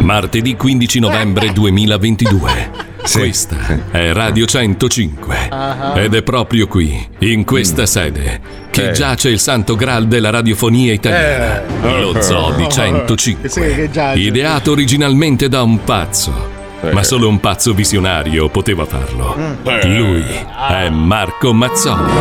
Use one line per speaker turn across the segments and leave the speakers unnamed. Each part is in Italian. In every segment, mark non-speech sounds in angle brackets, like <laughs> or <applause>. Martedì 15 novembre 2022. Questa è Radio 105 ed è proprio qui, in
Mm.
questa sede, che
Eh.
giace il santo graal della radiofonia italiana,
Eh.
lo Zoo di 105.
Sì, che giace. Eh.
Ideato originalmente da un pazzo, ma solo un pazzo visionario poteva farlo.
Mm.
Lui è Marco Mazzoli.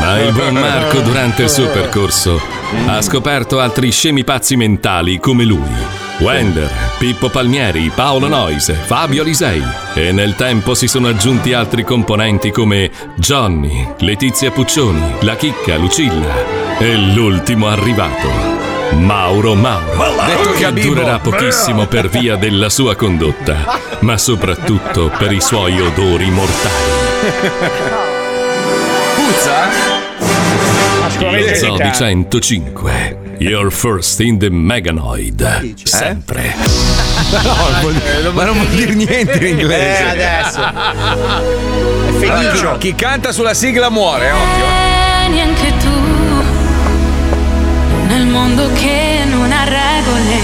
Ma il buon Marco durante il suo percorso ha scoperto altri scemi pazzi mentali come lui. Wender, Pippo Palmieri, Paolo Noise, Fabio Alisei e nel tempo si sono aggiunti altri componenti come Johnny, Letizia Puccioni, La Chicca, Lucilla e l'ultimo arrivato, Mauro Mauro, detto che durerà pochissimo per via della sua condotta, ma soprattutto per i suoi odori mortali.
Puzza?
Lo Zoo di 105, your first in the Meganoid,
eh?
sempre.
<laughs> ma non vuol Eh, dire niente in inglese.
Eh, adesso.
È
felice.
Chi canta sulla sigla muore, occhio.
Vieni anche Eh, tu nel mondo che non ha regole.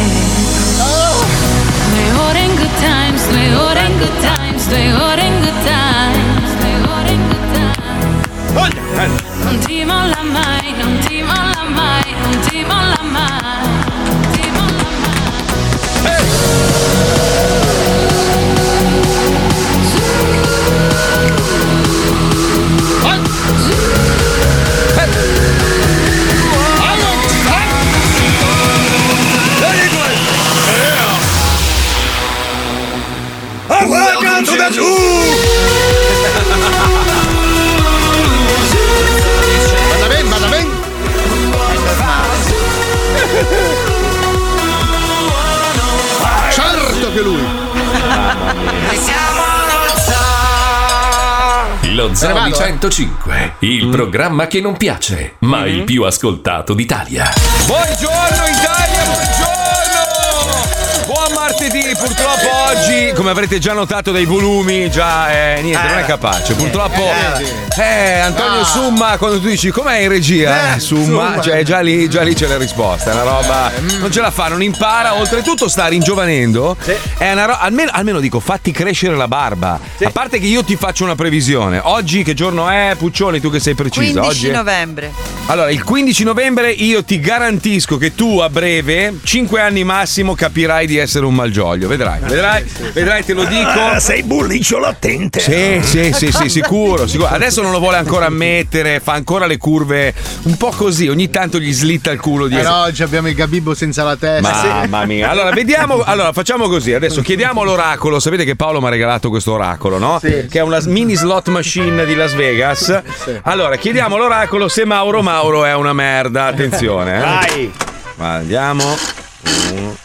Due ore in good times, due ore in good times, due ore in good times, due ore in good times. Non ti molla mai, non ti molla mai, non ti molla mai.
Welcome to the
Bada ben, bada ben. Certo che lui.
Eh?
Lo
Me ne
Zoo di
vado, eh.
105,
Mm.
il programma che non piace, ma
Mm-hmm.
il più ascoltato d'Italia.
Buongiorno Italia, buongiorno! Buon martedì, purtroppo oggi, come avrete già notato dai volumi, già eh, niente, non è capace. Purtroppo eh, Antonio Summa, quando tu dici com'è in regia? eh, Summa,
Summa.
cioè già lì, già lì c'è la risposta, è una roba. Non ce la fa, non impara, oltretutto sta ringiovanendo. È una ro- almeno, almeno dico, fatti crescere la barba. A parte che io ti faccio una previsione. Oggi che giorno è, Puccioni, tu che sei preciso?
15
oggi è-
novembre.
allora, il 15 novembre io ti garantisco che tu a breve, 5 anni massimo, capirai di essere un malgioglio. Vedrai, vedrai, vedrai, te lo dico.
Ah, sei bulliccio
Eh.
lattente.
Sì, sì, sì, <laughs> sì, sicuro, sicuro. Adesso non lo vuole ancora ammettere, fa ancora le curve un po' così, ogni tanto gli slitta il culo di
Però oggi abbiamo il Gabibbo senza la
Eh,
testa.
Mamma mia.
<laughs>
Allora, vediamo. Allora, facciamo così. <laughs> Adesso chiediamo l'oracolo. Sapete che Paolo mi ha regalato questo oracolo, no? Che è una mini slot machine di Las Vegas. Allora, chiediamo l'oracolo se Mauro Mauro è una merda. Attenzione. eh.
Vai.
Ma andiamo. Uno.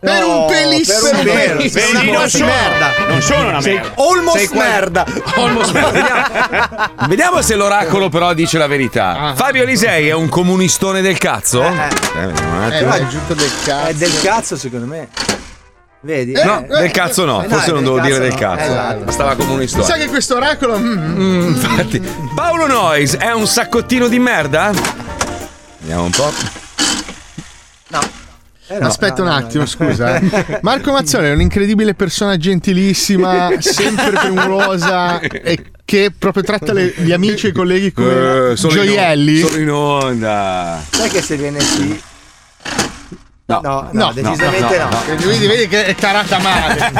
Per un pelissimo.
per un pelissimo.
Non
Non
sono
sono-
merda. Non sono una
Sei-
merda.
almost merda.
Almost merda. Vediamo se l'oracolo però dice la verità. Fabio Lisei è un comunistone del cazzo? Ah. Eh, vediamo un
Eh,
attimo.
vai, giù del cazzo.
Eh,
È del cazzo, secondo me. Vedi?
No, del cazzo no, forse non devo dire Eh, del cazzo. Eh, Ma stava come un istante.
Sai che questo oracolo. mm,
Infatti, Paolo Noyes è un saccottino di merda? Vediamo un po'.
Eh
no,
Aspetta
no,
un
no,
attimo,
no.
<laughs>
scusa. eh. Marco Mazzone è un'incredibile persona gentilissima, sempre premurosa e che proprio tratta le- gli amici e i colleghi come
Eh, sono in on-
gioielli.
sono in onda.
Sai che se viene qui.
No,
no, decisamente no.
Vedi, vedi che è tarata male.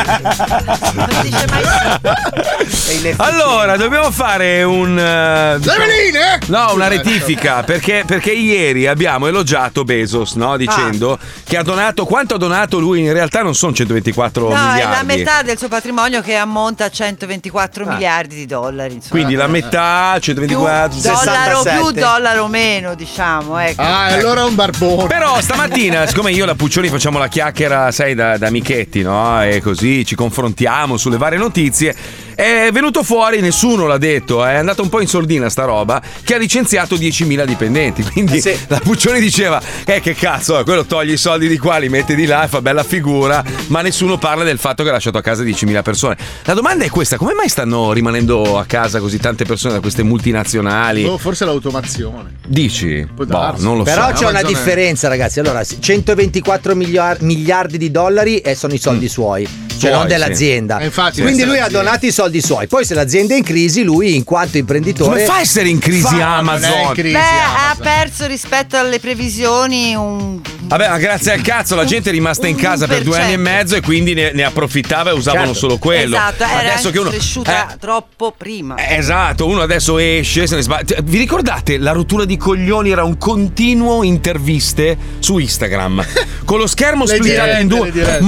Allora, dobbiamo fare un. eh, diciamo-
veline! ecco.
No, una rettifica. Perché, perché ieri abbiamo elogiato Bezos, no? Dicendo
Ah.
che ha donato. Quanto ha donato lui? In realtà non sono 124
No,
miliardi. Ah.
è la metà del suo patrimonio che ammonta a 124 miliardi di dollari. Insomma.
Quindi
Ah.
la metà, 124,
dollaro
67.
più, dollaro meno, diciamo. Ecco.
Ah, e allora è un barbone.
Eh. Però stamattina, siccome io e la Puccioni facciamo la chiacchiera, sai, da, da amichetti, no? E così ci confrontiamo sulle varie notizie. È venuto fuori, nessuno l'ha detto, eh, è andata un po' in sordina sta roba, che ha licenziato 10.000 dipendenti. <laughs> Quindi
Eh,
la Puccioni diceva, eh che cazzo, eh, quello toglie i soldi di qua, li mette di là, fa bella figura, ma nessuno parla del fatto che ha lasciato a casa 10.000 persone. La domanda è questa, come mai stanno rimanendo a casa così tante persone da queste multinazionali?
Boh, forse l'automazione.
Dici? Boh,
darsi.
non lo
Però
so.
c'è una
Amazon è-
differenza, ragazzi. Allora, sì, 124 miliar- miliardi di dollari e sono i soldi
Mm.
suoi, cioè
Suoi,
non
sì.
dell'azienda.
Eh, infatti,
Quindi
questa
lui
è
ha
l'azienda.
donato i soldi suoi. Poi, se l'azienda è in crisi, lui, in quanto imprenditore.
Come fa a essere in crisi Amazon?
non è in crisi.
Beh, ha perso rispetto alle previsioni un
Vabbè, ma grazie al cazzo la gente è rimasta in casa per due anni e
1%.
mezzo e quindi ne, ne approfittava e usavano
Certo.
solo quello.
Esatto,
Ma
era
adesso che uno
cresciuta
Eh,
troppo prima.
Eh,
Esatto, uno adesso esce, se ne sbaglia. Cioè, Vi ricordate? La rottura di coglioni era un continuo interviste su
<laughs>
Instagram. Con lo schermo
Le
splittato
dirette,
in
le
due.
dirette.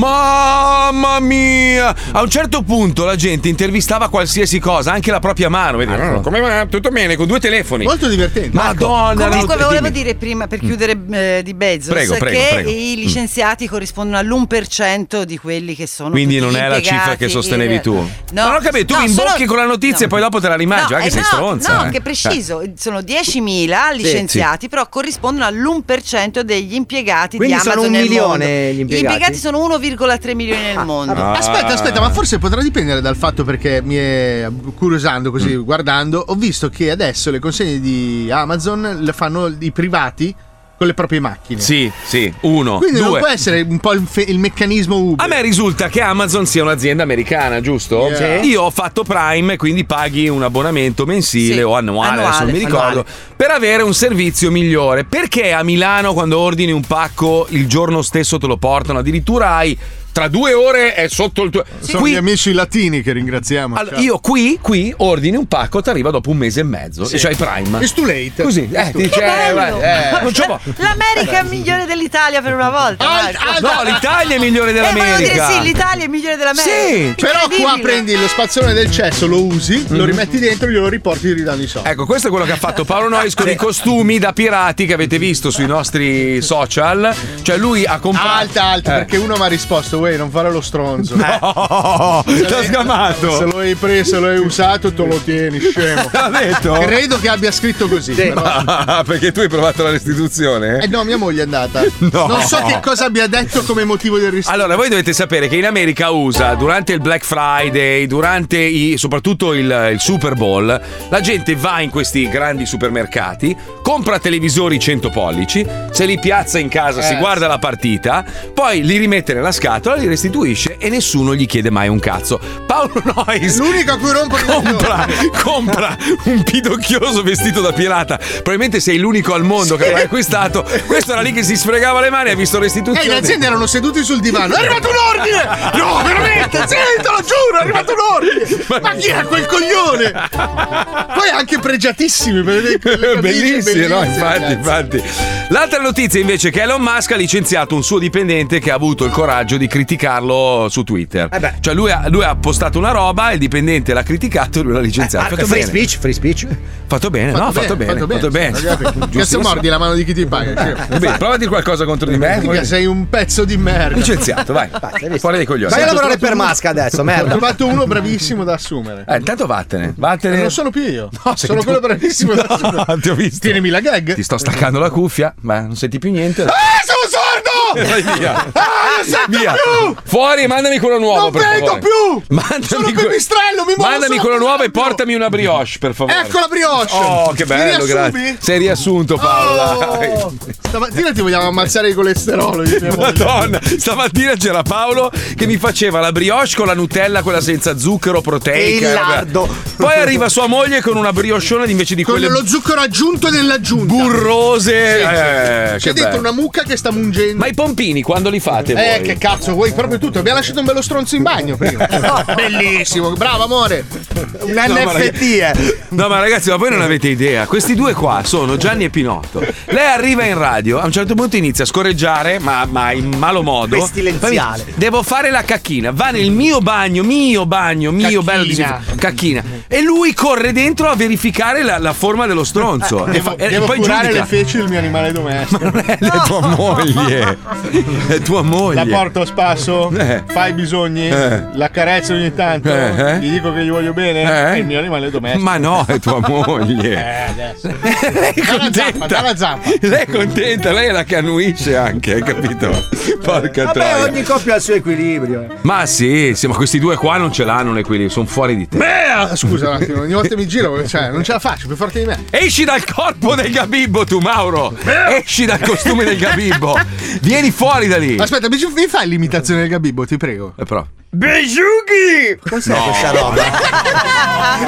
Mamma mia! A un certo punto la gente intervistava qualsiasi cosa, anche la propria mano. Vedi, "Ah, come va? Tutto bene, con due telefoni. Ecco.
Molto divertente.
Madonna, la
Comunque
rottura-
volevo
dimmi.
dire prima per chiudere eh, di Bezos
Mm. Prego, prego,
che
prego. Mm.
i licenziati corrispondono all'1% di quelli che sono
Quindi
tutti
non
gli
è la cifra
impiegati,
che sostenevi
eh,
tu.
No,
Non ho capito, tu
no,
mi
solo-
imbocchi con la notizia e poi dopo te la rimangi,
No,
anche
eh,
sei
no,
stronza.
No,
eh.
che preciso, sono 10.000 licenziati, però corrispondono all'1% degli impiegati
Quindi
di
sono
Amazon
un
nel
milione
mondo.
gli impiegati?
sono 1,3 milioni nel mondo.
Ah.
Aspetta, aspetta, ma forse potrà dipendere dal fatto perché mi è curiosando così,
Mm.
guardando, ho visto che adesso le consegne di Amazon le fanno i privati con le proprie macchine.
Sì, sì, uno,
Quindi
Oh, due.
non può essere un po' il, fe- il meccanismo Uber.
A me risulta che Amazon sia un'azienda americana, giusto?
Yeah. Sì.
Io ho fatto Prime, quindi paghi un abbonamento mensile
Sì,
o annuale, adesso non mi ricordo,
annuale.
per avere un servizio migliore. Perché a Milano quando ordini un pacco il giorno stesso te lo portano, addirittura hai tra due ore è sotto il tuo...
Sono
Qui-
gli amici latini che ringraziamo.
Allora,
ciao.
io qui, qui ordini un pacco, ti arriva dopo un mese e mezzo. E c'hai Prime.
It's too late.
Così, eh, ti dice,
Che
eh,
bello!
guarda, eh, non c'ho po-
L'America è migliore dell'Italia per una volta. Marco.
No, l'Italia è migliore
Eh, volevo dire
dell'America.
sì, l'Italia è migliore dell'America.
Sì, Mm-hmm.
Però qua
Incredibile.
prendi lo spazzone del cesso, lo usi, lo rimetti dentro, glielo riporti e gli ridanno i soldi.
Ecco, questo è quello che ha fatto Paolo Nois con i costumi da pirati che avete visto sui nostri social. Cioè, lui ha comprato.
Ah, Alta, alta,
Eh.
perché uno mi ha risposto, uè, non fare lo
<laughs>
stronzo.
Oh, ti ha
Se
sgamato.
lo hai preso, lo hai usato, te lo
<laughs>
tieni, scemo.
L'ha detto?
Credo che abbia scritto così. però-
Ah, <laughs> perché tu hai provato la restituzione?
Eh no, mia moglie è andata.
No.
Non so che cosa abbia detto come motivo del rischio.
Allora, voi dovete sapere che in America USA, durante il Black Friday, durante i- soprattutto il, il Super Bowl, la gente va in questi grandi supermercati, compra televisori 100 pollici, se li piazza in casa,
Eh. Certo.
si guarda la partita, poi li rimette nella scatola, li restituisce e nessuno gli chiede mai un cazzo. Paolo <laughs> Noyes
L'unico a cui rompo il
compra, compra un pidocchioso vestito da pirata. Probabilmente sei l'unico al mondo che l'ha acquistato. Questo era lì che si sfregava le mani e ha visto
E Eh, in
restituzione.
azienda erano seduti sul divano. È arrivato un ordine! No, veramente, sì, te lo giuro, è arrivato un ordine! Ma chi era quel coglione? Ah, Poi anche
<laughs>
pregiatissimi,
Bellissime,
bellissimi,
no? Infatti,
ragazzi.
infatti. L'altra notizia invece è che Elon Musk ha licenziato un suo dipendente che ha avuto il coraggio di criticarlo su Twitter.
Eh beh.
cioè lui ha, lui ha postato una roba, il dipendente l'ha criticato e lui l'ha
Ha
licenziato.
fatto
fatto,
free
bene.
speech, free speech.
fatto bene, no, fatto bene, fatto bene.
Ragazzi, Che se
Giustissimo.
mordi la mano di chi ti paga? sì.
Va bene, prova a dire qualcosa contro di me.
Minchia, Sei un pezzo di merda.
Licenziato, vai.
hai visto?
Fuori dei coglioni.
Vai a
Eh,
lavorare per
<laughs>
Masca adesso,
Ho
merda.
trovato uno bravissimo da assumere.
eh, intanto vattene. Vattene.
Non sono più io.
No, sei
sono
tu.
quello bravissimo da
<laughs> No,
assumere.
ti ho visto.
Tienimi la gag.
Ti sto staccando la cuffia, ma non senti più niente.
Eh, sono sordo!
Vai via.
Ah, non sento
Via.
più!
Fuori, mandami quello nuovo.
Non
per
vedo
favore.
più!
Mandami
Sono
que-
pipistrello, mi muovo
Mandami
solo
quello
con
nuovo e
l'ampio.
portami una brioche, per favore.
Ecco la brioche!
Oh, che
Mi
bello,
riassumi?
grazie. Sei riassunto, Paola.
Oh, stamattina ti vogliamo ammazzare il colesterolo. io e mia moglie.
<laughs> Madonna, stamattina c'era Paolo che mi faceva la brioche con la Nutella, quella senza zucchero, proteica.
E il
vabbè.
lardo.
Poi arriva sua moglie con una briochona invece di
<laughs> Con
quelle
lo zucchero aggiunto e dell'aggiunta.
burrose. Eh,
C'è
che
dentro
bello.
una mucca che sta mungendo.
Ma i pompini quando li fate voi?
Eh, che cazzo, vuoi proprio tutto? Abbiamo lasciato un bello stronzo in bagno <laughs> prima. Bellissimo, bravo amore.
Un NFT, eh.
<laughs> No, ma ragazzi, ma voi non avete idea. Questi due qua sono Gianni e Pinotto. Lei arriva in radio, a un certo punto inizia a scorreggiare, ma, ma in malo modo.
Pestilenziale.
Poi mi- Devo fare la cacchina. Va nel mio bagno, mio bagno, mio bello disinfo- cacchina. E lui corre dentro a verificare la, la forma dello stronzo. e,
Eh, Devo,
fa- e
devo
poi
curare
giudica.
le feci del mio animale domestico.
Non è la tua moglie. È tua moglie.
La porto a spasso,
Eh.
fai i bisogni,
Eh.
la carezzo ogni tanto,
Eh, eh.
gli dico che gli voglio bene,
Eh.
il mio animale domestico.
Ma no, è
<laughs>
tua moglie.
Eh, <laughs> adesso.
lei è
Dalla zampa,
contenta.
dalla zampa.
Lei è contenta, lei è la che annuisce anche, hai capito? Porca
Vabbè,
troia.
ogni coppia ha il suo equilibrio. eh.
Ma sì, sì, ma questi due qua non ce l'hanno l'equilibrio, sono fuori di te.
Ah, Scusa un attimo, ogni volta mi giro, cioè, non ce la faccio, più forte di me.
Esci dal corpo del gabibbo tu, Mauro! Esci dal costume del <laughs> gabibbo! Vieni fuori da lì!
Aspetta, mi, mi fai l'imitazione del Gabibbo, ti prego.
Eh, però.
Besughi!
Cos'è questa roba?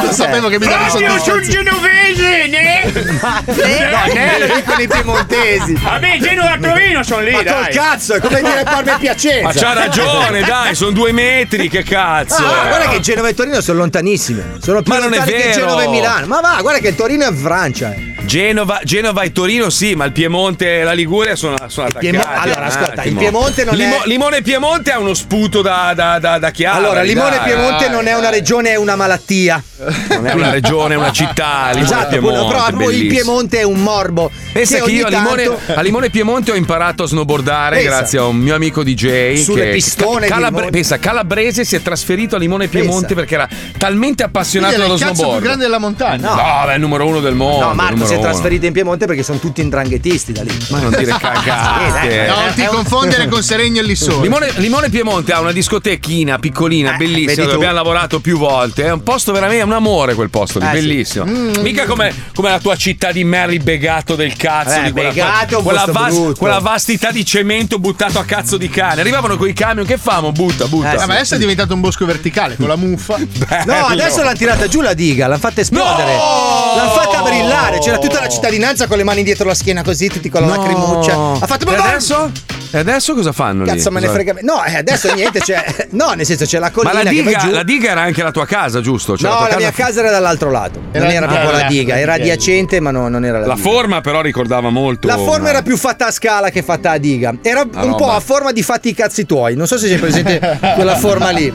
Non sapevo che mi davi
Proprio sul
soddisfazione.
genovese, ne?
No, ne lo dicono i piemontesi.
Vabbè, Genova e Torino sono lì,
Col
dai.
cazzo, è come dire Parma e Piacenza.
Ma c'ha ragione,
<laughs>
dai, sono due metri, che cazzo!
Ah, guarda che Genova e Torino sono lontanissime. Sono più
Ma non è
lontane che
vero.
Genova e Milano. Ma va, guarda che Torino è Francia. eh.
Genova, Genova e Torino sì, ma il Piemonte e la Liguria sono, sono attaccati.
Piemo- allora,
Un
ascolta, il
attimo.
Piemonte non è-
Limone e Piemonte ha uno sputo da, da, da, da Chiara,
Allora,
dai,
Limone e
dai.
Piemonte non è una regione, è una malattia.
Non è una regione, è una
<laughs>
città. Limone e
esatto,
Piemonte,
quello, proprio il
bellissimo.
Piemonte è un morbo.
Pensa che,
ogni
io a limone,
tanto-
a Limone Piemonte ho imparato a snowboardare
Pensa.
grazie a un mio amico DJ.
Sulle
che,
pistone di
Calabre-
Limone.
pensa, Calabrese si è trasferito a Limone Piemonte
Pensa.
perché era talmente appassionato
Quindi è
allo
il cazzo più
snowboard.
grande della montagna.
No, beh, è il numero uno del mondo.
No, Marco
numero
si è
uno.
trasferito in Piemonte perché sono tutti indranghetisti da lì.
Ma non
<laughs>
dire cagate.
Non ti confondere con Seregno e Lissone.
Limone, Limone Piemonte ha una discotechina piccolina,
Eh, vedi
bellissima, dove
tu.
abbiamo lavorato più volte. È un posto veramente, è un amore quel posto lì,
Eh, sì.
bellissimo. Mica come, come la tua città di Merli Begato del cazzo.
Eh,
di quella,
Begato è un
quella,
posto brutto.
quella vastità di cemento buttato a cazzo di cane. Arrivavano coi camion, che famo? Butta, butta.
Eh,
Ah, ma adesso è diventato un bosco verticale con la
<laughs>
muffa.
No, adesso l'hanno tirata giù la diga, l'hanno fatta esplodere.
Eh, No!
L'hanno fatta brillare. C'era tutta la cittadinanza con le mani dietro la schiena così, tutti con la
No.
lacrimuccia. Ha fatto
E
ma va-
adesso? E adesso cosa fanno? lì?
Cazzo, me ne
Cosa-
frega. No, eh, adesso
<laughs>
niente, c'è. No, nel senso, c'è la collina
Ma la
che va
diga,
giù.
la diga era anche la tua casa, giusto? Cioè,
no,
tua
la mia casa era dall'altro lato.
Era-
non era proprio
ah,
la diga, era
ok.
adiacente, ma no, non era la,
La
diga.
forma però ricordava molto.
La forma era più fatta a scala che fatta a diga. Era un po'
roba.
a forma di fatti i cazzi tuoi. Non so se
<laughs>
sei presente quella forma lì.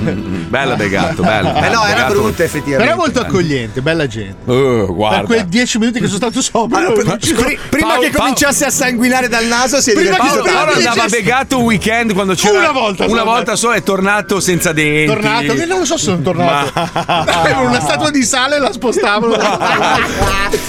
Bella Begato, bella.
Eh no, era
Begato.
brutta
Però
effettivamente.
è molto accogliente, bella gente.
Eh,
Per
guarda.
quei dieci minuti che sono stato sopra,
Allora,
non ci-
pri- pri- prima
Paolo-
che cominciasse a sanguinare dal naso, si è
Prima
divertito
Paolo,
che-
Paolo
tanto.
andava
<laughs>
a Begato un weekend quando c'era
Una volta
una
solo.
volta solo è tornato senza denti.
tornato. Io non lo so se sono tornato. Avevano una statua di sale e la spostavano.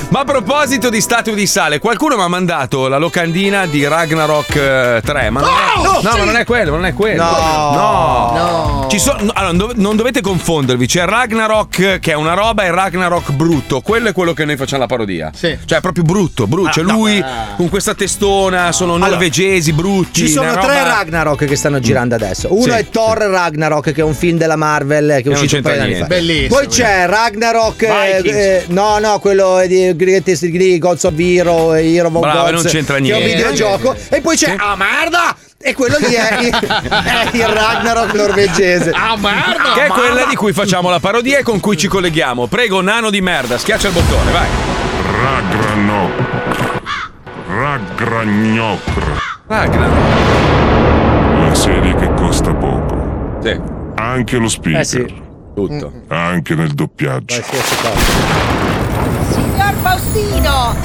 Ma a proposito di statue di sale, qualcuno mi ha mandato la locandina di Ragnarok eh, 3, ma non, è,
Oh,
no,
sì!
ma non è quello, non è quello.
No.
no. Ci so- no, allora, dov- non dovete confondervi, c'è Ragnarok che è una roba e Ragnarok brutto, quello è quello che noi facciamo la parodia.
Sì.
Cioè è proprio brutto, brutto,
Ah,
c'è lui con questa testona, sono norvegesi, brutti.
eh. Ci sono
una
tre
roba- Mm.
Ragnarok che stanno girando adesso. Uno
Sì.
è Thor Ragnarok, che è un film della Marvel che è
non
uscito un
c'entra
paio di anni fa.
niente.
Bellissimo.
Poi c'è Ragnarok, eh,
Vikings.
eh, no, no, quello è di Greatest di Gods of Hero, eh, Hero of
Bravo,
Gods,
non c'entra
Che è
niente.
un videogioco. E poi c'è Ah merda! E quello lì è il, è il Ragnarok norvegese.
Ah, merda!
Che è quella di cui facciamo la parodia e con cui ci colleghiamo. Prego, nano di merda, schiaccia il bottone, vai.
Ragnarok. Ragnarok.
Ragnarok.
Una serie che costa poco.
Sì,
Anche lo speaker.
Eh sì.
tutto.
Mm.
Anche nel doppiaggio.
Qualsiasi cosa.
Signor Faustino,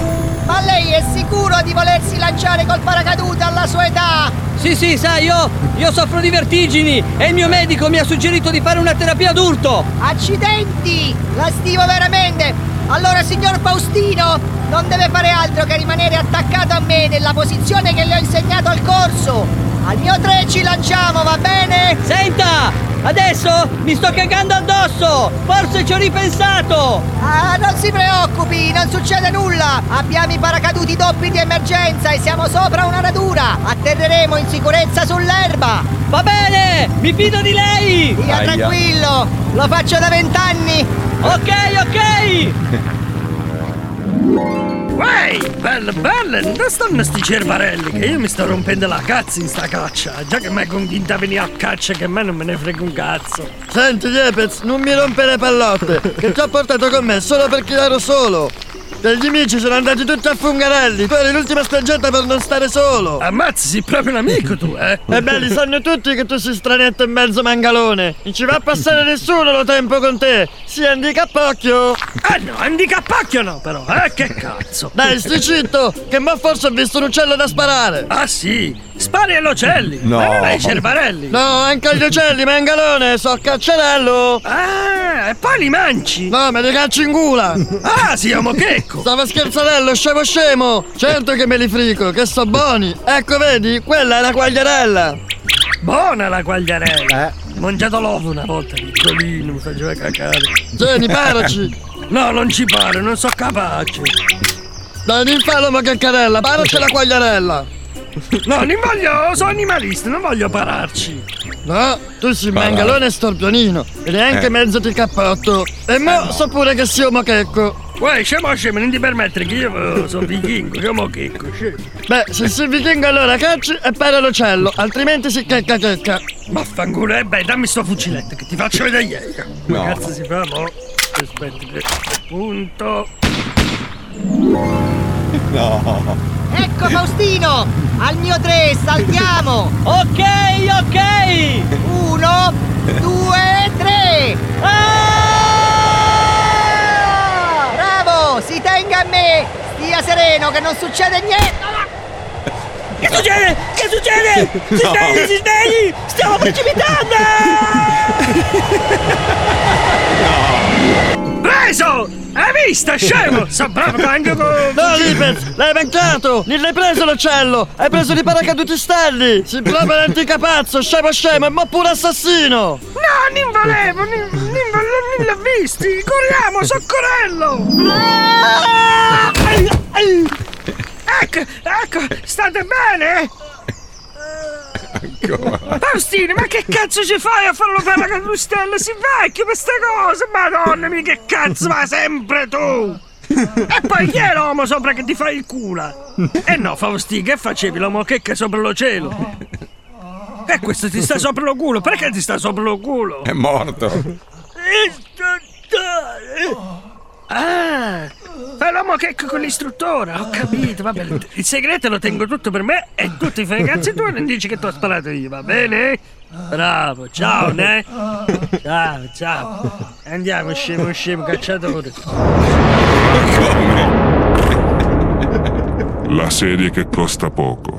ma lei è sicuro di volersi lanciare col paracadute alla sua età?
Sì, sì, sai, io, io soffro di vertigini e il mio medico mi ha suggerito di fare una terapia d'urto.
Accidenti! La stimo veramente! Allora, signor Faustino, non deve fare altro che rimanere attaccato a me nella posizione che le ho insegnato al corso. Al mio tre ci lanciamo, va bene?
Senta, adesso mi sto cagando addosso. Forse ci ho ripensato.
Ah, non si preoccupi, non succede nulla. Abbiamo i paracaduti doppi di emergenza e siamo sopra una radura. Atterreremo in sicurezza sull'erba.
Va bene, mi fido di lei.
Via
Aia.
tranquillo, lo faccio da vent'anni.
Ok, ok.
Uè, belle, belle, dove stanno sti cervarelli? Che io mi sto rompendo la cazza in sta caccia. Già che mi hai convinta a venire a caccia, che a me non me ne frega un cazzo.
Senti, Jepez, non mi rompere le pallotte, che ti ho portato con me solo perché ero solo. Degli amici sono andati tutti a Fungarelli, tu eri l'ultima stagiata per non stare solo.
Ammazzi, sei proprio un amico tu, eh?
E beh, li sanno tutti che tu sei stranetto in mezzo mangalone. Non ci va a passare nessuno lo tempo con te. Si andi cappocchio.
Ah no, handicapacchio no però, eh? Che cazzo?
Dai, sti zitto, che mo forse ho visto un uccello da sparare.
Ah sì, Spari agli ocelli!
No.
Ma non ai cervarelli!
No, anche agli uccelli, mangalone, so cacciarello! Ah, e poi li mangi! No, me li caccio in gula! <laughs>
Ah, siamo checco.
Stava scherzarello, scemo scemo! Certo che me li frico, che so buoni! Ecco, vedi, quella è la quagliarella!
Buona la quagliarella! Mangiato l'ovo una volta, piccolino, mi faceva cacare.
Geni, paraci.
<laughs> No, non ci pare, non so capace.
Dai, non fallo, ma caccarella, paraci la quagliarella!
No, non voglio, sono animalista, non voglio pararci.
No, tu sei
Parà.
mangalone e storpionino, e neanche
Eh.
mezzo di cappotto! E mo, so pure che sia omachecco!
Uè, scemo scemo, non ti permettere che io eh, sono vichingo, scemo checco, scemo.
Beh, se sei vichingo allora cacci e para l'uccello, altrimenti si checca checca.
Vaffanculo, eh beh, dammi sto fuciletto che ti faccio vedere ieri.
No.
Come cazzo si fa, mo? Aspetta che... Punto.
No.
Ecco Faustino! Al mio tre, saltiamo! ok, ok! Uno, due, tre! Ah! Bravo! Si tenga a me! Stia sereno che non succede niente!
Che succede? Che succede? Si
No.
svegli, si svegli! Stiamo precipitando!
Preso! Hai visto, scemo? Sono bravo anche con...
No, Lipez, l'hai mancato! Non l'hai preso l'uccello! Hai preso di paracadutistelli! Si prova l'antica pazzo, scemo scemo, e mo pure assassino!
No, non volevo, non, non, volevo, non l'ho visti! Corriamo, soccorrello! Ecco, ecco, state bene? Faustino, ma che cazzo ci fai a farlo fare con lo stello? Si vecchio per sta cosa! Madonna mia, che cazzo va sempre tu! E poi chi è l'uomo sopra che ti fa il culo? Eh no, Faustino, che facevi l'uomo checca sopra lo cielo? E questo ti sta sopra lo culo, perché ti sta sopra lo culo?
È morto.
Ah, fai l'uomo che ecco con l'istruttore, ho capito, va bene. Il segreto lo tengo tutto per me e tu ti fai i cazzi tu e non dici che ti ho sparato io, va bene? Bravo, ciao, ne? Ciao, ciao. Andiamo, scemo, scemo, cacciatore.
La serie che costa poco.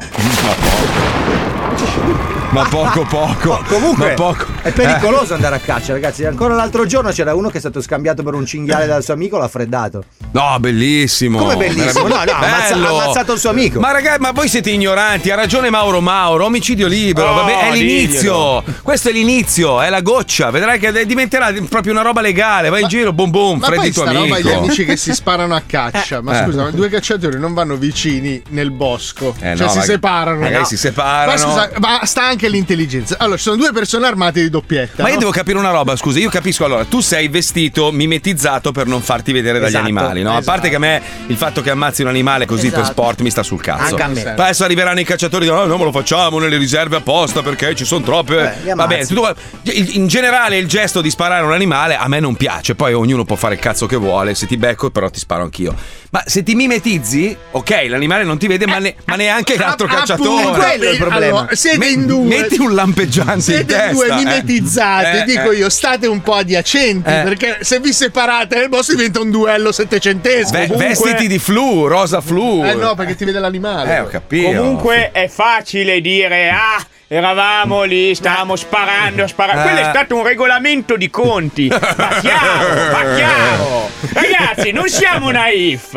Ma
<laughs>
poco poco.
Comunque,
Ma poco. Eh.
è pericoloso andare a caccia, ragazzi. Ancora l'altro giorno c'era uno che è stato scambiato per un cinghiale dal suo amico, l'ha freddato.
No, bellissimo.
Come bellissimo? No, no, ha ammazza-
Bello.
ha ammazzato il suo amico.
Ma ragazzi, ma voi siete ignoranti. Ha ragione Mauro Mauro. Omicidio libero.
Oh,
vabbè, è l'inizio.
diglielo.
Questo è l'inizio, è la goccia. Vedrai che de- diventerà proprio una roba legale. Vai in giro, boom boom,
Ma
freddi
poi
tuo
sta roba gli
amico.
amici che si sparano a caccia. Ma
Eh.
scusa, ma due cacciatori non vanno vicini nel bosco.
Eh,
cioè
no,
si
ma-
separano.
magari
no?
si separano.
Ma, scusa, ma sta anche l'intelligenza. Allora, ci sono due persone armate di doppietta.
Ma io
no?
devo capire una roba, scusa, io capisco allora, tu sei vestito mimetizzato per non farti vedere dagli
Esatto,
animali, no? A parte che a me il fatto che ammazzi un animale così per
Esatto.
sport mi sta sul cazzo.
Anche a me.
Poi Adesso arriveranno i cacciatori e diranno, no, non me lo facciamo nelle riserve apposta perché ci sono troppe...
li
Va
ammazzi.
bene, tutto qua- il- in generale il gesto di sparare un animale a me non piace, poi ognuno può fare il cazzo che vuole, se ti becco però ti sparo anch'io. Ma se ti mimetizzi, ok, l'animale non ti
Eh,
vede, ma, ne- ma
ah,
neanche l'altro
Ah, appunto,
cacciatore.
è quello il problema. Allora, siete
Me-
in due.
Metti un lampeggiante in
Siete
testa.
due
eh.
mimetizzati,
Eh,
dico
eh.
io, state un po' adiacenti,
Eh.
perché se vi separate nel bosco diventa un duello settecentesco.
Ve-
comunque-
Vestiti di flu, rosa flu.
Eh no, perché ti vede l'animale.
Eh, ho capito.
Comunque è facile dire ah, eravamo lì, stavamo sparando, sparando.
Eh.
Quello è stato un regolamento di conti. Ma chiaro, ma chiaro. Ragazzi, non siamo naif.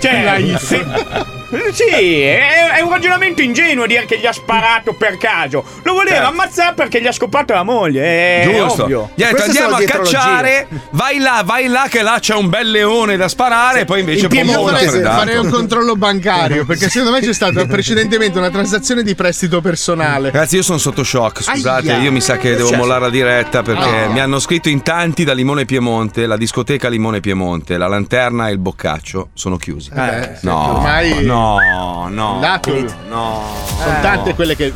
Cioè,
Naif.
se- Sì, è, è un ragionamento ingenuo dire che gli ha sparato per caso. Lo voleva
Certo.
ammazzare perché gli ha scopato la
Eh,
moglie. È
Giusto.
ovvio.
Gli ha detto, andiamo a cacciare,
Sì,
vai là, vai là, che là c'è un bel leone da sparare. e poi invece
In
boom, l'ha
piemontese
predato.
farei un controllo bancario perché secondo me
<laughs>
c'è stata precedentemente una transazione di prestito personale.
Ragazzi, io sono sotto shock. Scusate,
Aia.
io mi sa che devo
Cioè,
mollare la diretta perché
no.
mi hanno scritto in tanti da Limone Piemonte, la discoteca Limone Piemonte, la lanterna e il boccaccio sono chiusi.
Eh,
no,
ormai-
no, no,
Dato-
no. Eh.
Sono tante quelle che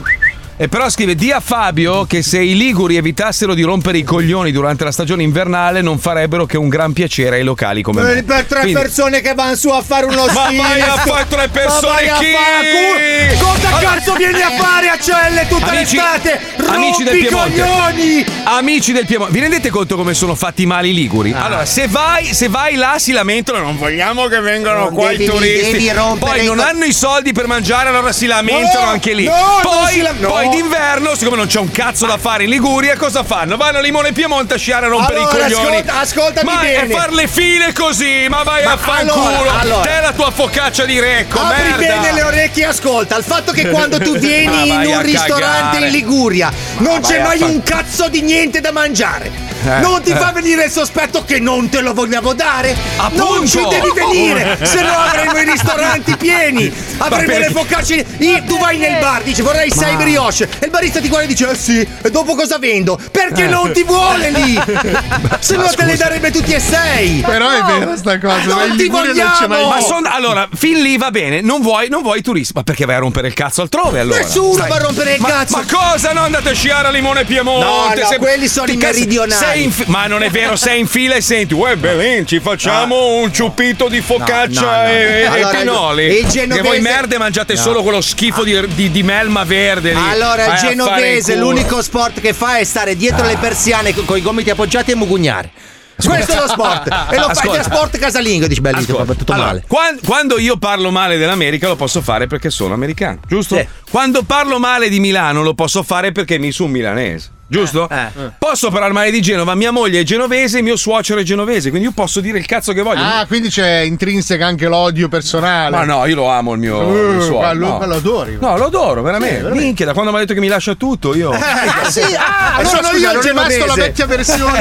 E però scrive: Di a Fabio che se i Liguri evitassero di rompere i coglioni durante la stagione invernale, non farebbero che un gran piacere ai locali come
Eh,
me.
Per tre
Quindi-
persone che vanno su a fare uno
Ma vai
stile.
a fare tre persone,
Ma vai a
chi?
fare a culo. Cosa cazzo vieni a fare a Celle tutta
Amici-
l'estate?
amici del
Rompi
Piemonte.
coglioni.
Amici del Piemonte, vi rendete conto come sono fatti male i Liguri?
Ah.
Allora, se vai, se vai là si lamentano, non vogliamo che vengano
Non
qua
devi-
i
devi
turisti.
rompere
Poi
i
non
co-
hanno i soldi per mangiare, allora si lamentano
No,
anche lì.
no, non
poi,
si lam- no.
poi d'inverno, siccome non c'è un cazzo da fare in Liguria, cosa fanno? Vanno a Limone e Piemonte a sciare a rompere
Allora,
i coglioni.
ascolta- ascoltami
ma
bene.
e far le file così, ma vai
Ma
a fanculo.
allora, allora.
Te la tua focaccia di recco,
Apri
ecco, merda.
bene le orecchie e ascolta. Il fatto che quando
<laughs>
tu
Ma
vieni in
vai a
un ristorante
cagare.
in Liguria non
vai
c'è
a
mai
fa-
un cazzo di niente da mangiare.
Eh,
non ti
eh.
fa venire il sospetto che non te lo vogliamo dare? Non
Appunto.
ci devi venire, se no avremo i ristoranti pieni.
<laughs> Ma
Avremo le
perché?
focacce. Io- tu vai nel bar, dici vorrei sei brioche. E il barista ti guarda e dice: eh sì, e dopo cosa vendo? Perché
Eh.
non ti vuole
<laughs>
lì?
Ma-
se
ma
no te le
scusa.
darebbe tutti e sei.
Però è vera sta cosa,
Non
dai, in
ti
Liguria non c'è mai-
vogliamo.
Ma son- allora, fin lì va bene, non vuoi, non vuoi i turisti, ma perché vai a rompere il cazzo altrove allora?
Nessuno
Stai-
va a rompere il
Ma-
cazzo.
Ma cosa? No, andate a sciare a Limone e
No,
Piemonte.
no, quelli sono
ti
i
cazzo-
meridionali.
sei in fi- ma non è vero, sei in fila e senti, uè, Belin, ci facciamo un ciupito di
<laughs>
focaccia
Ah. No, no, no.
e, e- e
Allora,
pinoli.
il
Che
genovese-
voi merde mangiate
No.
solo quello schifo di, di- di melma verde lì.
Allora,
Vai
il
a fare
genovese,
culo.
l'unico sport che fa è stare dietro le persiane co- con, i gomiti appoggiati e mugugnare. Questo è lo sport. E lo fai
Ascolta.
da sport casalingo, dici bellito,
Ascolta,
fa tutto
allora,
male.
quan- Quando io parlo male dell'America lo posso fare perché sono americano, giusto?
Sì.
Quando parlo male di Milano lo posso fare perché mi sono milanese. Giusto?
Eh,
Posso parlare male di Genova, mia moglie è genovese, mio suocero è genovese, quindi io posso dire il cazzo che voglio.
Ah, quindi c'è intrinseca anche l'odio personale.
Ma no, io lo amo il mio, il mio
Eh,
suocero.
ma lo-
no.
ma lo adori.
No, lo adoro, veramente.
Sì, veramente.
Minchia, da quando mi ha detto che mi lascia tutto, io.
Ah, <laughs> sì, ah,
Eh,
allora
scusa,
io ho
non
rimasto la
rimanese.
vecchia versione.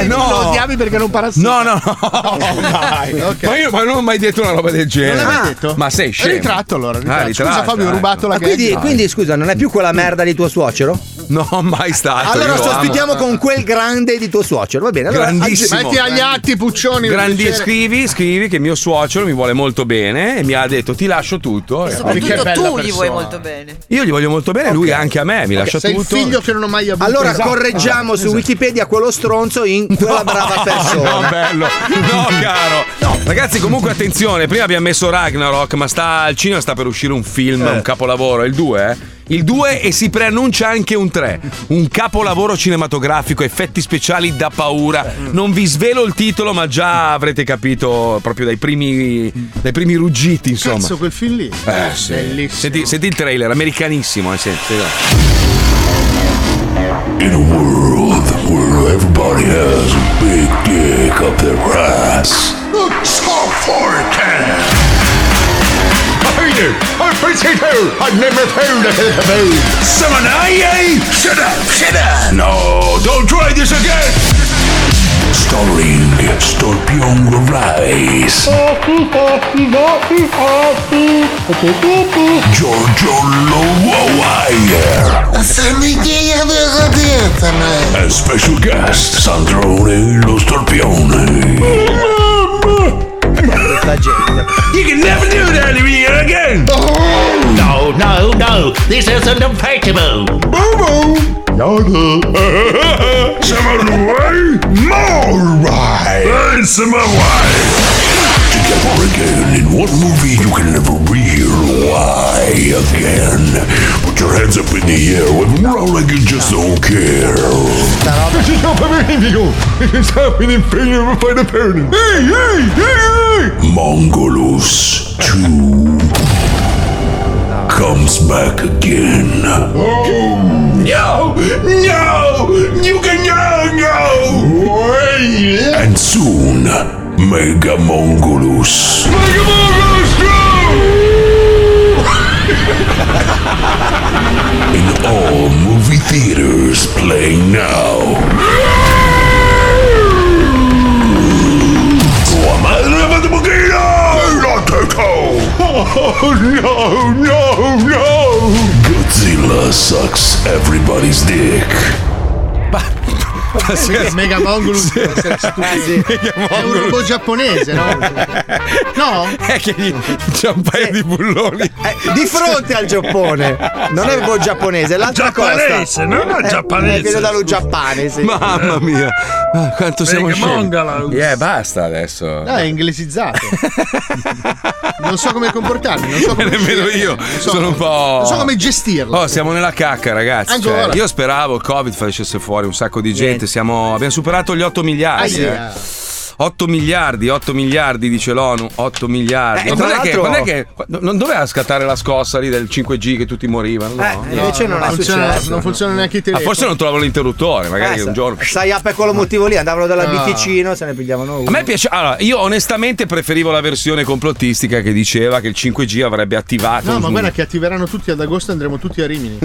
<laughs> Eh,
no.
no.
Lo odiavi perché non parassi.
No, no, no. Ma io ma non ho mai detto una roba del genere.
Non l'hai mai
Ah.
detto?
Ma sei scemo.
Ritratto, allora, ritratto.
Ah,
Scusa, Fabio, ho
ecco.
rubato la
Ma Ah, quindi,
gag.
quindi, scusa, non è più quella merda di tuo suocero?
No, mai stato.
Allora
io lo
sostituiamo
amo.
con quel grande di tuo suocero, va bene? Allora,
Grandissimo.
aggi-
Metti agli atti, Puccioni. per
Grandi,
piacere.
scrivi, scrivi che mio suocero mi vuole molto bene e mi ha detto ti lascio tutto. E
soprattutto
ho detto,
tu
"Che bella
gli
persona".
vuoi molto
bene.
Io gli voglio molto bene, lui anche a me, mi
Ok,
lascia
sei
tutto.
il figlio che non ho mai avuto.
Allora
Esatto.
correggiamo
Ah,
su
esatto.
Wikipedia quello stronzo in quella brava persona.
<laughs> No, bello. No, caro. Ragazzi, comunque attenzione, prima abbiamo messo Ragnarok, ma sta al cinema sta per uscire un film, un capolavoro, il 2, eh? Il 2 e si preannuncia anche un 3. Un capolavoro cinematografico, effetti speciali da paura. Non vi svelo il titolo, ma già avrete capito proprio dai primi, dai primi ruggiti, insomma.
Cazzo, quel film lì.
Eh, sì.
Bellissimo.
Senti, senti il trailer, americanissimo. Eh, senti, senti.
In a world where everybody has a big dick up their ass.
Let's go for it! Hey, I'm pretty too. I've never heard of it. Someone I, eh? Shut up, shut up.
No, Oh, don't try this again! Starring Scorpion Rice, Giorgio Lowire, and special guest Sandrone Lo Scorpione.
You can never do that to me again. No, no, no. This is untouchable. <laughs> No, no. Some of the way, more right. And some of why.
Together again in one movie you can never real why again. Put your hands up in the air with round like you just don't care.
This is not magnifico. This is happening for you for the parent. Hey, hey, hey, hey.
Mongolus 2 comes back again.
No, no. You can no, no.
And soon, Mega Mongolus. In all movie theaters playing now. Tua madre va di buchino! La teco!
Oh no, no, no.
Godzilla sucks everybody's dick.
Mega- Mega Mongolus è un robot
<laughs>
giapponese, no? No?
È Eh, che gli- cioè, c'è un paio di bulloni.
Eh, di fronte al Giappone. Non è proprio giapponese, è l'altra
Giappanese,
cosa.
no? No,
Eh,
giappanese.
eh, Quello dallo
Eh,
Giappone, sì.
Mamma mia, Ah, quanto siamo
Mega
scemi.
Mongolus.
Eh, basta adesso.
No, è inglesizzato. Non so come
<laughs>
comportarmi, non so come
Nemmeno io, sono un po'.
non so come gestirlo.
Oh, siamo nella cacca, ragazzi. Cioè,
Ancora.
io speravo il Covid facesse fuori un sacco di gente. Siamo- abbiamo superato gli 8 miliardi.
Ah,
eh. 8 miliardi, 8 miliardi, dice l'ONU. 8 miliardi.
Eh,
quando, è
tra
che,
l'altro-
quando è che- Non doveva scattare la scossa lì del 5G che tutti morivano? No, no.
funziona, Eh, Non funziona neanche i
Ah,
telefoni.
forse non trovano l'interruttore, magari
Eh,
un
sa-
giorno.
Sai, ah, per quello motivo lì andavano dalla
Ah.
Biticino, se ne pigliavano uno.
A me piace, allora, io onestamente preferivo la versione complottistica che diceva che il 5G avrebbe attivato.
No, ma
un-
guarda che attiveranno tutti ad agosto e andremo tutti a
<laughs>
Rimini.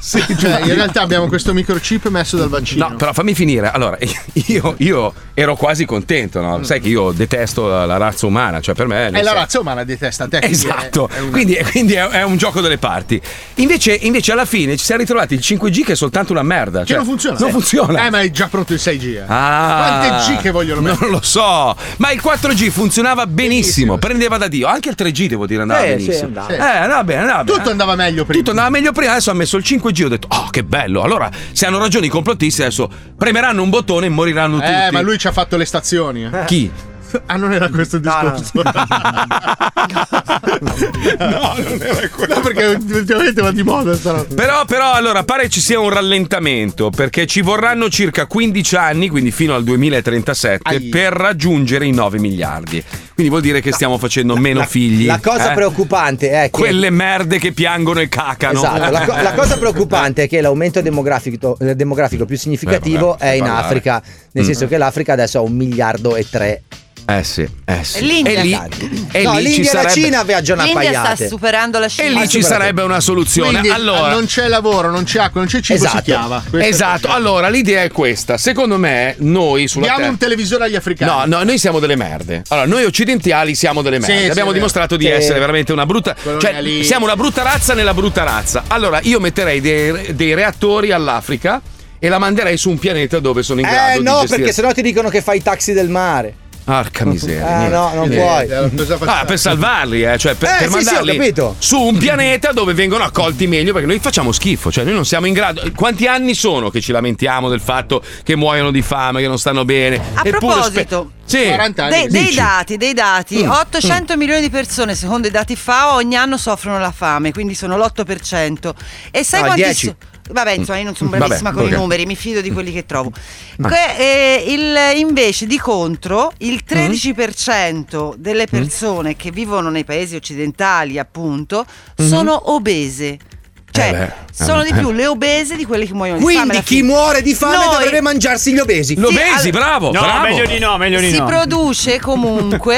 cioè, in realtà abbiamo questo microchip messo dal vaccino.
No, però fammi finire. Allora, <laughs> io, io ero quasi contento, no? Sai che io detesto la, la razza umana, cioè per me.
Mm. è la razza umana detesta te. quindi
Esatto,
è- è
<laughs>
un-
quindi, quindi è, è un gioco delle parti. Invece, invece alla fine ci siamo ritrovati il 5G che è soltanto una merda.
Che
cioè,
non funziona.
Non funziona.
Eh, ma è già pronto il 6G. eh.
Ah,
Quante G che vogliono mettere?
Non lo so, ma il 4G funzionava benissimo, prendeva da Dio. Anche il 3G, devo dire, andava
Sì, sì,
benissimo.
andava.
Eh, andava bene, andava bene.
Tutto andava meglio prima.
Tutto andava meglio prima, adesso ha messo il 5G. Ho detto, oh, che bello. Allora, se hanno ragione i complottisti, adesso premeranno un bottone e moriranno tutti.
Eh, ma lui ci ha fatto le stazioni. eh.
Chi?
<laughs> Ah, non era questo il discorso.
<laughs>
<laughs>
no, non era quello.
No, perché ultimamente va di moda sta roba.
Però, però, allora pare ci sia un rallentamento perché ci vorranno circa 15 anni, quindi fino al 2037, per raggiungere i 9 miliardi. Quindi vuol dire che stiamo facendo meno
la,
figli.
La cosa
eh?
preoccupante è che.
Quelle merde che piangono e cacano.
Esatto, la, co- la cosa preoccupante è che l'aumento demografico, eh, demografico più significativo
Eh, vabbè,
è in
parlare.
Africa, nel
Mm.
senso che l'Africa adesso ha un miliardo e tre.
Eh sì, eh sì.
L'India.
E lì, e
No,
lì
l'India
ci
e la
sarebbe-
Cina viaggiano
L'India sta superando la Cina.
E lì ci sarebbe una soluzione.
Quindi, ah,
ah,
allora,
non c'è lavoro, non c'è acqua, non c'è cibo, si chiava. Questa-
Esatto. allora l'idea è questa. Secondo me, noi sulla
Diamo
Terra-
un televisore agli africani.
No, no, noi siamo delle merde. Allora, noi occidentali siamo delle
Sì,
merde.
sì,
Abbiamo
è vero.
dimostrato di
Sì.
essere veramente una brutta. Cioè,
Colonialista.
siamo una brutta razza nella brutta razza. Allora, io metterei dei, dei reattori all'Africa e la manderei su un pianeta dove sono in grado
Eh
di
no,
gestire.
perché sennò ti dicono che fai i taxi del mare.
Arca miseria.
Ah,
niente.
no, non
Niente.
Eh,
puoi.
Allora, cosa facciamo? Ah, per salvarli, eh, cioè per,
Eh,
per
sì, sì, ho
mandarli
capito.
su un pianeta dove vengono accolti meglio perché noi facciamo schifo, cioè noi non siamo in grado. Quanti anni sono che ci lamentiamo del fatto che muoiono di fame, che non stanno bene?
A proposito,
sì.
dei, dei
Dici.
dati, dei dati.
Mm.
800 milioni di persone, secondo i dati FAO, ogni anno soffrono la fame, quindi sono l'8%. E sai
No,
quanti
10.
so- Vabbè, insomma, io non sono
Mm.
bravissima
Vabbè,
con
ok.
i numeri, mi fido di quelli che trovo.
Ah.
Que- eh, il- invece, di contro, il 13% delle persone che vivono nei paesi occidentali, appunto, sono obese. Cioè,
Eh beh,
sono
eh.
di più le obese di quelle che muoiono di fame.
Quindi
alla
chi
fine.
muore di fame
Noi-
dovrebbe mangiarsi gli obesi.
Sì, al-
No, meglio di no, meglio di
si
<laughs>
no.
produce comunque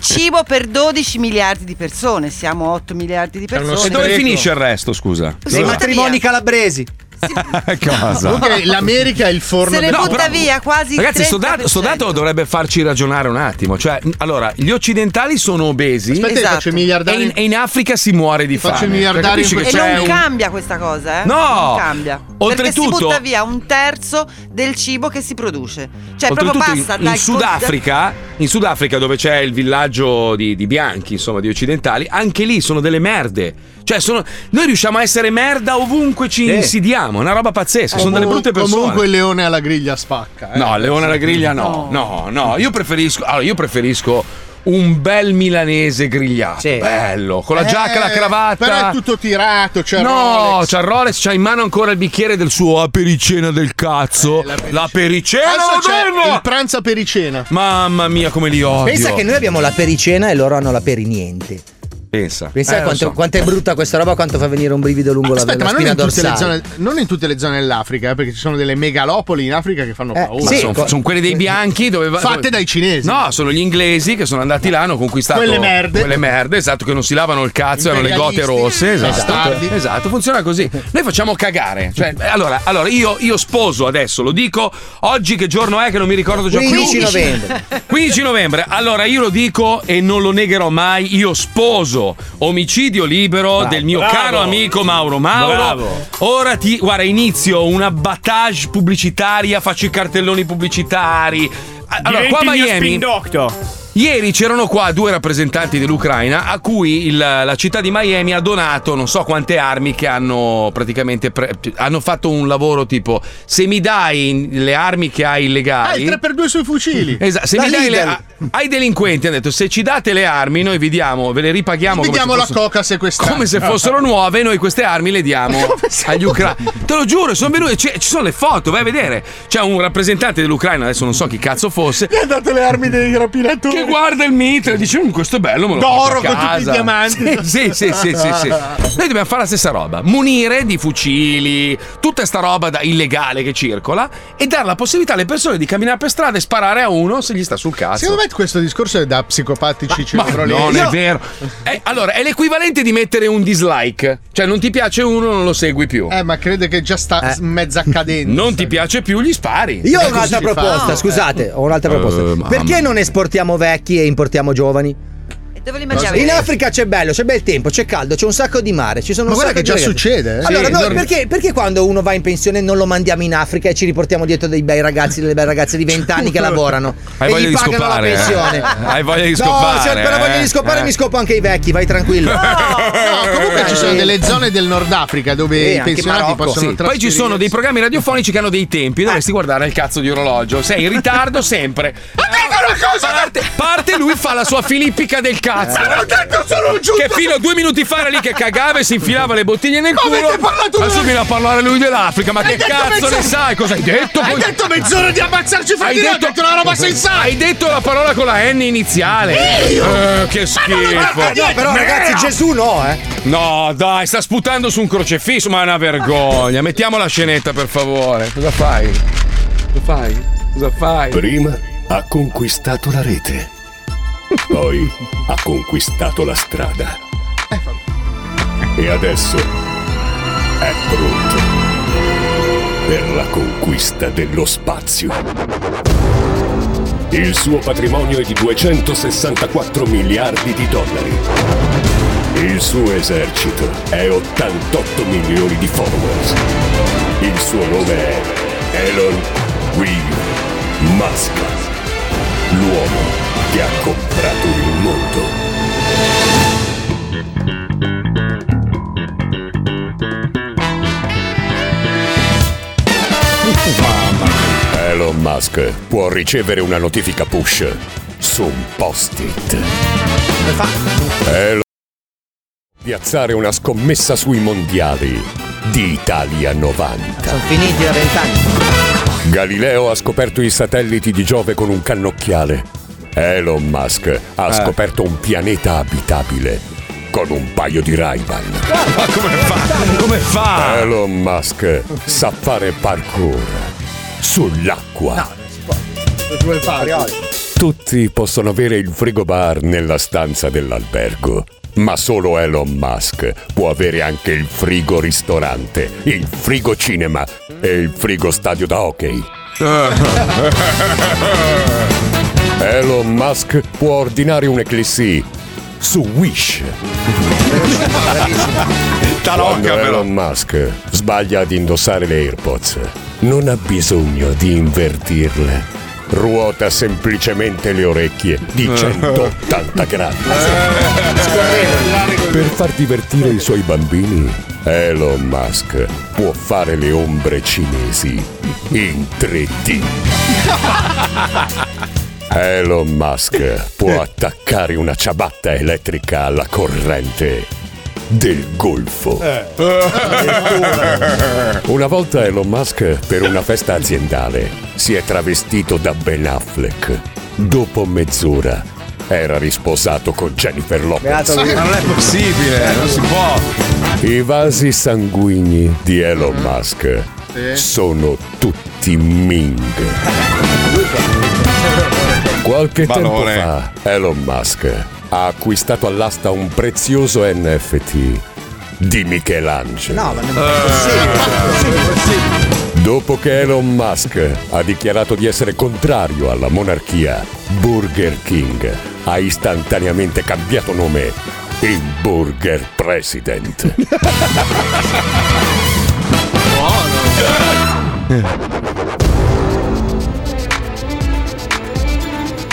cibo per 12 miliardi di persone, siamo 8 miliardi di persone.
E dove finisce il resto, scusa?
Nei matrimoni
calabresi.
<laughs> Cosa?
Comunque l'America è il forno
Se ne
del-
butta via quasi
Ragazzi, sto
30%.
dato, sto dato dovrebbe farci ragionare un attimo. Cioè, mh, allora, gli occidentali sono obesi.
Aspetta, io Esatto. faccio i
E
miliardari-
in, e in Africa si muore di fame.
faccio i miliardari
Cioè, capisci
e
che c'è
non
un-
cambia questa cosa, eh?
No!
Non cambia.
Oltretutto-
Perché si butta via un terzo del cibo che si produce. Cioè, proprio
Oltretutto
passa
in, in
dal
Sudafrica, in Sudafrica dove c'è il villaggio di, di bianchi, insomma, di occidentali, anche lì sono delle merde. Cioè, sono- noi riusciamo a essere merda ovunque ci
Sì.
insidiamo, è una roba pazzesca, sono delle
Comun-
brutte persone.
Comunque il leone alla griglia spacca. eh.
No, leone alla griglia no. No, no, io preferisco allora, io preferisco un bel milanese grigliato. Bello, con la
Eh,
giacca, la cravatta.
Però è tutto tirato, c'è
no, c'ha il Rolex, c'ha in mano ancora il bicchiere del suo apericena del cazzo. la pericena
Eh, Adesso c'è
moderna!
il pranzo pericena.
Mamma mia, come li odio.
Pensa che noi abbiamo la pericena e loro hanno la periniente.
Pensa.
Pensa
Eh, lo
quanto,
so.
quanto è brutta questa roba, quanto fa venire un brivido lungo la,
Aspetta,
la
ma non
spina
in, tutte le
dorsale.
zone, non in tutte le zone dell'Africa, eh, perché ci sono delle megalopoli in Africa che fanno
Eh,
paura. Eh,
Ma sono, sono quelle dei bianchi dove va-
Fatte
dove-
dai cinesi.
No, sono gli inglesi che sono andati là, hanno conquistato
Quelle merde.
quelle merde, esatto, che non si lavano il cazzo, hanno le gote
Imperialisti,
rosse. Esatto.
bastardi.
esatto, funziona così. Noi facciamo cagare. Cioè, eh, allora, allora io, io sposo adesso, lo dico oggi che giorno è che non mi ricordo già più.
15 novembre.
15 novembre, allora io lo dico e non lo negherò mai, io sposo scritto omicidio libero
Bravo.
del mio
Bravo.
caro amico Mauro Mauro.
Bravo.
Ora ti guarda, inizio una battage pubblicitaria, faccio i cartelloni pubblicitari. A- Allora, qua a
Diventi il mio
Miami.
spin doctor.
Ieri c'erano qua due rappresentanti dell'Ucraina a cui il- la città di Miami ha donato non so quante armi che hanno praticamente pre- hanno fatto un lavoro tipo se mi dai le armi che hai
Ah,
illegali
il 3x2 sui fucili.
Esatto, se mi dai le, a- ai delinquenti hanno detto se ci date le armi noi vi diamo, ve le ripaghiamo
Vi
come
diamo
se
la
fossero-
coca sequestrata.
come se fossero nuove noi queste armi le
<laughs>
diamo agli ucraini. Te lo giuro, sono venuti, ci ci sono le foto, vai a vedere. C'è un rappresentante dell'Ucraina, adesso non so chi cazzo fosse,
Gli ha dato le armi dei rapinatori.
Che guarda il mitra e dice: "Mm, Questo è bello, me lo
D'oro
porto a
con tutti i
casa."
diamanti.
Sì, sì, sì, sì, sì, sì. Noi dobbiamo fare la stessa roba: munire di fucili, tutta sta roba da- illegale che circola e dare la possibilità alle persone di camminare per strada e sparare a uno se gli sta sul cazzo.
Secondo me questo discorso è da psicopatici
Ma
cerebrali.
non
Io-
è vero. Eh, allora, è l'equivalente di mettere un dislike. Cioè, non ti piace uno, non lo segui più.
Eh, ma crede che già sta s- mezza cadendo.
Eh. Non ti piace più, gli spari. Eh,
Io ho
È
Ecco, un'altra
così che fa.
proposta,
No.
scusate, ho un'altra
Eh,
proposta.
mamma.
Perché non esportiamo vecchi e importiamo giovani?
Dove li mangiamo?
In Africa c'è bello, c'è bel tempo, c'è caldo, c'è un sacco di mare, ci
Ma
sono un
guarda
sacco
che
di
già
ragazzi.
succede, eh.
Allora,
Sì,
no,
dormi-
perché, perché quando uno va in pensione non lo mandiamo in Africa e ci riportiamo dietro dei bei ragazzi, delle belle ragazze di 20
<laughs>
anni che lavorano?
Hai
e
voglia
gli
di
pagano
scopare,
la
eh?
pensione.
Hai voglia di
No, se
scopare,
appena voglia
eh?
di scopare
Eh.
mi scopo anche i vecchi, vai tranquillo.
No, comunque ci sono delle zone del Nord Africa dove
Eh,
i
anche
pensionati
Marocco.
possono
Sì, Poi ci sono dei programmi radiofonici che hanno dei tempi, dovresti guardare il cazzo di orologio. Sei in ritardo sempre. Parte, parte lui fa la sua filippica del cazzo. che fino a due minuti fa era lì che cagava e si infilava le bottiglie nel
Come
culo.
ti è parlato
Adesso
lui?
viene a parlare lui dell'Africa. Ma
Hai
che
detto
cazzo
mezz'ora-
ne sai? Cosa hai detto?
Hai
poi?
detto mezz'ora di ammazzarci fra di noi, hai detto una roba sensata.
Hai detto la parola con la N iniziale.
Io?
Eh, che
Ma non l'ho
schifo.
detto niente. eh.
Però ragazzi, Gesù
<laughs>
no, eh.
No, dai, sta sputando su un crocefisso, ma è una vergogna. Mettiamo la scenetta, per favore. Cosa fai? Cosa fai? Cosa fai?
Prima ha conquistato la rete. Poi ha conquistato la strada. E adesso è pronto per la conquista dello spazio. Il suo patrimonio è di 264 miliardi di dollari. Il suo esercito è 88 milioni di followers. Il suo nome è Elon Will Musk. L'uomo che ha comprato il mondo. Elon Musk può ricevere una notifica push su un post-it. Elon piazzare una scommessa sui mondiali di Italia 90.
Sono finiti da vent'anni.
Galileo ha scoperto i satelliti di Giove con un cannocchiale. Elon Musk
Eh.
ha scoperto un pianeta abitabile con un paio di Ray-Ban.
Ma come fa? Come fa?
Elon Musk sa fare parkour sull'acqua.
Due fari.
Tutti possono avere il frigobar nella stanza dell'albergo, ma solo Elon Musk può avere anche il frigo ristorante, il frigo cinema e il frigo stadio da hockey. Elon Musk può ordinare un'eclissi su Wish. Quando Elon Musk sbaglia ad indossare le AirPods, non ha bisogno di invertirle. Ruota semplicemente le orecchie di
Eh. <laughs>
180 gradi.
Eh.
Per far divertire i suoi bambini, Elon Musk può fare le ombre cinesi in 3D. Elon Musk può attaccare una ciabatta elettrica alla corrente del Golfo.
Eh. <laughs>
Una volta Elon Musk, per una festa aziendale, si è travestito da Ben Affleck. Dopo mezz'ora era risposato con Jennifer Lopez.
Ma non è possibile, non si può.
I vasi sanguigni di Elon Musk
Sì.
sono tutti Ming. Qualche
Valore.
tempo fa Elon Musk ha acquistato all'asta un prezioso NFT di Michelangelo.
No, ma non
Eh,
è possibile.
Dopo che Elon Musk ha dichiarato di essere contrario alla monarchia, Burger King ha istantaneamente cambiato nome il Burger President.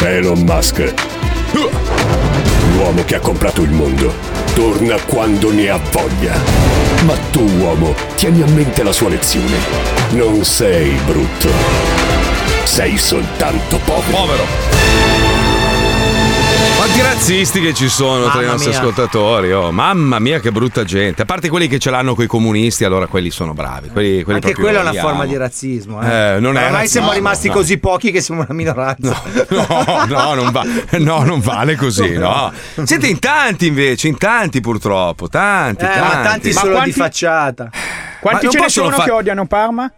Elon Musk, l'uomo che ha comprato il mondo, torna quando ne ha voglia. Ma tu, uomo, tieni a mente la sua lezione. Non sei brutto. Sei soltanto povero.
<laughs>
Povero.
Quanti razzisti che ci sono tra i
Mamma
nostri
mia.
ascoltatori? oh. mamma mia, che brutta gente. A parte quelli che ce l'hanno con i comunisti, allora quelli sono bravi. Quelli, quelli
Anche
proprio
quella è una
li
forma
amo.
di razzismo.
Eh, non è
Ormai
razzismo,
siamo rimasti
no.
così pochi che siamo una minoranza.
No, no, non, va- no, non vale così, no. Siete in tanti invece, in tanti purtroppo, tanti,
Eh, ma
tanti. Eh,
tanti solo di facciata.
Ma
Quanti
non
ce ne
possono
sono
fa-
che odiano Parma?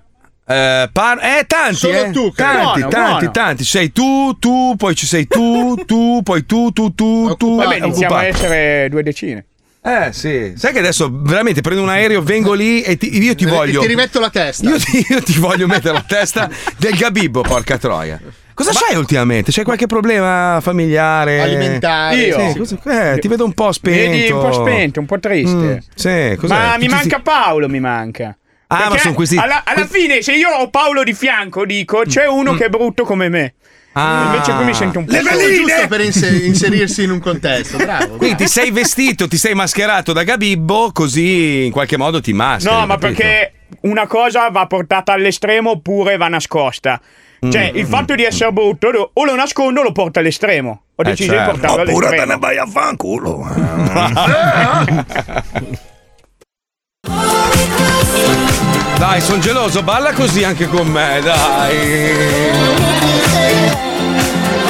Eh, par- eh, tanti,
Solo
eh.
tu, credo.
tanti,
Buono,
tanti,
buono.
tanti. Ci Sei tu, tu, poi ci sei tu, tu, poi tu, tu, tu, tu.
Vabbè, iniziamo
Occupato.
a essere due decine.
Eh, sì. Sai che adesso veramente prendo un aereo, vengo lì e ti- io ti voglio.
Ti rimetto la testa.
Io ti, io ti voglio mettere la testa del gabibbo, porca troia. Cosa c'hai ultimamente? C'è qualche problema familiare?
Alimentare. Io?
Sì, cosa- eh, ti vedo un po' spento.
Vedi, un po' spento, un po' triste.
Mm, sì, cos'è?
Ma mi
Tutti-
manca Paolo, mi manca.
Ah, ma sono questi- Mm.
Alla, alla fine, se io ho Paolo di fianco, dico c'è uno che è brutto come me.
Ah.
Invece qui mi sento un po'.
Le
solo.
veline!
Giusto per inse- inserirsi in un contesto, bravo.
Quindi ti sei vestito, ti sei mascherato da Gabibbo, così in qualche modo ti mascheri.
No, ma
Ah, capito?
perché una cosa va portata all'estremo oppure va nascosta. Cioè,
Mm,
il fatto di essere brutto lo- o lo nascondo o lo porto all'estremo. Ho
Eh,
deciso
certo.
di portarlo
Oppure
all'estremo.
te ne vai
a fanculo.
<laughs> Dai, sono geloso, balla così anche con me, dai.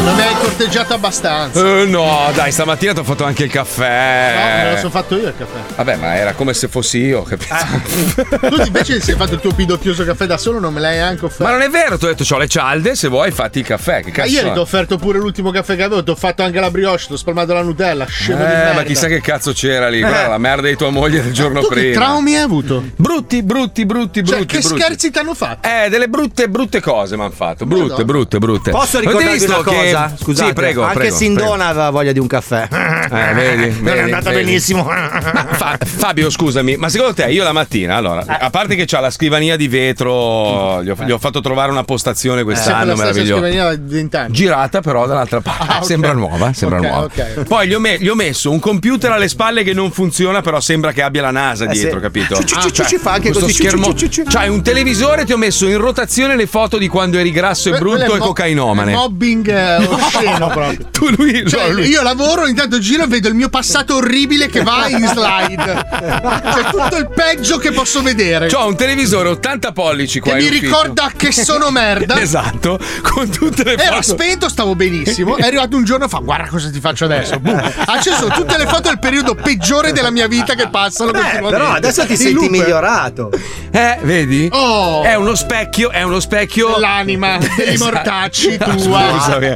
Non mi hai corteggiato abbastanza.
Eh, no, dai, stamattina ti ho fatto anche il
No, me lo
caffè.
sono fatto io il caffè.
Vabbè, ma era come se fossi io, capito? <laughs>
Tu invece se hai fatto il tuo pidocchioso caffè da solo non me l'hai anche offerto.
Ma non è vero, ti ho detto, ho le cialde, se vuoi fatti il caffè. Che
Ma
cazzo?
ieri
no?
ti ho offerto pure l'ultimo caffè che avevo, ti ho fatto anche la brioche, ti ho spalmato la Nutella, scemo di
Eh,
merda. Eh.
ma chissà che cazzo c'era lì, quella era la merda di tua moglie del giorno
tu che
prima.
traumi hai avuto?
Brutti, brutti, brutti,
cioè,
brutti,
Che
brutti.
scherzi ti hanno fatto?
Eh, delle brutte, brutte cose mi hanno fatto. Brutte,
Madonna.
brutte, brutte.
Posso
Avete
ricordarvi
visto
una
che-
cosa? Scusate,
Sì, prego.
anche
prego,
Sindona aveva voglia di un caffè.
prego. Eh, vedi, vedi, vedi. <laughs>
Ma
Fa- Fabio, scusami, ma secondo te io la mattina, allora,
Eh.
a parte che c'ha la scrivania di vetro, gli ho, gli ho fatto trovare una postazione quest'anno
Sempre la stessa
meravigliosa.
scrivania di 20 anni.
Girata però dall'altra parte, eh,
Ah, ok.
sembra nuova, sembra
Ok,
nuova.
ok.
Poi gli ho, me- gli ho messo un computer alle spalle che non funziona, però sembra che abbia la NASA
Eh,
dietro,
sì.
capito?
Ci- ci- ci-
cioè,
ci fa anche
questo
così, ci-
schermo.
ci- ci- ci-
C'hai un televisore, ti ho messo in rotazione le foto di quando eri grasso e
Que- quello
brutto
è
e
mo-
cocainomane.
è Mobbing
<laughs>
eh, osceno proprio.
Tu lui,
Cioè,
no, lui-
io lavoro, intanto giro e vedo il mio passato orribile che va
<laughs>
in slide. Cioè, C'è tutto il peggio che posso vedere.
C'ho un televisore 80 pollici qua
che
in
mi
ufficio.
ricorda che sono merda.
<laughs> Esatto, con tutte le
Era
foto.
spento, stavo benissimo. È arrivato un giorno e fa: Guarda cosa ti faccio adesso. Boom. Ha acceso tutte le foto del periodo peggiore della mia vita che passano. continuamente.
Eh, però adesso ti
In
senti
loop.
migliorato.
Eh, vedi?
Oh.
È uno specchio, è uno specchio.
L'anima
<laughs>
dei
Esatto.
mortacci
Ah,
tua.
Scusami.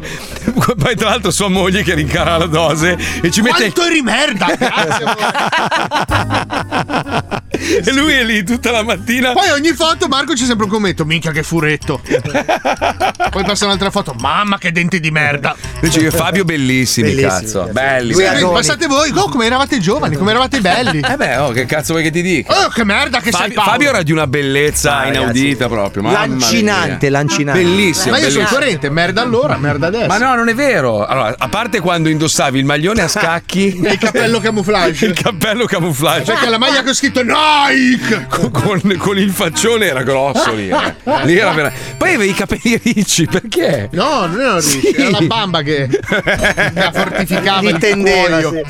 Poi tra l'altro sua moglie che rincara la dose e ci mette
Quanto eri merda, grazie. <laughs>
e lui è lì tutta la mattina.
Poi ogni foto Marco c'è sempre un commento: Minchia
<laughs>
che furetto. Poi passa un'altra foto: Mamma che denti di merda.
Dice che Fabio bellissimi,
Bellissimi,
cazzo. Belli.
Sì,
belli.
Passate voi, oh, come eravate giovani, come eravate belli.
Eh beh, oh, che cazzo vuoi che ti dica?
Oh, che merda che sei
Fabio,
Paolo.
Fabio era di una bellezza
Ah,
inaudita proprio. mamma mia.
Lancinante, lancinante.
Bellissimo.
Ma io sono
bellissimo.
coerente, merda allora, merda adesso.
Ma no, non è vero. Allora, a parte quando indossavi il maglione a scacchi
<laughs> E il cappello camouflage.
il cappello camouflage.
Perché la maglia che ho scritto Nike!
con, con- con il faccione era grosso lì. eh. Lì era vera- Poi avevi i capelli ricci, perché?
No, non era Ricci,
Sì.
era la bamba
<laughs>
che la fortificava
Ti
il
tendeva,
cuoio.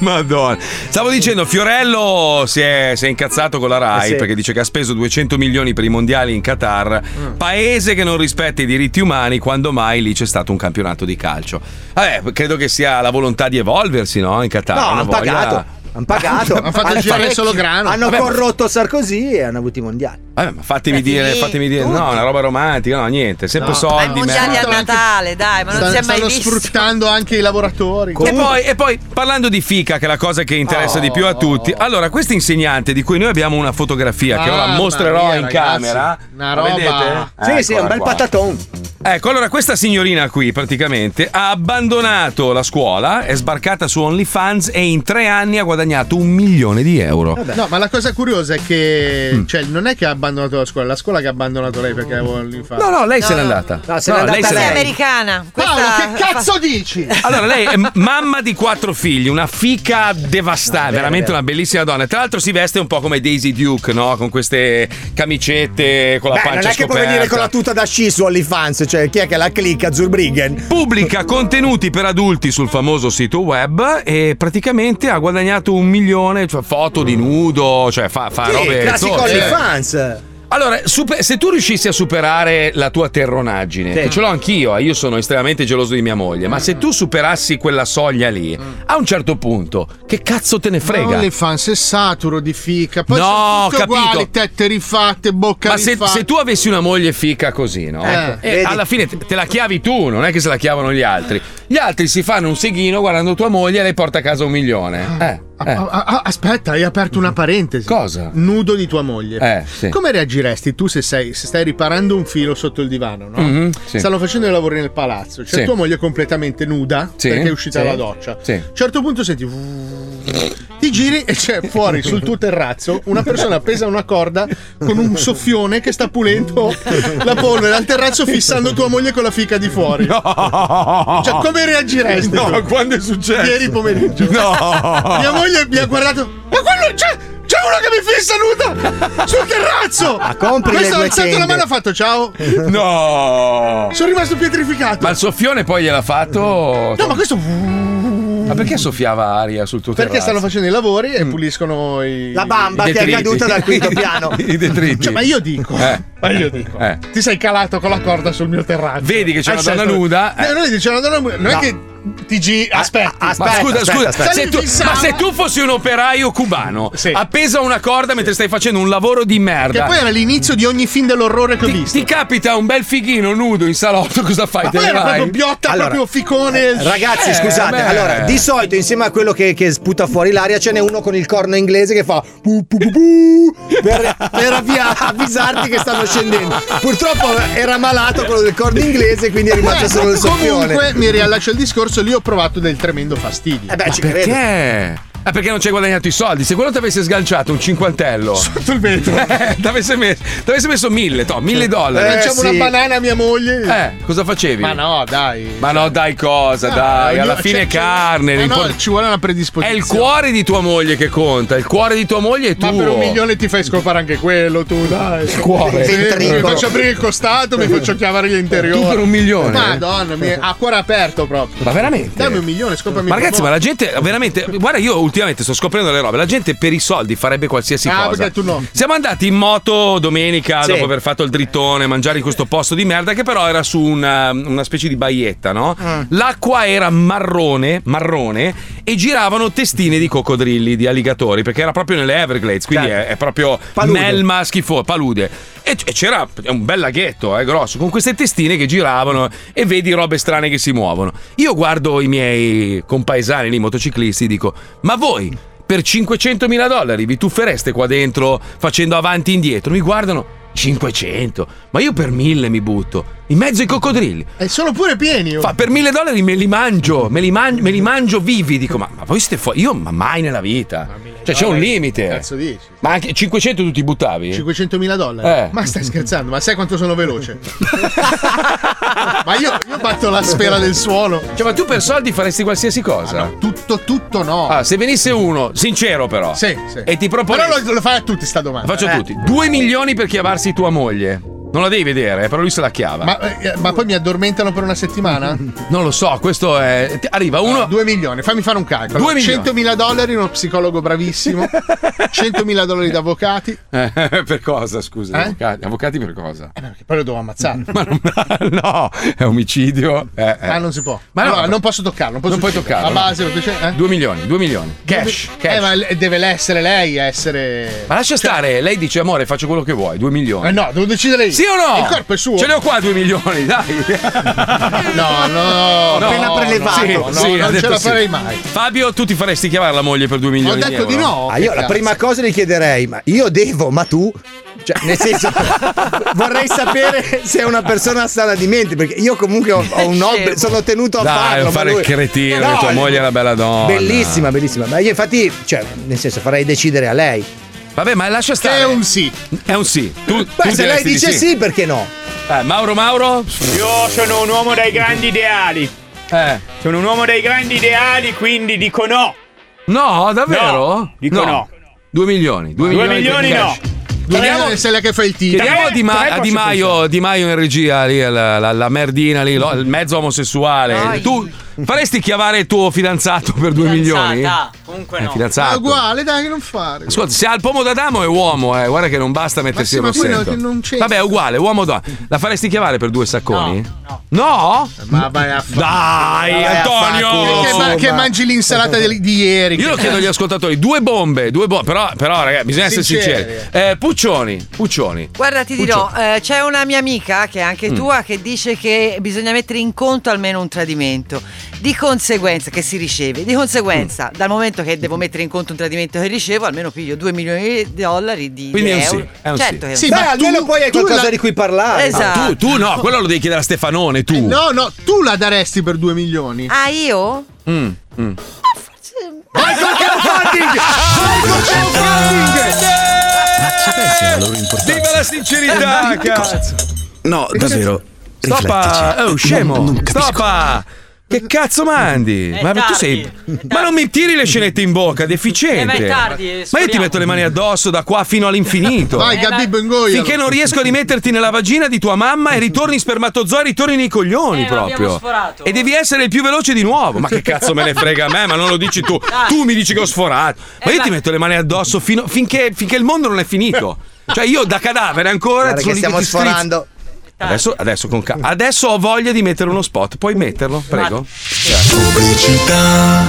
Madonna. Stavo dicendo, Fiorello si è, si è incazzato con la RAI
Eh sì.
perché dice che ha speso 200 milioni per i mondiali in Qatar,
Mm.
paese che non rispetta i diritti umani quando mai lì c'è stato un campionato di calcio. Vabbè, credo che sia la volontà di evolversi, no? In Qatar.
No,
Una
hanno
voglia-
Ah, pagato. Hanno pagato.
Hanno fatto girare
parecchio.
solo grano.
Hanno
Vabbè, ma-
corrotto Sarkozy e hanno avuto i mondiali.
Vabbè, ma fatemi
Eh,
dire,
sì,
fatemi dire, no, una roba romantica, no, niente, sempre
No.
Ma i
soldi.
mondiali
merda.
a Natale, dai, ma non si
Stanno,
è mai
stanno
visto.
sfruttando anche i lavoratori.
E poi, e poi, parlando di fica, che è la cosa che interessa di
Oh.
più a tutti, allora questa insegnante di cui noi abbiamo una fotografia che ora
Ah,
Mamma
mostrerò
mia,
in
ragazzi,
camera,
una
La
roba.
vedete?
Sì, sì, è un
Eccola
bel
qua.
patatone.
Ecco, allora questa signorina qui praticamente ha abbandonato la scuola, è sbarcata su OnlyFans e in tre anni ha guadagnato un milione di
Eh
euro.
No, ma la cosa curiosa è che
Mm.
cioè, non è che ha abbandonato la scuola, è la scuola che ha abbandonato lei perché aveva l'infanzia.
No, no, lei se n'è andata. No, lei se n'è
Lei è
andata.
americana.
Paolo,
Questa-
che cazzo dici?
Allora, lei è mamma di quattro figli, una fica devastata, veramente una bellissima donna. Tra l'altro si veste un po' come Daisy Duke, no? Con queste camicette, con la
Beh,
pancia
non è che puoi
scoperta.
venire con la tuta da sci su OnlyFans, cioè chi è che la clicca? Zurbriggen.
Pubblica contenuti per adulti sul famoso sito web e praticamente ha guadagnato un milione, cioè foto di nudo, cioè fa, fa
Sì,
robe... eh.
classico
zotte.
OnlyFans.
Allora, super- se tu riuscissi a superare la tua terronaggine,
Sì.
che ce l'ho anch'io, eh, io sono estremamente geloso di mia moglie, ma se tu superassi quella soglia lì,
Mm.
a un certo punto, che cazzo te ne frega?
OnlyFans è saturo di fica. Poi
No,
sono tutte
capito.
uguali, tette rifatte, bocca
Ma se,
rifatta.
se tu avessi una moglie fica così, no?
Eh,
E
vedi.
alla fine te, te la chiavi tu, non è che se la chiavano gli altri. Gli altri si fanno un seghino guardando tua moglie e lei porta a casa un
<laughs>
milione. Eh, eh. Mhm.
Ah, ah, ah, aspetta, hai aperto una parentesi. Cosa? Nudo di tua moglie.
Eh, sì.
Come reagiresti tu se, sei- se stai riparando un filo sotto il divano? No?
Mhm, sì.
Stanno facendo i lavori nel palazzo. Cioè,
Sì.
tua moglie è completamente nuda
Sì,
perché è uscita
sì,
dalla doccia. A
Sì.
un certo punto senti. Ti giri e c'è fuori sul tuo terrazzo una persona appesa a una corda con un soffione che sta pulendo la polvere al terrazzo fissando tua moglie con la fica di fuori. Cioè, come reagiresti?
No,
tu?
quando è successo?
Ieri pomeriggio.
No.
Cioè, <laughs> Mia moglie mi ha guardato. Ma quello c'è! C'è uno che mi fissa nuda! Sul terrazzo!
Ah,
Ma
compri le
Questo ha
due
alzato la
tende.
mano e ha fatto ciao!
No!
Sono rimasto pietrificato!
Ma il soffione poi gliel'ha fatto.
No, ma questo.
Ma perché soffiava aria sul tuo
Perché
terrazzo?
stanno facendo i lavori
Mm.
e puliscono i.
La bamba
I
che è
detriti.
caduta dal
<laughs>
quinto piano.
I detriti.
Cioè, ma io dico.
Eh.
Ma io dico.
Eh.
Ti sei calato con la corda sul mio terrazzo.
Vedi che c'è
Al
una donna
settimo-
nuda, eh.
No, no, c'è una donna nuda. Non
No.
è che. ti gi- Aspetta,
<laughs> Ma scusa, scusa, se tu- ma se tu fossi un operaio cubano, appeso a una corda mentre stai facendo un lavoro di merda.
Che poi era l'inizio di ogni film dell'orrore che ho visto.
Ti capita un bel fighino nudo in salotto, cosa fai?
Ma
Te
poi
ne
era
vai?
proprio biotta,
Allora,
proprio ficone.
Ragazzi,
Eh,
scusate,
vabbè.
allora, di solito insieme a quello che, che sputa fuori l'aria ce n'è uno con il corno inglese che fa pu, pu, pu, pu, per, per avvia- avvisarti che stanno scendendo. Purtroppo era malato quello del corno inglese, quindi è
Eh.
rimasto solo il soffione.
Comunque, mi riallaccio il discorso, lì ho provato del tremendo fastidio.
Eh beh, ci
Perché? Ah, perché non ci hai guadagnato i soldi? Se quello ti avesse sganciato un
<laughs>
cinquantello sotto
il vetro,
ti avesse messo, t'avesse messo mille, to, mille dollari.
Eh, Facciamo una banana a mia moglie.
Eh, cosa facevi?
Ma no, dai.
Ma no, dai, cosa? dai,
ognuno-
alla
c'è-
fine è
c'è-
carne.
ma cioè, eh, no,
l'impor-
ci vuole una
È
predisposizione.
il cuore di tua moglie che conta. Il cuore di tua moglie è tuo.
Ma per un milione ti fai scopare anche quello, tu dai. Il
cuore.
mi
Ventricolo.
faccio aprire il costato, mi faccio chiamare l'interiore.
Tu per un milione?
Madonna, mi... a cuore aperto proprio.
Ma veramente?
Dammi un milione, scopami
Ma
un
ragazzi,
po'.
ma la gente veramente. Guarda, io ultimamente sto scoprendo le robe. La gente per i soldi farebbe qualsiasi
Ah,
cosa.
perché tu no.
Siamo andati in moto domenica
Sì.
dopo aver fatto il drittone, mangiare in questo posto di merda che però era su una, una specie di baietta, no?
Ah.
L'acqua era marrone, marrone e giravano testine di coccodrilli, di alligatori, perché era proprio nelle Everglades, quindi
Certo.
è, è proprio
Palude.
melma schifo, palude. E c- e c'era un bel laghetto, eh, grosso, con queste testine che giravano e vedi robe strane che si muovono. Io guardo i miei compaesani lì, motociclisti, e dico, ma voi per 500 mila dollari vi tuffereste qua dentro facendo avanti e indietro? Mi guardano, 500, ma io per 1000 mi butto, in mezzo ai coccodrilli.
E sono pure pieni. oh.
Fa, per mille dollari me li mangio, me li, man- me li mangio vivi. Dico, ma, ma voi siete fuori? Io ma mai nella vita. Cioè, c'è un
dollari,
limite.
cazzo dici?
Ma anche 500 tu ti buttavi?
500.000 dollari.
Eh.
Ma stai scherzando, ma sai quanto sono veloce? ma io, io batto la sfera del suolo. Ah,
Cioè, ma tu per soldi faresti qualsiasi cosa?
tutto, tutto no.
Ah, se venisse uno, sincero però.
Sì, sì.
Ah. E ti propone.
Però lo, lo fai a tutti sta domanda.
Faccio
eh.
a tutti. 2 milioni per chiavarsi tua moglie. Non la devi vedere, eh, però lui se la chiava.
Ma, eh, ma poi mi addormentano per una
<laughs>
settimana?
Non lo so, questo è. ti- Arriva uno.
2 milioni, fammi fare un calcolo.
Due milioni.
100.000 dollari, uno psicologo
<laughs>
bravissimo. 100.000 dollari da avvocati.
Eh, <laughs> per cosa, scusa?
Eh?
Avvocati, avvocati per cosa?
Che poi lo devo ammazzare.
<laughs> no, è omicidio. Eh, Mm. eh.
Ah, non si può.
Ma no,
Allora,
ma-
non posso toccarlo. Non, posso
Non puoi
ucciderlo.
toccarlo,
La
no.
base, lo dice- eh?
2 milioni, 2 milioni. Cash, cash.
Eh, ma le- deve essere lei a essere.
Ma lascia stare, lei dice amore, faccio quello che vuoi, 2 milioni.
Cioè- Eh no, devo decidere io.
Sì o no?
Il corpo è suo.
Ce ne ho qua 2 milioni, <laughs> dai.
No, no,
No,
appena
no,
prelevato.
sì,
no,
sì, ha
non ce
detto
la
sì.
farei mai.
Fabio, tu ti faresti Ecco, chiamare Ah, la moglie per 2 milioni?
Ah, io la prima cosa gli chiederei, ma io devo, ma tu? Cioè, nel
<laughs>
senso, vorrei sapere se è una persona sana di mente, perché io comunque ho, ho un obbligo, sono tenuto a
Dai,
farlo.
non
ma
fare
lui-
il cretino,
No,
che tua
il-
moglie è una bella donna.
Bellissima, bellissima. Ma io infatti, cioè, nel senso, farei decidere a lei.
Vabbè, ma lascia stare.
È un
sì.
È un sì. Tu,
Beh,
tu
se lei
diresti di
dice sì. perché no?
Eh, Mauro Mauro?
Io sono un uomo dai grandi ideali.
Eh.
Sono un uomo dai grandi ideali, quindi dico no.
Ah,
No, davvero?
No, dico no.
2 milioni. 2
Due
milioni,
milioni
di
no.
cash.
Chiediamo Cioè, se lei che fa il tiro.
Chiediamo a Di, Ma- a Di Maio, Di Maio in regia, lì, la, la- la merdina lì, lo- il mezzo omosessuale. Tu faresti chiamare il tuo fidanzato per 2 milioni?
Comunque
Eh, no. fidanzato.
È uguale, dai, che non fare.
Ascolta, se ha il pomo d'Adamo è uomo, eh. guarda che non basta mettersi il
Ma sì, ma quello
rossetto.
che non c'entra.
Vabbè, è uguale, uomo o donna. La faresti chiamare per due sacconi? No?
Ma vai a fa-
Dai,
Vai a
Antonio!
fa- Che, ma- che mangi l'insalata di, di ieri.
Io lo chiedo agli ascoltatori, due bombe, due bombe, però, però ragazzi, bisogna
Sinceri.
essere sinceri. Eh, Puccioni, Puccioni.
Guarda, ti dirò, eh, c'è una mia amica che è anche
Mm.
tua che dice che bisogna mettere in conto almeno un tradimento. Di conseguenza, che si riceve. Di conseguenza,
Mm.
dal momento che devo mettere in conto un tradimento che ricevo, almeno piglio 2 milioni di dollari di
Quindi è un
euro.
sì, è un sì.
certo che è un
Sì,
sì.
ma Beh, almeno Eh, tu- poi hai tu qualcosa la- di
cui parlare.
Esatto.
Ah, tu, tu no, quello lo devi chiedere a Stefanone, tu.
Eh, No, no, tu la daresti per 2 milioni.
Ah, io?
Mm, mm.
Michael
<laughs>
Crowdfunding! Michael
Viva la
Eh,
sincerità, cazzo.
No, davvero.
Stoppa,
riflettici.
oh scemo,
Non- non capisco.
stoppa. Che cazzo mandi?
È
ma tu
tardi,
sei. Ma non mi tiri le scenette in bocca, deficiente.
Eh, ma è tardi, eh,
ma io ti
speriamo.
metto le mani addosso da qua fino
<laughs>
all'infinito.
Vai, Eh, Gabibbo, ma- ingoialo.
Finché non riesco a rimetterti nella vagina di tua mamma e ritorni spermatozoi, ritorni nei coglioni
Eh, ma abbiamo
proprio.
sforato.
E devi essere il più veloce di nuovo. Ma che cazzo me ne frega a me? Ma non lo dici tu.
Dai.
Tu mi dici che ho sforato. Ma
Esatto.
io ti metto le mani addosso fino- finché, finché il mondo non è finito. Cioè, io da cadavere ancora.
Guarda
sono
che
lì
stiamo
ti strizzo.
sforando.
Adesso, adesso con calma. Adesso ho voglia di mettere uno spot. Puoi metterlo, prego?
Pubblicità.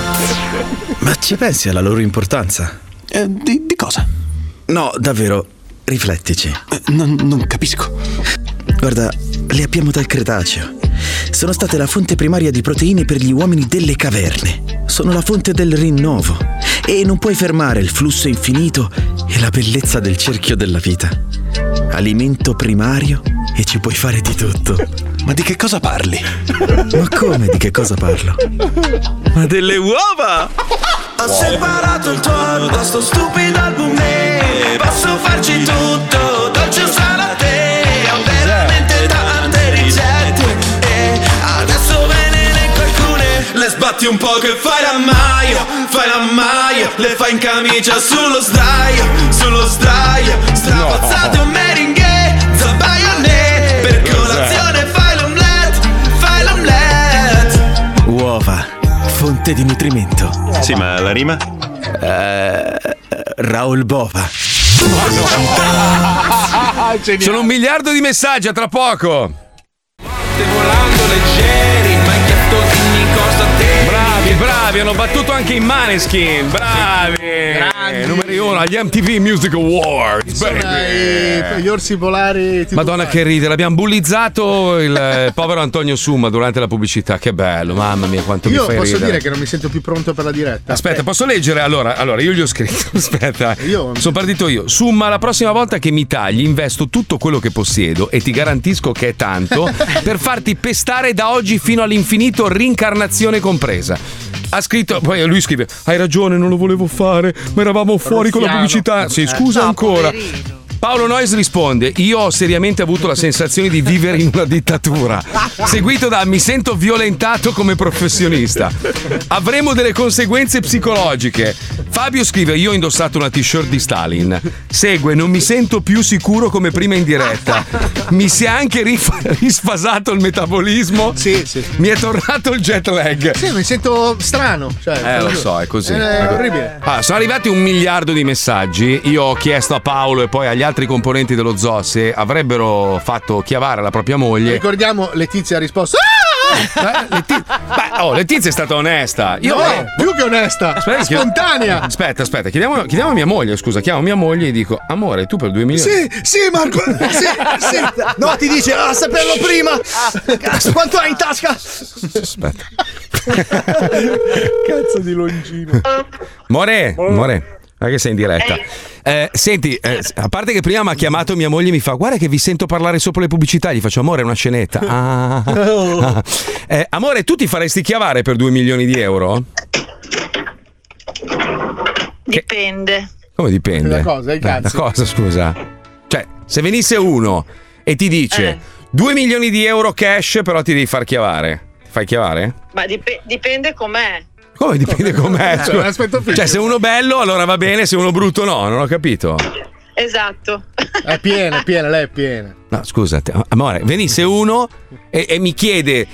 Ma ci pensi alla loro importanza?
Eh.
di, cosa? No, davvero, riflettici. non, capisco. Guarda, le abbiamo dal Cretaceo. Sono state la fonte primaria di proteine per gli uomini delle caverne. Sono la fonte del rinnovo. E non puoi fermare il flusso infinito e la bellezza del cerchio della vita. Alimento primario e ci puoi fare di tutto. Ma di che cosa parli? Ma come di che cosa parlo? Ma delle uova!
Ho separato il tuono da sto stupido album nero. Posso farci tutto, dolce o salate Ho veramente tante ricette E adesso ve ne elenco alcune Le sbatti un po' che fai la maio Fai la maio Le fai in camicia sullo sdraio Sullo sdraio Strapazzate un meringhe Zabaione Per colazione fai l'omelette Fai l'omelette
Uova, fonte di nutrimento. Eh,
Sì, ma la rima?
Raul Bova.
Sono un miliardo di messaggi, a tra poco. Bravi, bravi, hanno battuto anche i Maneskin. Bravi. Numeri uno agli MTV Music Awards.
Eh,
Baby.
Gli orsi polari. tipo-
Madonna che ride, l'abbiamo bullizzato il eh, povero Antonio Summa durante la pubblicità. Che bello, mamma mia, quanto mi
Io
fai
posso
ridere.
dire che non mi sento più pronto per la diretta.
Aspetta, posso leggere? Allora, allora, io gli ho scritto. <laughs> Aspetta, sono partito io. Summa, la prossima volta che mi tagli, investo tutto quello che possiedo e ti garantisco che è tanto per farti pestare da oggi fino all'infinito, rincarnazione compresa. Ha scritto, poi lui scrive: Hai ragione, non lo volevo fare, ma eravamo fuori con la
Ruffiano.
pubblicità. Sì,
Eh.
scusa
No,
ancora. Paolo Noyes risponde: Io ho seriamente avuto la sensazione di vivere in una dittatura. Seguito da mi sento violentato come professionista. Avremo delle conseguenze psicologiche. Fabio scrive: Io ho indossato una t-shirt di Stalin. Segue: Non mi sento più sicuro come prima in diretta. Mi si è anche rif- <laughs> risfasato il metabolismo. Mi è tornato il jet lag.
Sì, mi sento strano. Cioè,
Eh, lo so, è così.
Eh, è orribile.
Ah, sono arrivati un miliardo di messaggi. Io ho chiesto a Paolo e poi agli altri componenti dello zoo se avrebbero fatto chiavare la propria moglie.
Ricordiamo, Letizia ha risposto. "Ah!"
Beh, oh, Letizia è stata onesta. Io
No, più che onesta.
chied-
spontanea.
Aspetta, aspetta, chiediamo, chiediamo a mia moglie, scusa, chiamo mia moglie e dico, amore, tu per due milioni.
Sì, sì,
<laughs>
Marco. Eh, Sì, sì. No, ti dice,
"Ah,
a saperlo prima.
Ah.
Cazzo, quanto hai in
<laughs>
tasca?
Aspetta.
Cazzo di longino.
More, more, ma che sei in diretta. Eh, senti, eh, a parte che prima mi ha chiamato mia moglie e mi fa: Guarda che vi sento parlare sopra le pubblicità. Gli faccio, amore, è una scenetta. Ah, ah, <laughs> ah. Eh, amore, tu ti faresti chiavare per 2 milioni di euro?
Dipende.
Come dipende?
Da cosa,
Eh,
i cazzi?
Da cosa, scusa? Cioè, se venisse uno e ti
Eh.
dice 2 milioni di euro cash, però ti devi far chiavare. Ti Fai chiavare?
Ma dip- dipende com'è.
Come dipende com'è?
Cioè,
scusa.
l'aspetto fisico.
Cioè, se uno bello allora va bene, se uno brutto no, non ho capito.
Esatto.
È piena, è piena, lei è piena.
No, scusa, te- amore, venisse uno e, e mi chiede: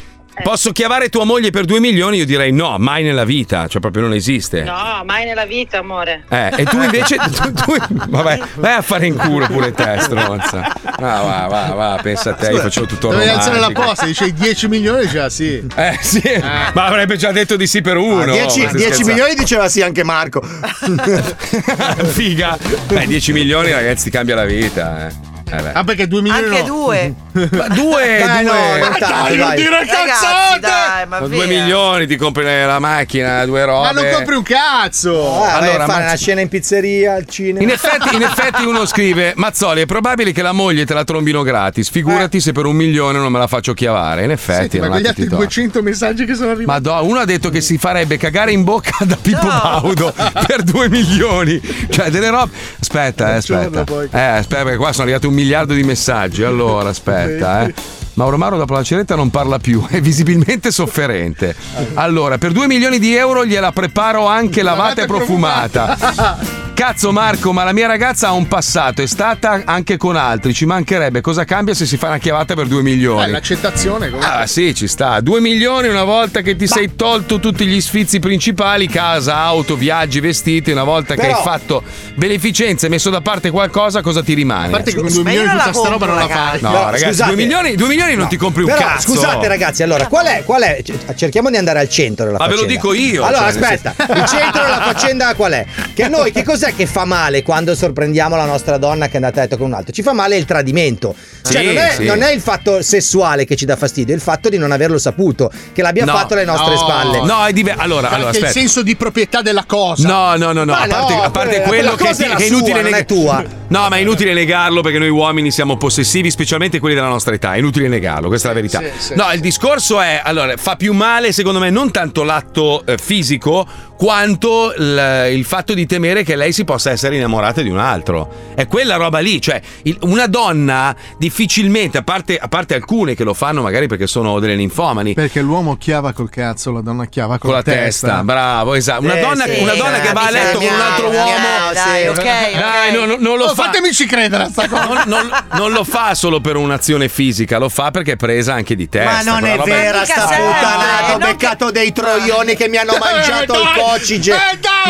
posso chiavare tua moglie per 2 milioni? Io direi no, mai nella vita, cioè proprio non esiste.
No, Ah, mai nella vita, amore.
Eh, e tu
<laughs>
invece, tu- tu- vabbè, vai a fare in culo pure te, stronza. No, va, va, va, pensa a te, io facevo tutto
Dovevi alzare la
romantico.
posta, dice 10 milioni, diceva sì.
Eh sì, <laughs> ma avrebbe già detto di sì per
Ah,
uno. ma
10,
stai
10
scherzando?
Ah, milioni diceva sì anche Marco.
<laughs> Figa. Beh, 10 milioni, ragazzi, ti cambia la vita, eh. Eh, beh.
<laughs> Ah, perché 2 milioni
Anche
no. Eh, Ah,
due.
Ma due,
Dai,
due.
no, non tanti,
Dai, non
dai.
dire
Ragazzi,
cazzate!
dai, ma
Con 2
via.
milioni ti compri la macchina, due robe.
Ma non compri un cazzo!
Ah, vai a
Allora,
fare
ma-
una scena in pizzeria, al cinema.
In effetti, in
<laughs>
effetti uno scrive: Mazzoli, è probabile che la moglie te la trombino gratis. Figurati se per un milione non me la faccio chiavare. In effetti,
Eh. Senti, ma
non ha
quegli
tutti
altri
i torti.
200 messaggi che sono arrivati.
Madò, uno ha detto che si farebbe cagare in bocca da Pippo Baudo per 2 milioni. Cioè, delle robe. Aspetta, eh, aspetta.
poi.
Eh, aspetta, perché qua sono arrivati un miliardo di messaggi. Allora, aspetta, eh. Mauro Maro dopo la ceretta non parla più, è visibilmente sofferente.
Eh.
Allora, per 2 milioni di euro gliela preparo anche lavata
<laughs>
e profumata. Cazzo Marco, ma la mia ragazza ha un passato, è stata anche con altri, ci mancherebbe. Cosa cambia se si fa una chiavata per 2
Eh,
milioni?
l'accettazione comunque.
Ah sì, ci sta. 2 milioni una volta che ti sei tolto tutti gli sfizi principali, casa, auto, viaggi, vestiti, una volta che
Però-
hai fatto beneficenza e messo da parte qualcosa, cosa ti rimane?
A parte che con 2 milioni tutta sta roba non la fai.
No, ragazzi,
scusate.
2 milioni, 2 milioni non ti compri un
Però,
cazzo.
Scusate, ragazzi, allora qual è? Qual è? C- Cerchiamo di andare al centro della
Ma Ah, ve lo
faccenda.
dico io,
Allora,
cioè, nel
aspetta,
senso- <laughs>
il centro della faccenda qual è? Che noi, che cos'è che fa male quando sorprendiamo la nostra donna che è andata a letto con un altro? Ci fa male il tradimento. Cioè,
Sì,
non, è,
sì.
non è il fatto sessuale che ci dà fastidio, è il fatto di non averlo saputo, che l'abbia
No.
fatto alle nostre
No.
spalle.
No, è diverso. Allora, allora,
Perché il
aspetta.
senso di proprietà della cosa.
No, no, no, no.
Ma
a parte, a parte
quella-
quello
quella
che,
cosa
ti-
è la
che è
sua,
inutile
non
neg- <laughs>
è tua.
No, ma è inutile negarlo perché noi uomini siamo possessivi, specialmente quelli della nostra età. È inutile negarlo, questa è la verità.
sì,
no, il discorso è: allora, fa più male, secondo me, non tanto l'atto eh, fisico, quanto il, il fatto di temere che lei si possa essere innamorata di un altro. È quella roba lì. Cioè, il- una donna difficilmente, a parte, a parte alcune che lo fanno, magari perché sono delle ninfomani,
Perché l'uomo chiava col cazzo, la donna chiava
con la testa, bravo, esatto. Una
Eh,
donna,
sì,
una donna che va a
dai,
letto con un altro
dai,
uomo.
dai, ok,
Dai,
ok.
no, no, non lo
Oh,
fa.
fatemici credere a sta cosa.
Non, non- non lo fa solo per un'azione fisica, lo fa perché è presa anche di testa.
Ma non
quella
è
roba-
vera sta puttanata, Ah, ho
non
beccato dei troioni che mi
Eh,
hanno mangiato il cocige.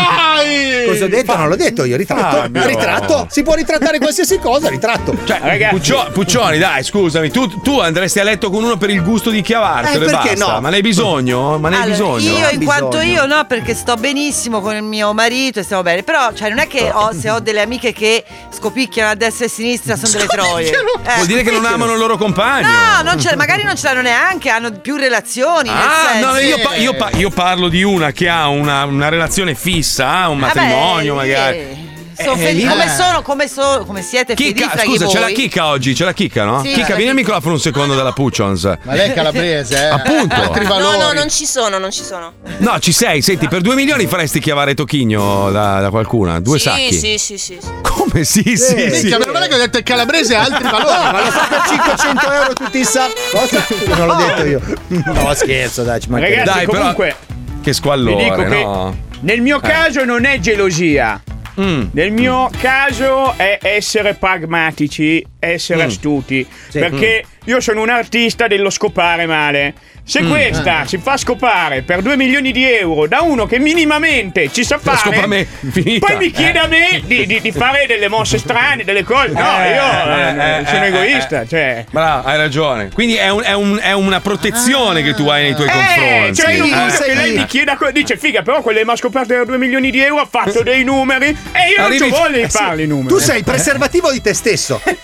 dai!
Cosa ho detto? Non l'ho detto io,
Ah,
ritratto.
Ah,
Fabio.
Ritratto, si può ritrattare qualsiasi cosa, ritratto.
Cioè,
Eh,
Puccio- Puccioni, dai, scusami, tu, tu andresti a letto con uno per il gusto di chiavartelo
Eh,
e
perché
basta.
no?
Ma ne hai bisogno? Ma ne hai
Allora,
bisogno?
Io in quanto io no, perché sto benissimo con il mio marito e stiamo bene. Però, cioè, non è che ho- se ho delle amiche che scopicchiano a destra e a sinistra sono delle troie. Eh.
Vuol dire che non amano il loro compagno.
No, non ce- magari non ce l'hanno neanche, hanno più relazioni. nel
Ah,
senso-
no, io, pa- io pa- io parlo di una che ha una, una relazione fissa, un
Vabbè,
matrimonio magari.
sì. Sono
Eh,
felice.
lì-
Come
eh.
sono, come so- come siete felici
Chicca,
fra
Ah, scusa,
chi
c'è la
voi.
chicca oggi, c'è la chicca, no?
Sì, c'è
chicca,
la
vieni al microfono un secondo della Puccions.
Ma lei è calabrese, eh?
Appunto.
Altri
No,
valori.
no, non ci sono, non ci sono.
No, ci sei, senti, per due milioni faresti chiavare Tocchigno da, da qualcuna, due
sì,
sacchi.
sì, sì, sì, sì.
Come sì, sì, sì.
Minchia, meno male che ho detto il calabrese ha altri valori.
Ma lo fa per 500 euro tutti i sa... Cosa? Non l'ho detto io. No, scherzo, dai, ci mancherebbe.
Ragazzi, comunque,
Che squallore,
vi dico che
no?
nel mio
Eh.
caso non è gelosia.
Mm.
Mm.
Nel mio caso è essere pragmatici, essere
Mm.
astuti.
Sì.
Perché io sono un artista dello scopare male. Se
Mm.
questa
Ah.
si fa scopare per 2 milioni di euro da uno che minimamente ci sa
La
fare,
scopa me- finita.
poi mi chiede
Eh.
a me di, di- di fare delle mosse strane, delle cose. No,
Eh,
io
eh,
eh,
eh,
sono
eh,
egoista.
eh.
Cioè.
Bravo, hai ragione. Quindi è, un- è un- è una protezione che tu hai nei tuoi
Eh,
confronti.
cioè io non voglio
Eh.
che lei mi chieda co- dice figa però quella mi ha scoperto da 2 milioni di euro ha fatto dei numeri e io non ci
Arrivi-
voglio
Ah,
eh, sì.
farli i numeri
Tu sei il preservativo di te stesso.
Che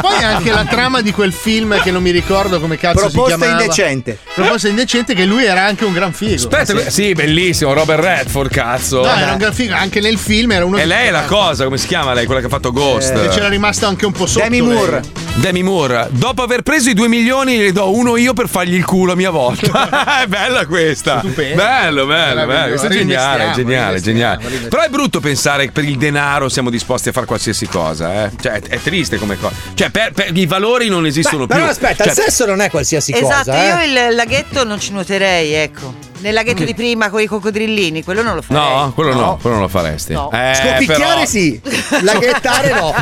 poi è anche la trama di quel film che non mi ricordo come cazzo si
Proposta proposta
chiamava.
indecente.
Proposta indecente che lui era anche un gran figo.
Aspetta,
Eh, sì.
sì. bellissimo, Robert Redford, cazzo.
No, era un gran figo, anche nel film era uno
E lei è la cosa, come si chiama lei, quella che ha fatto Ghost?
che c'era rimasta anche un po' sotto. Demi Moore.
Demi Moore, dopo aver preso i 2 milioni, ne do uno io per fargli il culo a mia volta. <laughs> è bella questa. Bello, bello, bello. Questo è geniale,
Reinvestiamo,
geniale, geniale. Però è brutto pensare che per il denaro siamo disposti a fare qualsiasi cosa. eh. Cioè, è, è triste come cosa. Cioè, per, per- i valori non esistono
Però
più.
aspetta,
Cioè-
il sesso non è qualsiasi
Esatto,
cosa.
io il laghetto non ci nuoterei, ecco. Nel laghetto di prima con i coccodrillini, quello non lo farei. <laughs>
No, quello no, quello non lo faresti.
No.
Eh, però-
sì, laghettare no.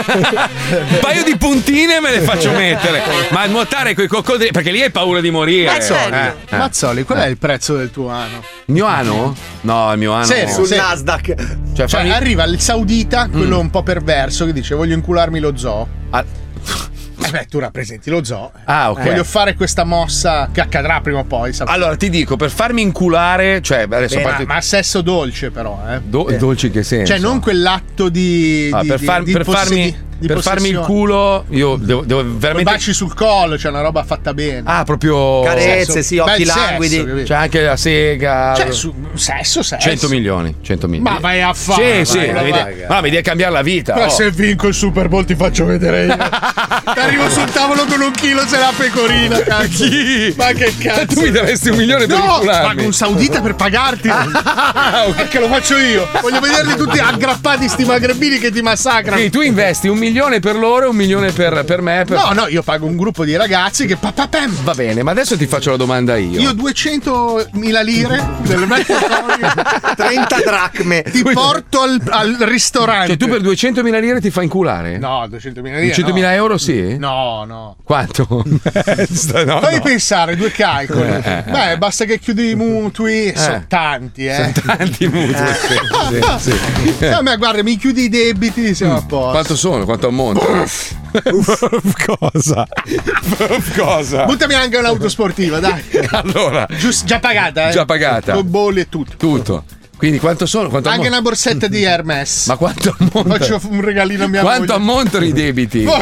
Un paio di puntine me le faccio mettere. Ma nuotare coi coccodrilli, perché lì hai paura di morire.
Mazzoli,
Eh, eh.
Mazzoli, qual è
Eh.
il prezzo del tuo ano?
Il mio ano? No, il mio ano.
Sì, Ah, sul
Nasdaq.
Cioè,
fammi-
arriva il saudita, quello
Mm.
un po' perverso, che dice voglio incularmi lo zoo. Eh beh, tu rappresenti lo zoo.
Ah, ok.
Voglio fare questa mossa che accadrà prima o poi. saprai.
Allora ti dico, per farmi inculare, cioè adesso
Beh,
a parte-
ma, ma sesso dolce però, eh.
Do-
Eh.
dolce in che senso?
Cioè, non quell'atto di...
Ah,
di-
per,
di-
far-
di
per
possi-
farmi,
di
per farmi il
possessione.
culo, io devo, devo veramente.
Baci sul collo, cioè una roba fatta bene.
Ah, proprio.
Carezze, sì, occhi
Bel sesso,
languidi.
capito? C'è anche la sega.
Cioè, su, sesso, sesso.
100 milioni, 100 milioni.
Ma vai a fare,
Sì,
vai,
sì,
vai,
mi
vai.
de- ma mi devi cambiare la vita.
Però
oh.
se vinco il
<laughs>
Super Bowl ti faccio vedere io. Arrivo sul tavolo con un chilo se la
<laughs>
pecorina, cazzo.
Chi?
Ma che cazzo?
Tu mi daresti un milione per Ah,
No,
incularmi.
pago un saudita per pagarti. Eh, che lo faccio io. Voglio vederli tutti aggrappati sti magrebini che ti massacrano.
Quindi tu investi un milione per loro e un milione per, per me. per-
No, no, io pago un gruppo di ragazzi che papapem.
Va bene, ma adesso ti faccio la domanda io.
Io 200.000 lire
<laughs>
del vecchio Antonio,
30 dracme.
Ti porto al, al ristorante.
Cioè, tu Cioè, per 200.000 lire ti fai inculare?
No, 200.000 lire.
200.000
no.
euro sì?
No, no.
Quanto?
<laughs>
no, Eh, no.
Fammi pensare, due calcoli.
Eh, eh, eh.
Beh, basta che chiudi i mutui, sono tanti, eh.
Sono tanti mutui. sì, sì,
<laughs>
sì.
No, ma guarda, mi chiudi i debiti, siamo a posto.
Quanto sono? Quanto ammonta? cosa? <laughs> cosa?
Buttami anche un'auto sportiva,
<laughs>
dai.
Allora,
Gius- già pagata, eh?
Già pagata.
Con bolli e tutto.
tutto. Quindi quanto sono? Quanto
Anche
ammonta?
una borsetta di Hermes.
Ma <laughs> quanto ammonta?
Faccio un regalino a mia
Quanto
moglie.
ammontano i debiti?
<laughs>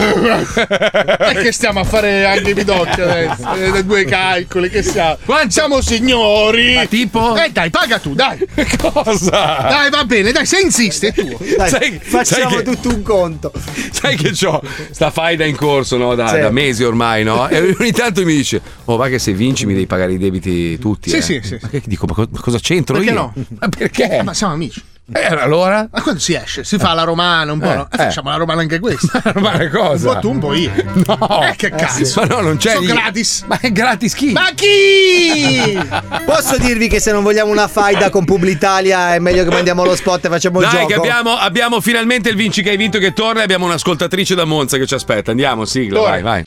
E che stiamo a fare anche i
<laughs>
bidocchi adesso? Eh, dai, due calcoli, che siamo? Siamo signori! Ma
tipo?
Eh dai, paga tu, dai!
<laughs> Cosa?
Dai, va bene, dai, se insisti è tuo.
Dai, Sai- facciamo sai che-
tutto un conto. Certo.
Sai che c'ho sta faida in corso no? da,
Sì.
da mesi ormai, no? E ogni tanto mi dice: Oh, va che se vinci mi devi pagare i debiti tutti.
Sì,
eh."
sì, sì.
Ma che dico, ma co- ma cosa c'entro
Perché
io? <laughs>
no?
Ma perché?
ma siamo amici.
Eh, allora?
Ma quando si esce? Si fa la romana un po',
Eh,
no? Eh,
eh.
Facciamo la romana anche
<laughs>
questa. <laughs>
la romana cosa?
Un po' tu, un po' io.
<laughs> No.
Eh, che cazzo.
Ma no, non c'è.
Sono
lì.
gratis.
Ma è gratis chi?
Ma
<laughs>
chi?
Posso dirvi che se non vogliamo una faida con Publitalia è meglio che mandiamo lo spot e facciamo il
Dai,
gioco.
che abbiamo, abbiamo finalmente il vinci che hai vinto che torna e abbiamo un'ascoltatrice da Monza che ci aspetta. Andiamo, sigla, vai, vai.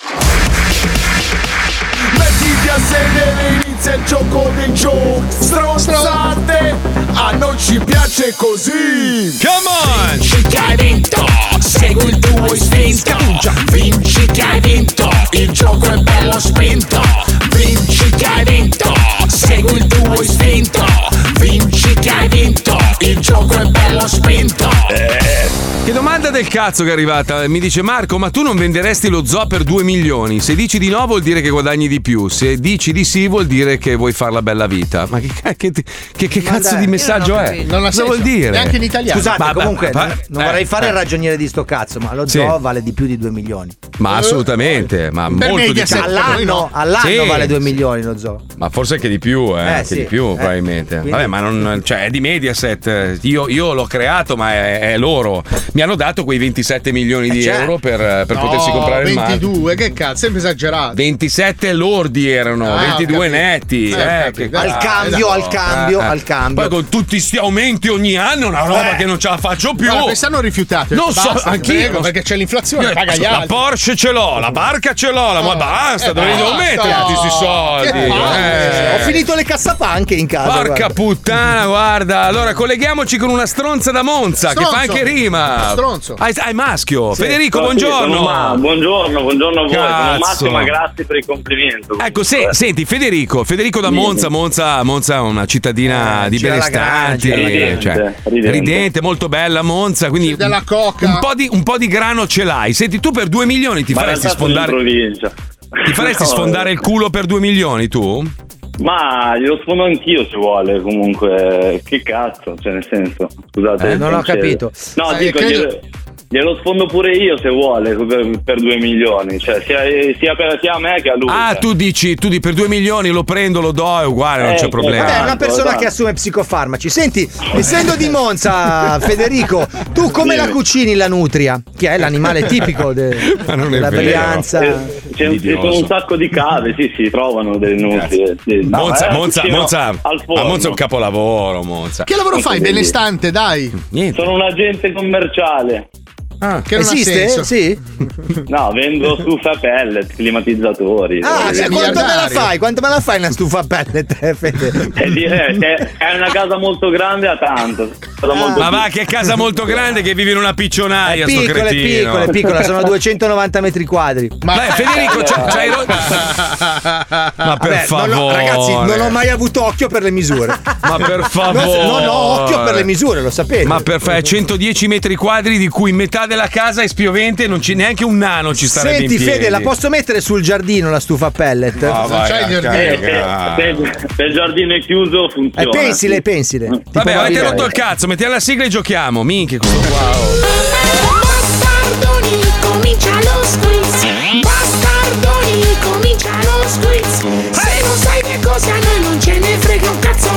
Mettiti a sedere, inizia il gioco dei giochi Stronzate, a noi ci piace così
Come on!
Vinci che hai vinto, segui il tuo istinto Vinci che hai vinto, il gioco è bello spinto Vinci che hai vinto, segui il tuo istinto Vinci che hai vinto, il gioco è bello spinto
Che domanda del cazzo che è arrivata? Mi dice Marco, ma tu non venderesti lo zoo per 2 milioni? Se dici di no vuol dire che guadagni di più, se dici di sì vuol dire che vuoi far la bella vita. Ma che, ca- che ti- che- che
Ma
cazzo
dai,
di
io
messaggio
non ho
è?
capito.
Cosa vuol dire?
Scusate,
Ma- ma-
comunque
ma-
non, non
eh,
vorrei fare
eh.
il ragioniere di sto cazzo, ma lo
Sì.
zoo vale di più di 2 milioni.
Ma assolutamente, ma
Eh. Per
molto di
Mediaset,
più.
all'anno, all'anno
Sì,
vale 2 milioni lo zoo.
Ma forse anche di più, eh,
Eh,
anche
sì,
di più
eh.
probabilmente.
Quindi-
Vabbè, ma non, cioè, è di Mediaset. Io, io l'ho creato, ma è, è loro. Mi hanno dato quei 27 milioni di
Cioè?
euro per, per
No,
potersi comprare il marchio.
22, che cazzo, sempre esagerato.
27 lordi erano,
Ah,
22
ho capito.
netti.
Eh, ho
eh,
capito.
che cazzo.
Al
Eh,
cambio, al cambio, al cambio.
Poi con tutti sti aumenti ogni anno, una roba
Eh.
che non ce la faccio più.
Guarda, quest'hanno ho rifiutato.
Non so,
Basta,
anch'io,
prego,
non so-
perché c'è l'inflazione,
Io-
paga gli
la
altri.
Porsche ce l'ho, la barca ce l'ho, la- ma basta,
eh,
dove li devo
basta.
mettere tutti questi soldi?
Che palle. cioè.
Eh.
Ho finito le cassapanche in casa.
Porca
Ah, guarda.
puttana, guarda. Allora, colleghiamoci con una stronza da Monza che
Stronzo.
fa anche rima.
Stronzo.
Ah, è maschio.
Sì.
Federico,
Sì,
buongiorno.
sono Ma- buongiorno, buongiorno a voi. Sono
Cazzo.
Massimo, ma grazie per il complimento.
Ecco, se- senti, Federico, Federico da Monza, Monza, Monza è una cittadina di
c'era la
benestanti,
grande. Ridente,
cioè,
ridente.
ridente, molto bella Monza, quindi
della
un, un po di, un po' di grano ce l'hai. Senti, tu per 2 milioni ti
Ma in
faresti
realtà sono in
sfondare
provincia.
Ti faresti
<laughs> No.
sfondare il culo per 2 milioni tu?
Ma glielo sfondo anch'io se vuole, comunque. Che cazzo, cioè nel senso. Scusate.
Eh,
il
non ho
francese.
capito.
No,
Eh,
dico,
credo-
glielo, glielo sfondo pure io se vuole per, per 2 milioni. Cioè, sia, sia per, sia a me che a lui.
Ah,
cioè.
tu <laughs> dici, tu di per 2 milioni lo prendo, lo do, è uguale, non
Eh,
c'è
sì,
problema.
Vabbè, è una persona che assume psicofarmaci. Senti, essendo
<laughs>
di Monza, Federico, tu come la cucini la nutria? Che è l'animale
<laughs>
tipico de-
Ma non
della Brianza.
Eh, C'è, ci sono un sacco di cave, sì, si trovano delle nutrie. sì. No,
Monza,
eh,
Monza,
sì, no,
Monza,
al
ah,
forno.
Monza è un capolavoro, Monza.
Che lavoro fai?
Niente.
Benestante, dai.
Sono un agente commerciale.
Ah,
che non ha Esiste? senso.
Sì?
No, vendo stufa pellet, climatizzatori.
Ah,
Eh,
cioè, quanto me la
miliardario.
fai? Quanto me la fai una stufa pellet, eh, Fede?
E dire, eh, se è una casa molto grande a tanto.
Ah.
Cosa molto
Ma va,
piccola.
che casa molto grande che vivi in una piccionaia, sto
Piccola, è
cretino.
piccola, è piccola,
<laughs>
sono 290 metri quadri.
Ma Beh, Federico,
<laughs>
c'hai- c'hai ro-
<laughs>
Ma per
Ah, Vabbè, non ho-
favore.
ragazzi, non ho mai avuto occhio per le misure.
Ma per favore.
Non, non ho occhio
Certo.
per le misure, lo sapete.
Ma per fare 110 metri quadri di cui metà della casa è spiovente e non c'è neanche un nano ci starebbe
Senti,
in piedi.
Fede, la posso mettere sul giardino la stufa pellet?
Ah, vai a
Eh,
cagare.
se, se- se il giardino è chiuso
Eh,
funziona.
pensile, pensile.
Vabbè,
Tipo
avete
Maria.
rotto il cazzo, mettiamo la sigla e giochiamo. Minchia, questo qua. oh.
Bastardoni, comincia lo squiz. Bastardoni, comincia lo squiz. Se non sai che cosa a noi non ce ne frega un cazzo.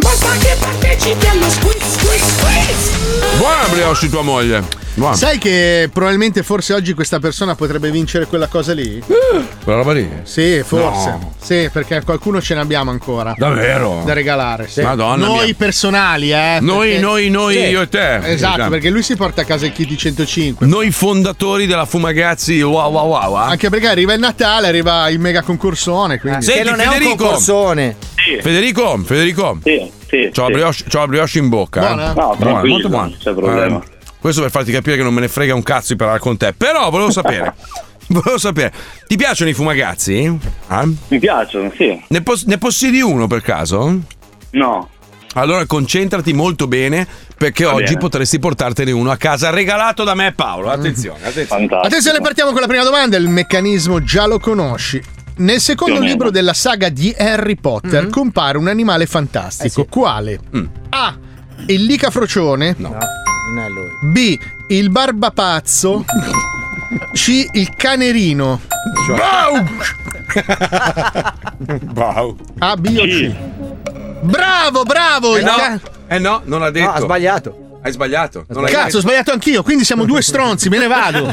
Basta che partecipi allo squiz, squiz, squiz.
Buona Briosci, tua moglie. Buona.
Sai che probabilmente forse oggi questa persona potrebbe vincere quella cosa lì?
Quella roba lì?
Sì, forse.
Eh. No.
Sì, perché a qualcuno ce n'abbiamo ancora.
Davvero?
Da regalare, sì.
Madonna
Noi
mia.
personali, eh.
Noi, noi, noi, io e te.
Esatto,
Esatto.
perché lui si porta a casa il kit di 105.
Noi fondatori della Fumagazzi, wow wow wow. ah.
Anche perché arriva il Natale, arriva il mega concorsone. Quindi.
Senti, Federico.
Sì.
Federico, Federico.
Sì, sì.
C'ho, La brioche, c'ho la brioche in bocca.
Buona?
Eh.
No,
tranquillo,
molto buona.
non c'è problema.
Eh, questo per farti capire che non me ne frega un cazzo di parlare con te. Però volevo
<laughs>
sapere. volevo sapere. Ti piacciono i fumagazzi? Eh?
Mi piacciono, sì.
Ne, pos- ne possiedi uno per caso?
No.
Allora concentrati molto bene perché
Va
oggi
bene.
potresti portartene uno a casa regalato da me e Paolo. Attenzione, attenzione.
Attenzione, partiamo con la prima domanda. Il meccanismo già lo conosci. Nel
Più o
secondo
meno.
libro della saga di Harry Potter compare un animale fantastico. Quale? A. Il licafrocione.
No, non è lui.
B. Il barbapazzo. C. Il canerino.
Wow.
A, B o C. Bravo, bravo!
Eh
il
no,
ca-
eh no, non l'ha detto.
ha
sbagliato. Hai sbagliato. Non l'hai
Cazzo, ho sbagliato anch'io, quindi siamo due stronzi, me
<laughs>
ne vado.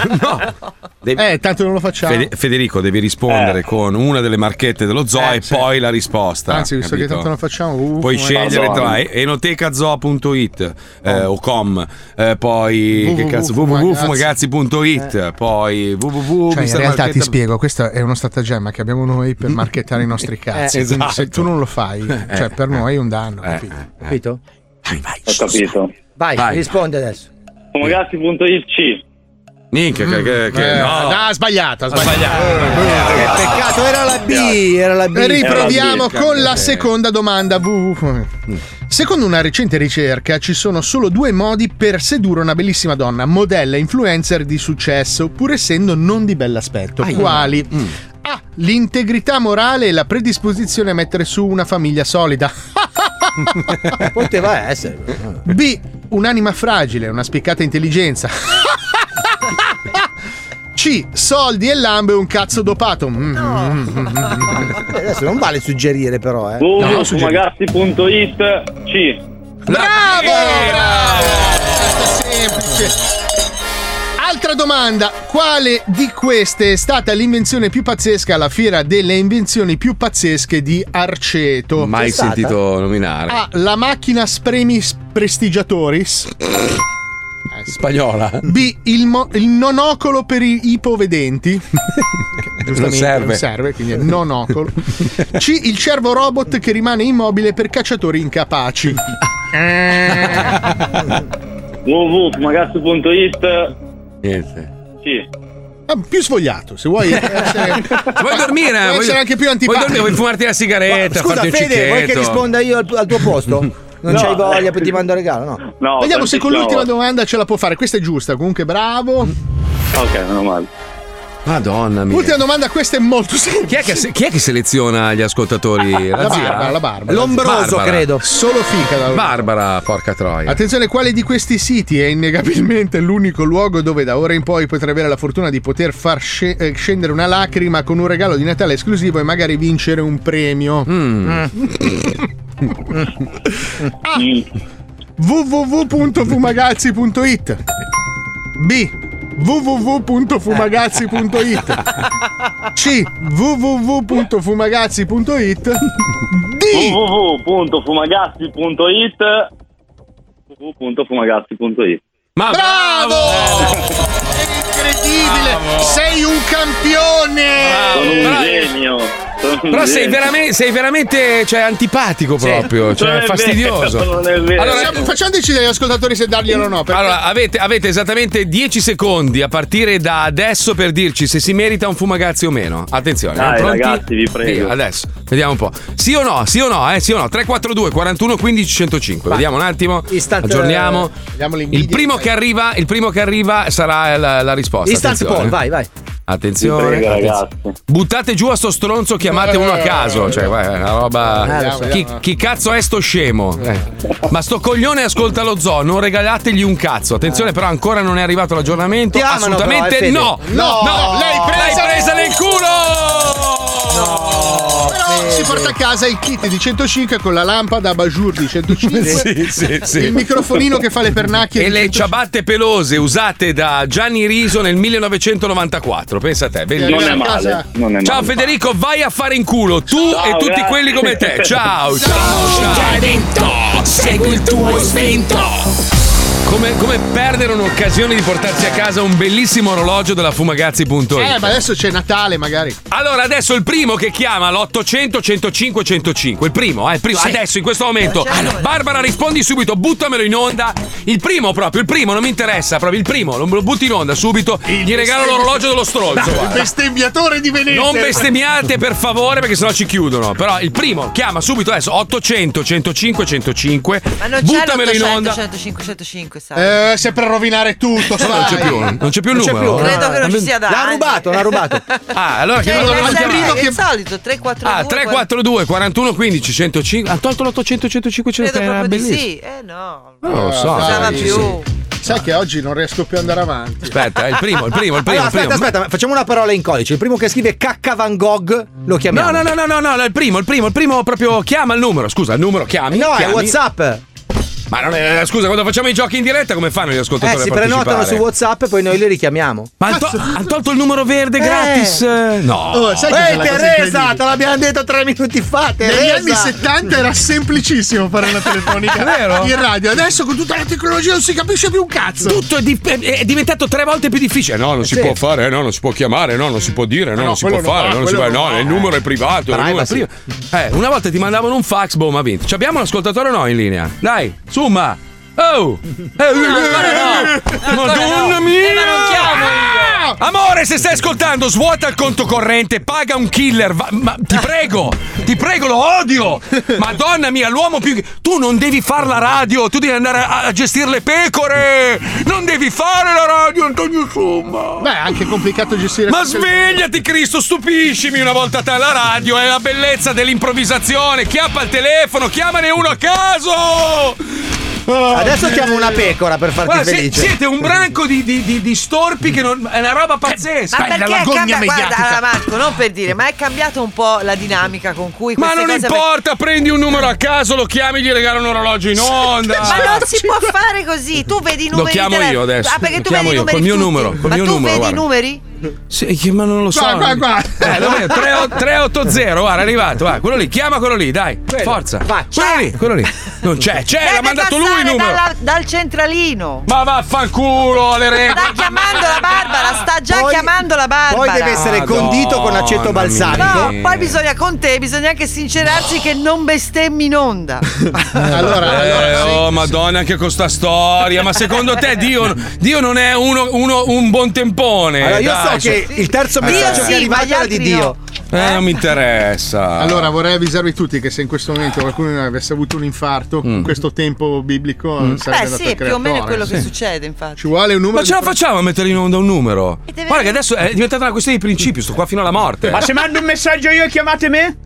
Devi-
Eh, tanto non lo facciamo.
Fede- Federico, devi rispondere
Eh.
con una delle marchette dello zoo e poi la risposta.
Anzi, visto che
capito?
tanto non facciamo, uh,
Puoi
come-
scegliere tra
Madonna.
enotecazoo.it
Oh.
eh, o com, eh, poi che cazzo,
www.fumagazzi.
www.fumagazzi.it, poi www.
Eh. Cioè,
Mr.
in realtà ti
Marchetta-
spiego, questo è uno stratagemma che abbiamo
<laughs>
noi per marchettare i nostri cazzi.
Eh,
Quindi
esatto.
Se tu non lo fai,
Eh,
cioè per noi è un danno. capito?
Capito?
Ho capito.
Vai,
Vai.
rispondi adesso.
Fumagazzi.it
Minchia, che, che, che
Eh,
no.
no, ha sbagliato. Ha
Ah, sbagliato.
Eh,
Peccato, era la B, era la B.
Riproviamo
Era la B.
con la seconda domanda. www. Secondo una recente ricerca ci sono solo due modi per sedurre una bellissima donna, modella e influencer di successo, pur essendo non di bell'aspetto. Quali?
Mm.
A. L'integrità morale e la predisposizione a mettere su una famiglia solida. <laughs>
Poteva essere.
B. Un'anima fragile, una spiccata intelligenza. <laughs> C. Soldi e lambe e un cazzo dopato. Mm, mm, <laughs> mm, mm.
Adesso non vale suggerire, però, eh.
www.fumagazzi.it C.
Bravo! Bravo! Questa è
<laughs>
semplice. Altra domanda, quale di queste è stata l'invenzione più pazzesca alla fiera delle invenzioni più pazzesche di Arceto?
Mai
C'è stata?
sentito nominare.
A. La macchina spremi prestigiatoris.
Eh, Spagnola.
B. Il, mo- il nonocolo per i
<laughs>
ipovedenti. Che
Non serve.
Non serve, quindi è nonocolo. C. Il cervo robot che rimane immobile per cacciatori incapaci.
www.fumagazzi.it
Niente.
C.
Ah, più svogliato,
<laughs>
se vuoi. essere-
Vuoi dormire?
Può
Vuoi-
essere anche più
vuoi
antipatico.
dormire? Vuoi fumarti la sigaretta,
Scusa,
farti
Fede,
un
vuoi che
cicchetto?
risponda io al, al tuo
<laughs>
posto? Non
No.
c'hai voglia, poi ti mando un regalo, no?
No,
Vediamo se con
tantissimo.
Mm,
l'ultima domanda ce la può fare. Questa è giusta, comunque bravo.
Ok, meno male.
Madonna mia.
Ultima domanda, questa è molto semplice.
Chi è, che, chi è che seleziona gli ascoltatori?
La
zia?
Barbara, la Barbara. Barbara. Solo fica da
Barbara, porca troia.
Attenzione, quale di questi siti è innegabilmente l'unico luogo dove da ora in poi potrai avere la fortuna di poter far sce- eh, scendere una lacrima con un regalo di Natale esclusivo e magari vincere un premio?
Mm.
<laughs>
<laughs>
A.
Mm.
www.fumagazzi.it B. www.fumagazzi.it C. www.fumagazzi.it D.
www.fumagazzi.it www.fumagazzi.it
Ma
bravo! Incredibile! Sei un campione!
Sono un
Bravo.
genio! Sono un
Però sei
genio.
veramente, sei veramente cioè, antipatico proprio, cioè fastidioso.
<laughs>
Allora,
Allora,
siamo- facciamo decidere agli ascoltatori se darglielo o no. perché-
allora, avete, avete esattamente 10 secondi a partire da adesso per dirci se si merita un fumagazzi o meno. Attenzione,
Dai,
eh, pronti?
ragazzi, vi prego.
Via, adesso, vediamo un po'. Sì o no? Sì o no? Eh, sì o no? 342 41 15 105.
Vai.
Vediamo un attimo. Aggiorniamo.
Vediamo
Il
l'invidia.
primo, che arriva, il primo che arriva sarà la, la risposta.
Instant
attenzione.
poll, vai, vai.
Attenzione,
Vi prego,
attenzione. buttate giù a sto stronzo, chiamate uno a caso. Cioè, guarda, è una roba.
Eh, lo so.
chi, chi cazzo è sto scemo? Eh. Ma sto coglione ascolta lo zoo, non regalategli un cazzo. Attenzione, però, ancora non è arrivato l'aggiornamento.
Ti amano,
Assolutamente
però, eh, Fede.
no.
No,
no, l'hai presa, nel culo!
Però Eh, si porta a casa il kit di 105 con la lampada a bajour di 105.
Sì, sì, sì.
Il microfonino che fa le pernacchie.
E
di
le
105.
ciabatte pelose usate da Gianni Riso nel 1994. Pensa a te, bellissimo.
Non è male, non è
Ciao
male.
Federico, vai a fare in culo tu
Ciao,
e tutti
grazie.
quelli come
<laughs>
te. Ciao, ciao, ciao.
segui il tuo istinto.
Come, come perdere un'occasione di portarsi a casa un bellissimo orologio della Fumagazzi.it.
Eh, ma adesso c'è Natale, magari.
Allora, adesso il primo che chiama l'800 105 105, il primo, eh, il primo, adesso in questo momento. Barbara, rispondi subito, buttamelo in onda. Il primo proprio, il primo, non mi interessa, proprio il primo, lo lo butti in onda subito. Gli regalo l'orologio dello stronzo.
Il
guarda.
<laughs> bestemmiatore di Venezia.
Oh, Non bestemmiate per favore perché sennò ci chiudono. Però il primo chiama subito adesso 800 105 105.
Ma non c'è
Buttamelo in
l'800,
onda.
105, 105, sai.
Eh, se per rovinare tutto,
Non c'è
sai.
più, non c'è più il
Non c'è
numero.
più, credo che non ci sia da
L'ha
anni.
rubato, l'ha rubato.
Ah, allora
Cioè,
che
il
numero
solito,
chiamare?
il solito 342
Ah, 342 41 15 105. Ha tolto l'800 105
credo
105. Era
proprio di
bellissimo.
sì eh no
Non lo so.
Ah,
dai,
dai,
sì.
Sai che oggi non riesco più ad andare avanti.
Aspetta, eh, il primo, il primo, il primo.
Allora,
il primo.
aspetta, aspetta, ma facciamo una parola in codice. Il primo che scrive cacca Van Gogh lo chiamiamo.
No, no, no, no, no, no, il primo, il primo, il primo proprio chiama il numero. Scusa, il numero chiami.
No, è
chiami.
WhatsApp.
Ma non è, scusa, quando facciamo i giochi in diretta come fanno gli ascoltatori?
Eh, si
a
prenotano
partecipare?
su WhatsApp e poi noi li richiamiamo.
Ma hanno tolto il numero
Eh.
verde gratis? No.
Oh, sai
Ehi,
che
Teresa, te l'abbiamo detto tre minuti fa.
Negli
Teresa.
anni 70 era semplicissimo fare una
<laughs>
telefonica
Vero?
in radio, adesso con tutta la tecnologia non si capisce più un cazzo.
Tutto è, di- è- è diventato tre volte più difficile. No, non si
Sì.
può fare, no, non si può chiamare, no, non si può dire, no,
no,
non si può
quello no,
fare, no, non si può,
quello
no,
no.
il numero è privato. il numero è
Privacy.
privato. Eh, una volta ti mandavano un fax, boh, ma vinto. Ci abbiamo l'ascoltatore o no in linea? Dai, summa! Oh! Madonna mia! Ah! Amore, se stai ascoltando, svuota il conto corrente, paga un killer. va- ma ti prego, ti prego, lo odio. Madonna mia, l'uomo più. Tu non devi fare la radio, tu devi andare a, a gestire le pecore. Non devi fare la radio, Antonio Summa.
Beh, è anche complicato gestire
Ma
tutto il-
svegliati, Cristo, stupiscimi una volta te alla radio. È la bellezza dell'improvvisazione. Chiappa il telefono, chiamane uno a caso.
Adesso chiamo una pecora per farti
Guarda, se-
felice.
siete un branco di, di- di- di storpi che non, è una roba pazzesca.
Eh, ma perché è
gogna
cambiata guarda allora, Marco non per dire ma è cambiata un po' la dinamica con cui
Ma
queste
non
cose
importa, prendi un numero a caso, lo chiami, gli regalo un orologio in onda.
ma non si può fare così tu vedi i
Lo
numeri
chiamo
della-
io adesso.
ah perché
Lo
tu
chiamo
vedi i
io,
numeri
col mio
tutti.
numero, col
ma
mio
tu
numero,
vedi i
guarda.
numeri
Sì, ma non lo so.
Qua, qua, qua.
Eh, lo vedo, 380 380, guarda, è arrivato. Guarda, quello lì, chiama quello lì, dai. Forza. Quello lì, quello lì. Non c'è, c'è, l'ha
Deve
mandato lui il
passare
numero.
dalla- dal centralino
Ma vaffanculo, le regole.
sta chiamando la Barbara sta già chiamando la Barbara
Poi deve essere condito con
Madonna
aceto balsamico.
No,
<laughs>
poi bisogna con te, bisogna anche sincerarsi che non bestemmi in onda. Eh,
Allora, oh, madonna, anche con sta storia. Ma secondo te Dio, Dio non è uno, uno- un buon tempone?
Allora, io
Dai,
so che
su-
il terzo
Dio
messaggio
sì,
che è
ma
arrivato
gli
era di
altri
Dio.
no. Eh, non mi interessa.
Allora vorrei avvisarvi tutti che se in questo momento qualcuno avesse avuto un infarto,
Mm.
con questo tempo biblico
Beh,
sarebbe andato
sì,
al
più o meno è
creatore.
quello che
Sì.
succede, infatti.
Ci vuole un numero.
Ma ce la
di-
facciamo a mettere in onda un numero? Guarda che adesso è diventata una questione di principio, sto qua fino alla morte.
Ma se mando un messaggio io e chiamate me?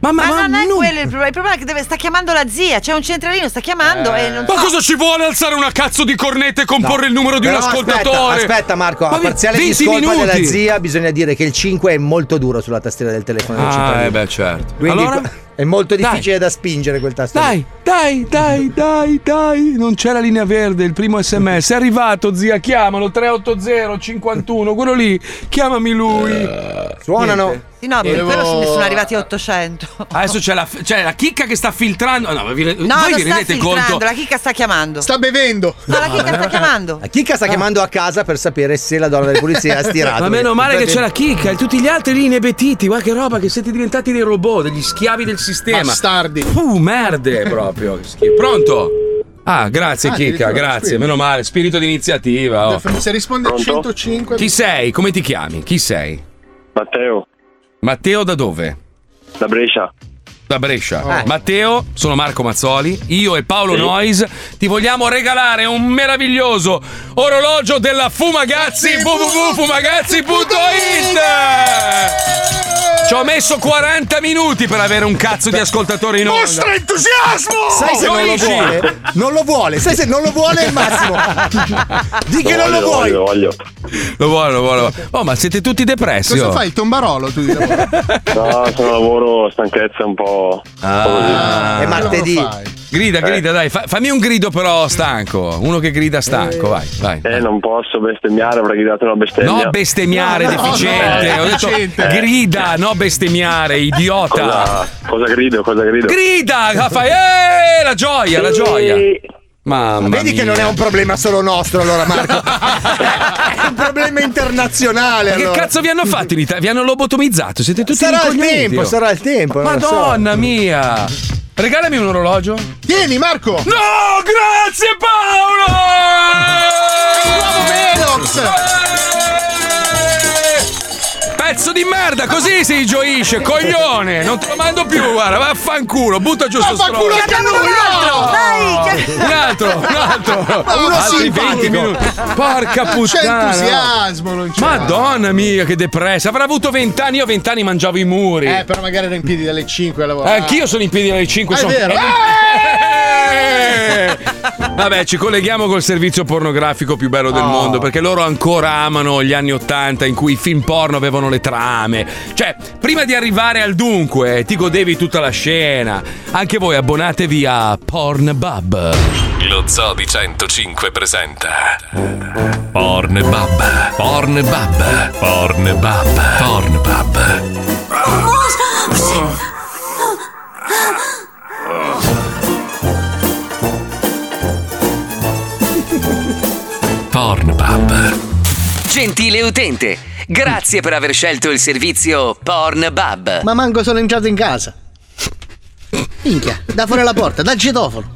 Ma,
non è quello il problema. Il problema è che deve, sta chiamando la zia. C'è un centralino, sta chiamando e non
Eh. Ma cosa ci vuole alzare una cazzo di cornetta e comporre il numero di un
Però
ascoltatore?
Aspetta, aspetta Marco,
Ma
a
vi-
parziale
20
discolpa
minuti.
della zia bisogna dire che il 5 è molto duro sulla tastiera del telefono del
Ah, eh
cittadino.
beh, certo.
Quindi
allora?
è molto difficile da spingere quel tasto. lì.
Dai, dai, dai, dai, dai. Non c'è la linea verde, il primo sms. È arrivato, zia, chiamalo 380 51, quello lì. Chiamami lui.
Eh,
Suonano.
Niente.
Sì, no, per
Volevo-
quello sono- ne sono arrivati a 800.
Adesso c'è la, c'è la chicca che sta filtrando. No, ma vi,
No,
voi
non
vi
sta
rendete
filtrando,
conto?
la chicca sta chiamando.
Sta bevendo.
No, la chicca sta chiamando. Ah.
La chicca sta chiamando a casa per sapere se la donna delle pulizie ha stirato.
Ma meno male che c'è la chicca e tutti gli altri lì inebetiti. Guarda che roba che siete diventati dei robot, degli schiavi del sistema.
Bastardi.
Uh, merde proprio. che schifo. Pronto? Ah, grazie
Ah,
Chicca,
addirittura,
grazie.
spirito.
Meno male, spirito di iniziativa. oh.
Se risponde 105.
Chi sei? Come ti chiami? Chi sei?
Matteo.
Matteo da dove?
Da Brescia.
Da Brescia.
Oh.
Matteo, sono Marco Mazzoli, io e Paolo
Sì.
Nois ti vogliamo regalare un meraviglioso orologio della Fumagazzi www.fumagazzi.it Ci ho messo 40 minuti per avere un cazzo di ascoltatore in onda.
Mostra entusiasmo!
Sai se non lo
Capisci?
vuole? Non lo vuole, sai se non lo vuole è il massimo.
Ah,
Di che non lo
voglio,
vuoi.
Lo vuole, lo vuole. lo vuole. Oh, ma siete tutti depressi.
Cosa
oh.
fai? Il tombarolo tu di lavoro?
No, sono lavoro, stanchezza un po'.
Ah.
È
martedì.
Grida,
Eh.
grida, dai, fa- fammi un grido però stanco. Uno che grida stanco, vai, vai.
Eh, non posso bestemmiare, avrei gridato una bestemmia.
No bestemmiare,
No, no,
deficiente.
no,
Ho detto
deficiente.
grida, no bestemmiare, idiota.
Cosa, cosa grido? Cosa grido?
Grida, fai eh, la gioia, la gioia. Mamma
Vedi
mia.
che non è un problema solo nostro allora
<laughs>
Marco. è un problema internazionale.
Ma che
allora.
cazzo vi hanno fatto in Italia? Vi hanno lobotomizzato? Siete tutti
Sarà il
rincoglioniti,
tempo,
oh.
sarà il tempo, non lo so.
Madonna mia. <laughs> Regalami un orologio.
Tieni Marco! No,
grazie Paolo!
È il nuovo Velox!
Eh! Pezzo di merda, così si
<laughs>
gioisce, coglione! Non te lo mando più, guarda, vaffanculo, butta giù sto stronzo!
Vaffanculo anche a lui, no! Dai,
Un altro, un
<laughs>
altro!
<laughs>
Ma uno
Altri
simpatico.
20 minuti! Porca
C'è
puttana!
entusiasmo, non c'è.
Madonna mia, che depressa! Avrà avuto 20 anni, io 20 anni mangiavo i muri! Eh,
Eh, però magari era in piedi dalle 5 a lavorare.
Anch'io sono in piedi alle 5,
Ah,
sono...
è vero.
Eh! Vabbè, ci colleghiamo col servizio pornografico più bello del
Oh.
mondo perché loro ancora amano gli anni Ottanta in cui i film porno avevano le trame. Cioè, prima di arrivare al dunque, ti godevi tutta la scena. Anche voi abbonatevi a Pornbub.
Lo Zoo di 105 presenta Pornbub, Pornbub, Pornbub, Pornbub. Pornbub.
Gentile utente, grazie per aver scelto il servizio Pornbub.
Ma manco sono entrato in casa. Minchia, da fuori la porta, dal citofono.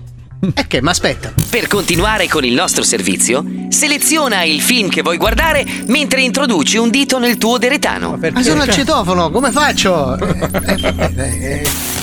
E che, ma aspetta.
Per continuare con il nostro servizio, seleziona il film che vuoi guardare mentre introduci un dito nel tuo deretano.
Ma sono al citofono, come faccio?
<laughs>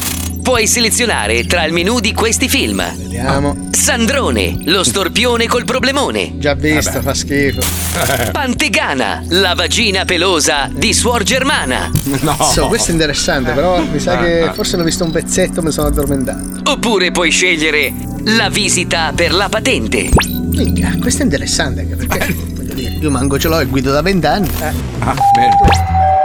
Puoi selezionare tra il menu di questi film.
Vediamo.
Sandrone, lo storpione col problemone.
Già visto, fa schifo.
<laughs>
Pantegana, la vagina pelosa di Suor Germana. <laughs>
So, questo è interessante, però mi sa che forse ne ho visto un pezzetto mi sono addormentato.
Oppure puoi scegliere la visita per la patente.
Ah,
Minchia, questo è interessante anche perché, voglio dire, io manco ce l'ho e guido da vent'anni.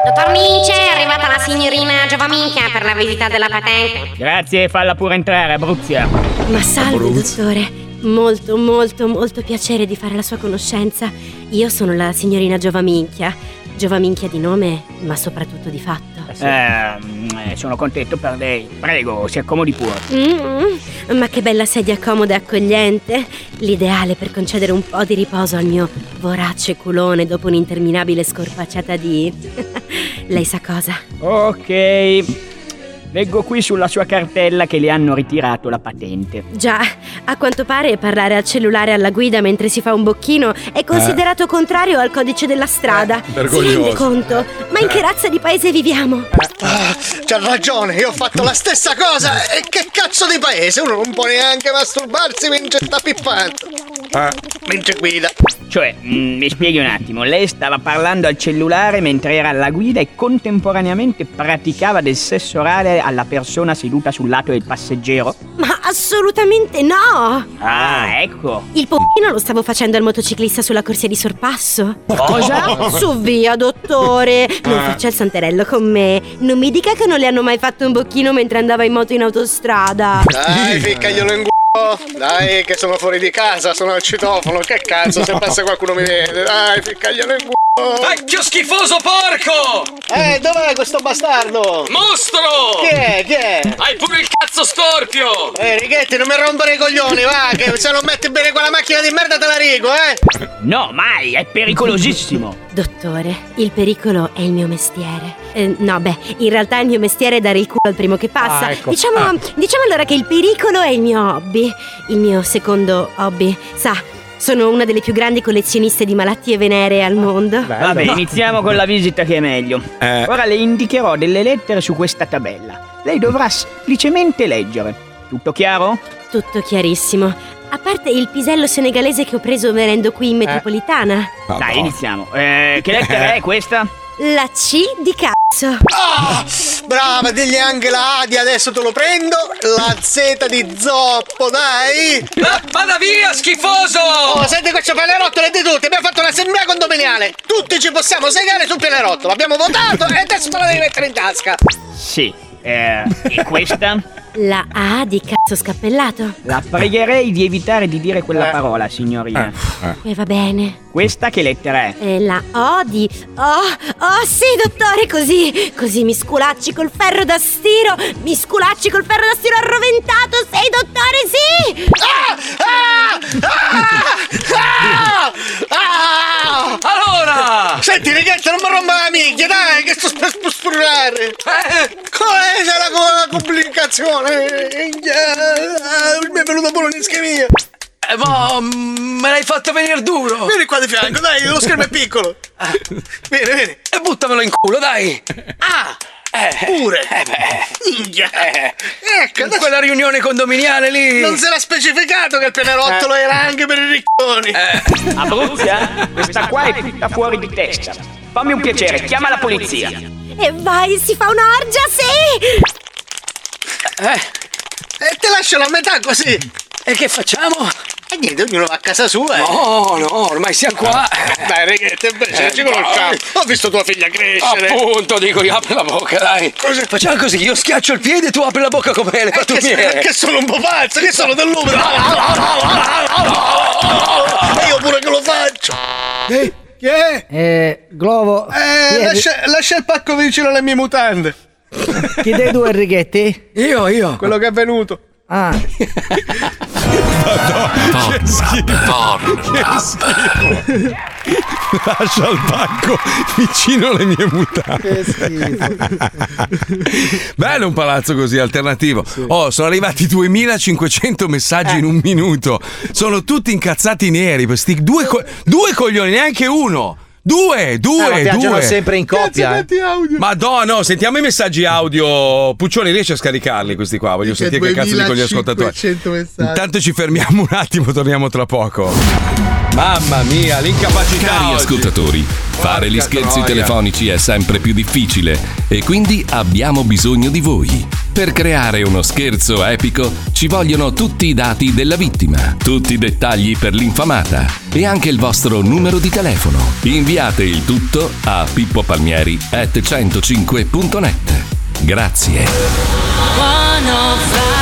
Dottor Mince, è arrivata la signorina Giovaminchia per la visita della patente.
Grazie, falla pure entrare, Bruzia.
Ma salve,
Bruzzi.
dottore. Molto, molto, molto piacere di fare la sua conoscenza. Io sono la signorina Giovaminchia. Giovaminchia di nome, ma soprattutto di fatto.
Eh, mm, sono contento per lei. Prego, si accomodi pure.
Mm, ma che bella sedia comoda e accogliente. L'ideale per concedere un po' di riposo al mio vorace culone dopo <laughs> un'interminabile scorpacciata di... Lei sa cosa?
Ok.
Leggo qui sulla sua cartella che le hanno ritirato la patente.
Già, a quanto pare parlare al cellulare alla guida mentre si fa un bocchino è considerato contrario al codice della strada. si
vergognoso.
rende conto? Ma in che razza di paese viviamo?
C'ha ragione, io ho fatto la stessa cosa! E che cazzo di paese? Uno non può neanche masturbarsi mentre sta pippando!
Ah, mentre guida. Cioè, mm, mi spieghi un attimo, lei stava parlando al cellulare mentre era alla guida e contemporaneamente praticava del sesso orale alla persona seduta sul lato del passeggero?
Ma assolutamente no!
Ah, ecco.
Il pochino lo stavo facendo al motociclista sulla corsia di sorpasso.
Cosa?
Su via, dottore! Non faccia il santerello con me. Non mi dica che non le hanno mai fatto un bocchino mentre andava in moto in autostrada.
Dai, ficcaglielo in culo! Dai, che sono fuori di casa, sono al citofono, che cazzo, se
No.
passa qualcuno mi vede! Dai, ficcaglielo in culo!
Vecchio schifoso porco!
Eh, dov'è questo bastardo?
Mostro!
Chi è? Chi è?
Hai pure il cazzo storpio!
Eh, Righetti, non mi rompere i coglioni, va, che se non metti bene quella macchina di merda te la rigo, eh!
No, mai, è pericolosissimo.
Dottore, il pericolo è il mio mestiere. Eh, no, beh, in realtà il mio mestiere è dare il culo al primo che passa.
Ah, ecco.
diciamo,
Ah.
diciamo allora che il pericolo è il mio hobby. Il mio secondo hobby. Sa, sono una delle più grandi collezioniste di malattie veneree
Ah,
al mondo.
Vabbè, iniziamo con la visita che è meglio. Ora le indicherò delle lettere su questa tabella. Lei dovrà semplicemente leggere. Tutto chiaro?
Tutto chiarissimo. A parte il pisello senegalese che ho preso venendo qui in
Eh.
metropolitana.
Dai, iniziamo. Eh,
<laughs>
che lettera è questa?
La C di cazzo.
<laughs> Brava, digli anche la A di adesso te lo prendo, la Z di zoppo, dai!
Vada via, schifoso!
Oh, senti questo pianerottolo di tutti, abbiamo fatto l'assemblea condominiale, tutti ci possiamo segare sul pianerottolo, abbiamo votato e adesso me la devi mettere in tasca!
Sì. Eh, e questa?
La A di cazzo scappellato.
La pregherei di evitare di dire quella parola, signorina.
E va bene.
Questa che lettera è?
E la O di... Oh, oh sì, dottore, così. Così mi sculacci col ferro da stiro. Mi sculacci col ferro da stiro arroventato. Sei, dottore, sì.
Ah! Ah!
Allora!
Senti, ragazzi, non mi rompa la minchia, dai, che sto per spusturare! Eh, c'è la, co- la complicazione! Eh, eh, Mi è venuto pure un'ischemia!
Eh, ma mm, me l'hai fatto venire duro! Ah.
Vieni qua di fianco, dai, lo schermo è piccolo! Vieni, vieni!
E buttamelo Eh, in culo, dai!
Ah!
Eh,
Pure! Minchia! Ecco,
In quella riunione condominiale lì!
Non si era specificato che il pianerottolo
Eh.
era anche per i ricconi!
Abruzia? Questa qua è tutta fuori di testa. Fammi un piacere, chiama la polizia.
E vai, si fa un'orgia, sì.
E Eh, te lascio la metà così!
E che facciamo?
E niente, ognuno va a casa sua! eh.
No, no, ormai siamo qua!
Dai, ragazzi, invece,
Eh,
ci conosciamo!
dai.
Ho visto tua figlia crescere!
Appunto, dico, riapri la bocca, dai! Facciamo così, io schiaccio il piede e tu apri la bocca come le
Eh,
pattumiere!
che sono un po' pazzo, che sono dell'umido! E Eh, io pure che lo faccio!
Eh, chi è?
Eh, Glovo.
Eh,
Vieni.
lascia, lascia il pacco vicino alle mie mutande.
Chi dei due,
<laughs>
Enrighetti?
Io, io.
Quello che è venuto.
Ah.
Che schifo. Che schifo.
<laughs>
Lascia il pacco vicino alle mie mutande.
Che
<laughs>
Eh,
Bello un palazzo così alternativo. Oh, sono arrivati 2500 messaggi
Eh.
in un minuto. Sono tutti incazzati neri. Questi due, co- due coglioni, neanche uno. Due,
Ah, ma
due,
piangono
due.
sempre in coppia. eh.
Ma no, no, sentiamo i messaggi audio. Puccioni, riesci a scaricarli questi qua? Voglio
Dice
sentire che cazzo dicono gli ascoltatori.
2500 messaggi.
Intanto ci fermiamo un attimo, torniamo tra poco. Mamma mia, l'incapacità.
Cari
oggi.
ascoltatori, fare gli scherzi
troia.
telefonici è sempre più difficile e quindi abbiamo bisogno di voi. Per creare uno scherzo epico ci vogliono tutti i dati della vittima, tutti i dettagli per l'infamata e anche il vostro numero di telefono. Inviate il tutto a pippopalmieri@105.net. Grazie.
105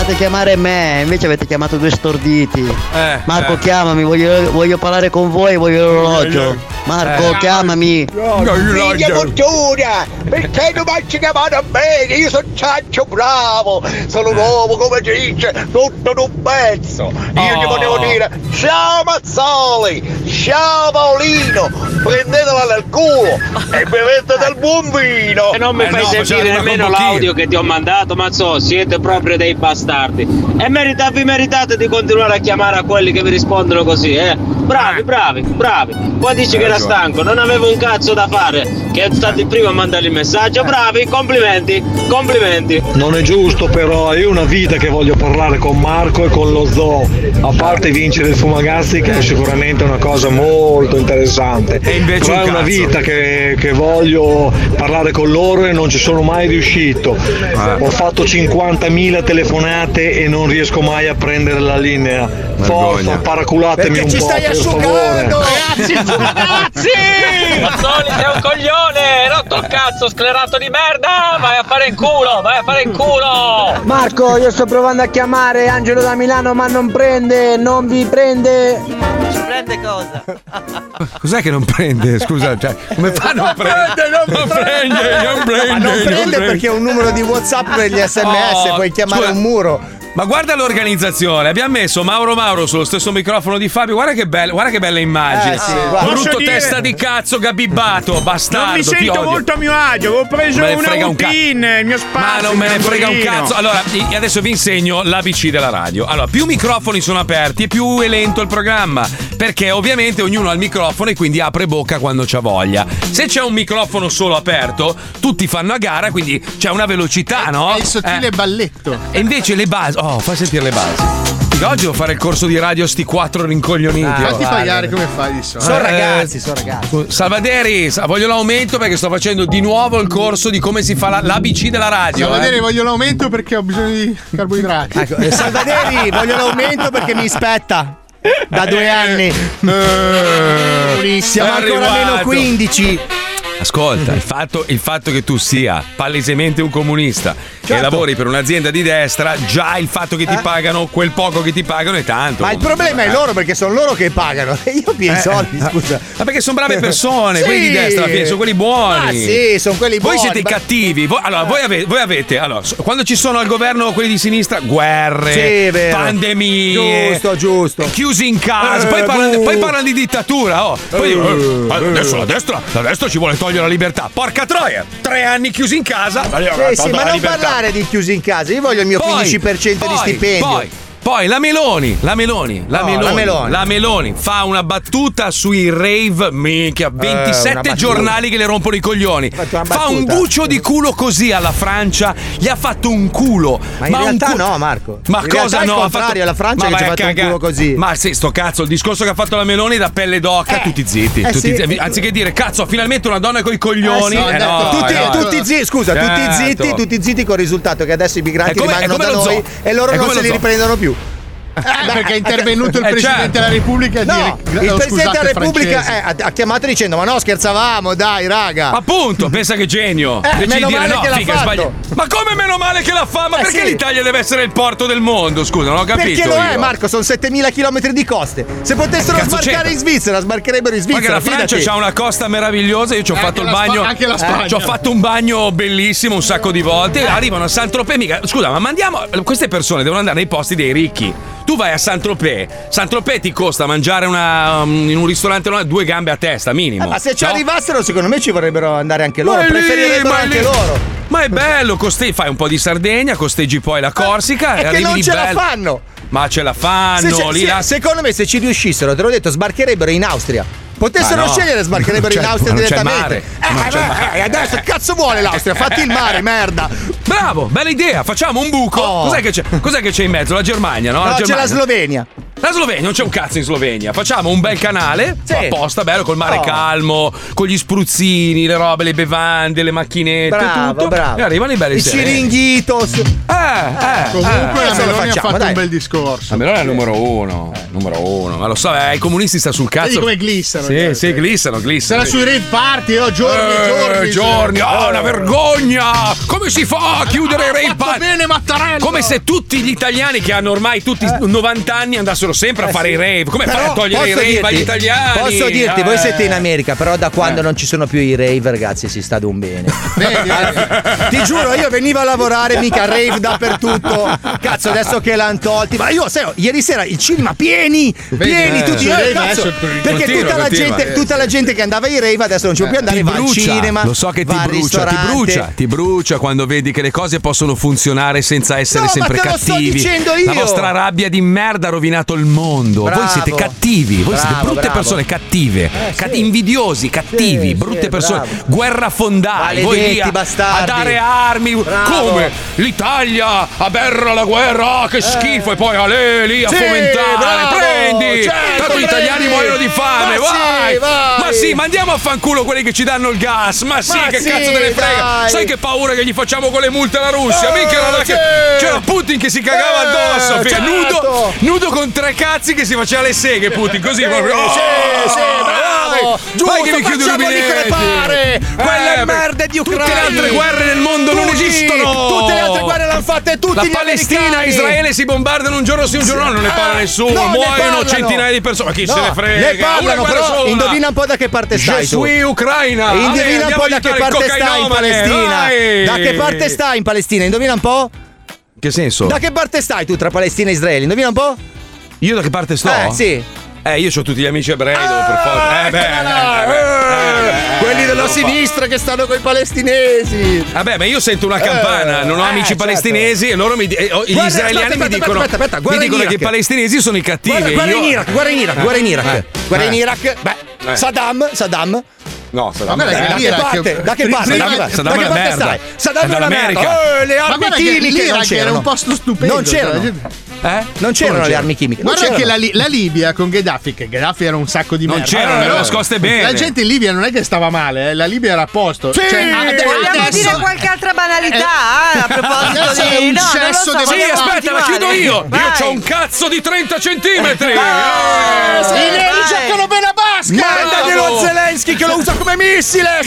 Avevate
dovevate chiamare me, invece avete chiamato due storditi.
Eh,
Marco,
eh.
chiamami, voglio, voglio parlare con voi, voglio l'orologio. Marco,
Eh.
chiamami.
Figlia fortuna, perché non mi hai chiamato bene? Io sono Ciaccio Bravo,
Eh.
sono un uomo come si dice, tutto d'un pezzo. Io
Ah.
gli
Oh.
volevo dire, ciao Mazzoli, ciao Paolino, prendetela dal culo e bevete del buon vino. E non
mi fai sentire nemmeno l'audio che ti ho mandato, ma so, siete proprio dei bastardi. E merita- vi meritate di continuare a chiamare a quelli che vi rispondono così, eh? Bravi, bravi, bravi. Poi dici
Hai
che era
ragione.
stanco, non avevo un cazzo da fare. Che stati prima a mandare il messaggio, bravi, complimenti, complimenti.
Non è giusto però, è una vita che voglio parlare con Marco e con lo zoo, a parte vincere il Fumagazzi che è sicuramente una cosa molto interessante.
E invece
però
un
è una
cazzo.
vita che, che voglio parlare con loro e non ci sono mai riuscito.
Eh.
Ho fatto 50.000 telefonate e non riesco mai a prendere la linea. Forza, paraculatemi
Perché
un
ci
po',
stai
per
asciugando?
favore.
Ragazzi, ragazzi! <laughs> Mazzoli sei un coglione, rotto il cazzo, sclerato di merda! Ah, Vai a fare in culo, vai a fare
<laughs>
in culo!
Marco, io sto provando a chiamare Angelo da Milano, ma non prende, non vi prende.
Ci prende cosa?
Cos'è che non prende? Scusa, cioè, come fa a non prendere? Non
Eh,
prende, non prende.
Ma non prende
prende.
perché è un numero di WhatsApp per gli sms,
Oh,
puoi chiamare
scusa.
un muro.
Ma guarda l'organizzazione, abbiamo messo Mauro Mauro sullo stesso microfono di Fabio, guarda che bella, guarda che bella immagine.
Eh, sì, guarda.
Brutto
Posso dire-
testa di cazzo, gabibbato, bastardo.
Non mi
ti
sento
odio.
molto a mio agio, ho preso
Me ne
una
frega un ca-
routine, il mio
Ma
spazio.
Ah, non me ne
il mio
frega un
angolino.
cazzo. Allora, i- adesso vi insegno l'ABC della radio. Allora, più microfoni sono aperti e più è lento il programma. Perché ovviamente ognuno ha il microfono e quindi apre bocca quando c'ha voglia. Se c'è un microfono solo aperto, tutti fanno a gara, quindi c'è una velocità, no? È il sottile
balletto.
E invece le basi. Oh, fai sentire le basi. Dico, Oggi devo fare il corso di radio a sti quattro rincoglioniti.
Ah, Fatti
oh.
pagare come fai di solito.
Sono ragazzi, sono ragazzi. Salvaderi, sa- voglio l'aumento perché sto facendo di nuovo il corso di come si fa la- l'ABC della radio.
Voglio vedere,
eh.
voglio l'aumento perché ho bisogno di carboidrati.
Ecco, eh, Salvaderi, voglio l'aumento perché mi spetta. Da
Eh,
due anni. Eh, Siamo
è
ancora
arrivato.
meno 15.
Eh, Ascolta, il fatto, il fatto che tu sia palesemente un comunista
Certo.
e lavori per un'azienda di destra, già il fatto che ti pagano quel poco che ti pagano è tanto.
Eh? Ma il problema è loro perché sono loro che pagano. <laughs> E io pieno i
Eh.
soldi, scusa.
Ma perché sono brave persone,
<laughs> Sì.
quelli di destra alla fine sono quelli buoni.
Ma sì, sono quelli buoni.
Voi siete i
ma-
cattivi. Voi, allora, voi ave- voi avete, allora, so- quando ci sono al governo quelli di sinistra,
Sì,
guerre,
è vero.
pandemie,
Giusto, giusto. Eh,
chiusi in casa, poi, parlano, poi parlano di dittatura. Oh. Poi, eh, adesso la destra, la destra ci vuole togliere la libertà. Porca troia, tre anni chiusi in casa.
Sì, sì, ma non parlare di chiusi in casa. Io voglio il mio 15% di stipendio.
Poi, poi la Meloni, la Meloni, la,
No,
Meloni,
la Meloni.
la Meloni fa una battuta sui rave, minchia,
Eh, una
27
battuta.
giornali che le rompono i coglioni.
una
Fa un
battuta.
bucio di culo così alla Francia, gli ha fatto un culo.
Ma in
un
realtà
culo-
no, Marco.
Ma
In realtà
cosa
è il
no? Ha
contrario,
fatto-
la
Ma
Francia che ci
vai
ha
a
fatto un
cagare.
culo così.
Ma sì, sto cazzo, il discorso che ha fatto la Meloni da pelle d'occa, tutti zitti,
eh
tutti
sì.
zitti. Anziché dire cazzo, finalmente una donna coi coglioni.
Eh sì,
eh
no,
no,
tutti,
eh no.
tutti zitti, scusa, tutti
Certo.
zitti, tutti zitti con il risultato che adesso i migranti
È come-
rimangono
è come
da
lo zoo.
noi e loro
È
non
come
se
lo
li
zoo.
riprendono più.
Eh, perché è intervenuto il
Eh,
Presidente
certo.
della Repubblica a
No,
dire...
il
Oh,
Presidente
scusate,
della Repubblica
francesi.
eh, ha, ha chiamato dicendo ma no scherzavamo dai raga.
Appunto, pensa che genio.
Ah. Eh,
Decidi
meno
di dire,
male
no,
che l'ha
figa,
fatto.
sbaglio. Ma come meno male che la fa? Ma
Eh,
perché
sì.
l'Italia deve essere il porto del mondo? Scusa, non ho capito.
Perché lo è
io.
Marco, sono 7000 km di coste. Se potessero
Cazzo
sbarcare
c'entra?
in Svizzera, sbarcherebbero in
Ma che
Svizzera.
la Francia
fidati.
ha una costa meravigliosa, io ci ho fatto il
la Spa-
bagno.
anche la Spagna. Eh.
Ci ho fatto un bagno bellissimo un sacco di volte. Arrivano a Saint-Tropez, mica. Scusa, ma mandiamo. Queste persone devono andare nei posti dei ricchi. Tu vai a Saint-Tropez, Saint-Tropez ti costa mangiare una- um, in un ristorante una- due gambe a testa, minimo.
Eh, ma se ci
No?
arrivassero, secondo me ci vorrebbero andare anche loro.
Ma è lì,
Preferirebbero
ma è
anche
lì.
loro.
Ma è bello, coste- fai un po' di Sardegna, costeggi poi la Corsica e
È che
arrivi
non
lì
ce la
bello.
fanno.
Ma ce la fanno,
Se c'è-
Ah, lì
se-
là-
Secondo me, se ci riuscissero, te l'ho detto, sbarcherebbero in Austria. Potessero
Ma no.
scegliere, sbarcherebbero
Non
in
c'è-
Austria
non c'è il mare.
direttamente.
Non
Eh,
c'è il
beh,
mare.
eh, adesso che cazzo vuole l'Austria? Fatti il mare, merda.
Bravo, bella idea, facciamo un buco. Cos'è, che c'è? Cos'è che c'è in mezzo? La Germania, no?
Oh. No, c'è
Germania.
la Slovenia.
La Slovenia non c'è un cazzo in Slovenia. Facciamo un bel canale apposta, bello, col mare
Oh.
calmo, con gli spruzzini, le robe, le bevande, le macchinette.
Bravo,
tutto.
bravo.
E arrivano i Eh, belli Eh,
I
sereni.
siringhitos.
Ah,
eh,
Comunque
eh,
la
se lo
Meloni ha
facciamo,
fatto
dai.
un bel discorso. Eh.
La Meloni è il numero uno, numero uno, ma lo so, eh, i comunisti sta sul cazzo.
Vedi come glissano,
Sì,
cioè.
sì, glissano, glissano.
Sarà sui rave party, oh, giorni e
Eh,
giorni.
giorni,
cioè.
oh, una vergogna! Come si fa a chiudere i rave party?
Ah, bene, Mattarella! Eh.
Come se tutti gli italiani che hanno ormai tutti 90 anni andassero sempre a fare i rave. Come fai
Però
a togliere i
posso
rave
dirti-
agli italiani?
Posso dirti, voi
Eh.
siete in America, però da quando non ci sono più i rave, ragazzi, si sta d'un bene. Ti giuro, io venivo a lavorare, mica rave dappertutto. Cazzo, adesso che l'hanno tolti. Ma io, sai, ieri sera il cinema pieni, pieni,
eh,
tutti
cioè,
eh,
rave
cazzo,
adesso per-
Perché
continua,
tutta, la
continua. eh,
gente, tutta la gente che andava ai rave adesso non ci può più Cioè, andare,
Ti
va al
brucia,
cinema.
lo so che ti
va al
brucia, ti
ristorante.
brucia, ti brucia quando vedi che le cose possono funzionare senza essere
No, ma
sempre
te lo sto
cattivi.
dicendo io.
La vostra rabbia di merda ha rovinato il mondo. voi
Bravo.
siete cattivi, voi siete
Bravo,
brutte
bravo. Eh,
persone cattive, cat- invidiosi, cattivi, brutte persone, guerrafondai, voi lì
Maledetti
a, a
bastardi.
dare armi.
Bravo. Eh.
Come? L'Italia aberra la guerra, ah, che schifo, e poi a lei lì a
Sì,
fomentare.
bravo,
prendi!
certo,
Tanto gli italiani
prendi.
muoiono di fame,
Ma
vai!
sì, vai.
Ma sì, ma andiamo a fanculo quelli che ci danno il gas, ma sì,
Ma
che
sì,
cazzo te ne frega?
dai.
Sai che paura che gli facciamo con le multe alla Russia?
Eh,
Mica era là
sì.
che c'era Putin che si cagava
Eh,
addosso, figa.
certo.
nudo, nudo con tre cazzi che si faceva le seghe Putin, così proprio.
Eh, sì,
Oh,
sì, bravo.
Giù
Giusto,
che mi chiudo i
facciamo di
rubinetti.
crepare. Quella
perché
merda di
Tutte le
Ucraina.
altre guerre nel mondo non
Tutti,
esistono.
tutte le altre guerre l'hanno fatte tutti
La
gli
Palestina,
americani. Eh,
Israele si bombardano un giorno sì, un giorno no, non ne parla
Ah,
nessuno.
no, ne
Muoiono
parlano.
centinaia di persone. Ma chi
No,
se ne frega?
Ne parlano,
Una guerra
però
sola.
indovina un po' da che parte stai.
Je
tu.
suis Ucraina. Dai,
Indovina un
andiamo
po'
ad
da che
aiutare il
parte stai in
cocainomane,
Palestina.
vai.
Da che parte stai in Palestina? Indovina un po'.
Che senso?
Da che parte stai tu tra Palestina e Israele? Indovina un po'?
Io da che parte sto?
Eh, sì.
Eh, io ho tutti gli amici ebrei, devo per forza. Eh, beh, eh, beh, eh,
Quelli
eh,
della
devo fare.
sinistra che stanno con i palestinesi.
Vabbè, ma io sento una campana, non ho amici
certo.
palestinesi e loro mi di- eh, oh, gli
Guarda,
israeliani
aspetta,
mi
aspetta,
dicono,
aspetta, aspetta,
mi
guarda in
dicono che i
Iraq.
palestinesi sono i cattivi.
Guarda, guarda
io-
in Iraq, guarda in Iraq,
Eh,
guarda in Iraq.
eh,
Guarda in
eh.
Iraq. Beh,
Eh.
Saddam, Saddam.
No, Saddam
Ma guarda
è-
che
eh,
l'Iraq- da che parte?
Saddam-
Da che-
Saddam
da che
è una
parte
merda.
stai? Saddam
È
è una
dall'America.
merda. Oh, le armi
Ma guarda che
chimiche
l'Iraq
non c'erano.
era un posto stupendo.
Non c'erano.
cioè,
Eh?
Non c'erano le armi chimiche.
Guarda
non
che la,
c'erano.
Li- la Libia con Gheddafi, che Gheddafi era un sacco di
Non
merda.
c'erano,
però
erano nascoste bene.
La gente in Libia non è che stava male, eh, la Libia era a posto.
Sì,
Cioè, ad-
vogliamo
adesso-
dire qualche altra banalità
Eh,
eh, a
<laughs>
proposito
adesso è
di
un
no, non lo
cesso
so,
dei-
vogliamo
Sì, aspetta, la
continuare?
chiudo io. Io
Vai.
c'ho un cazzo di 30 centimetri.
Ah, sì,
Eh.
vai.
giocano bene a basket!
Mandaglielo a
Zelensky che lo usa come missile!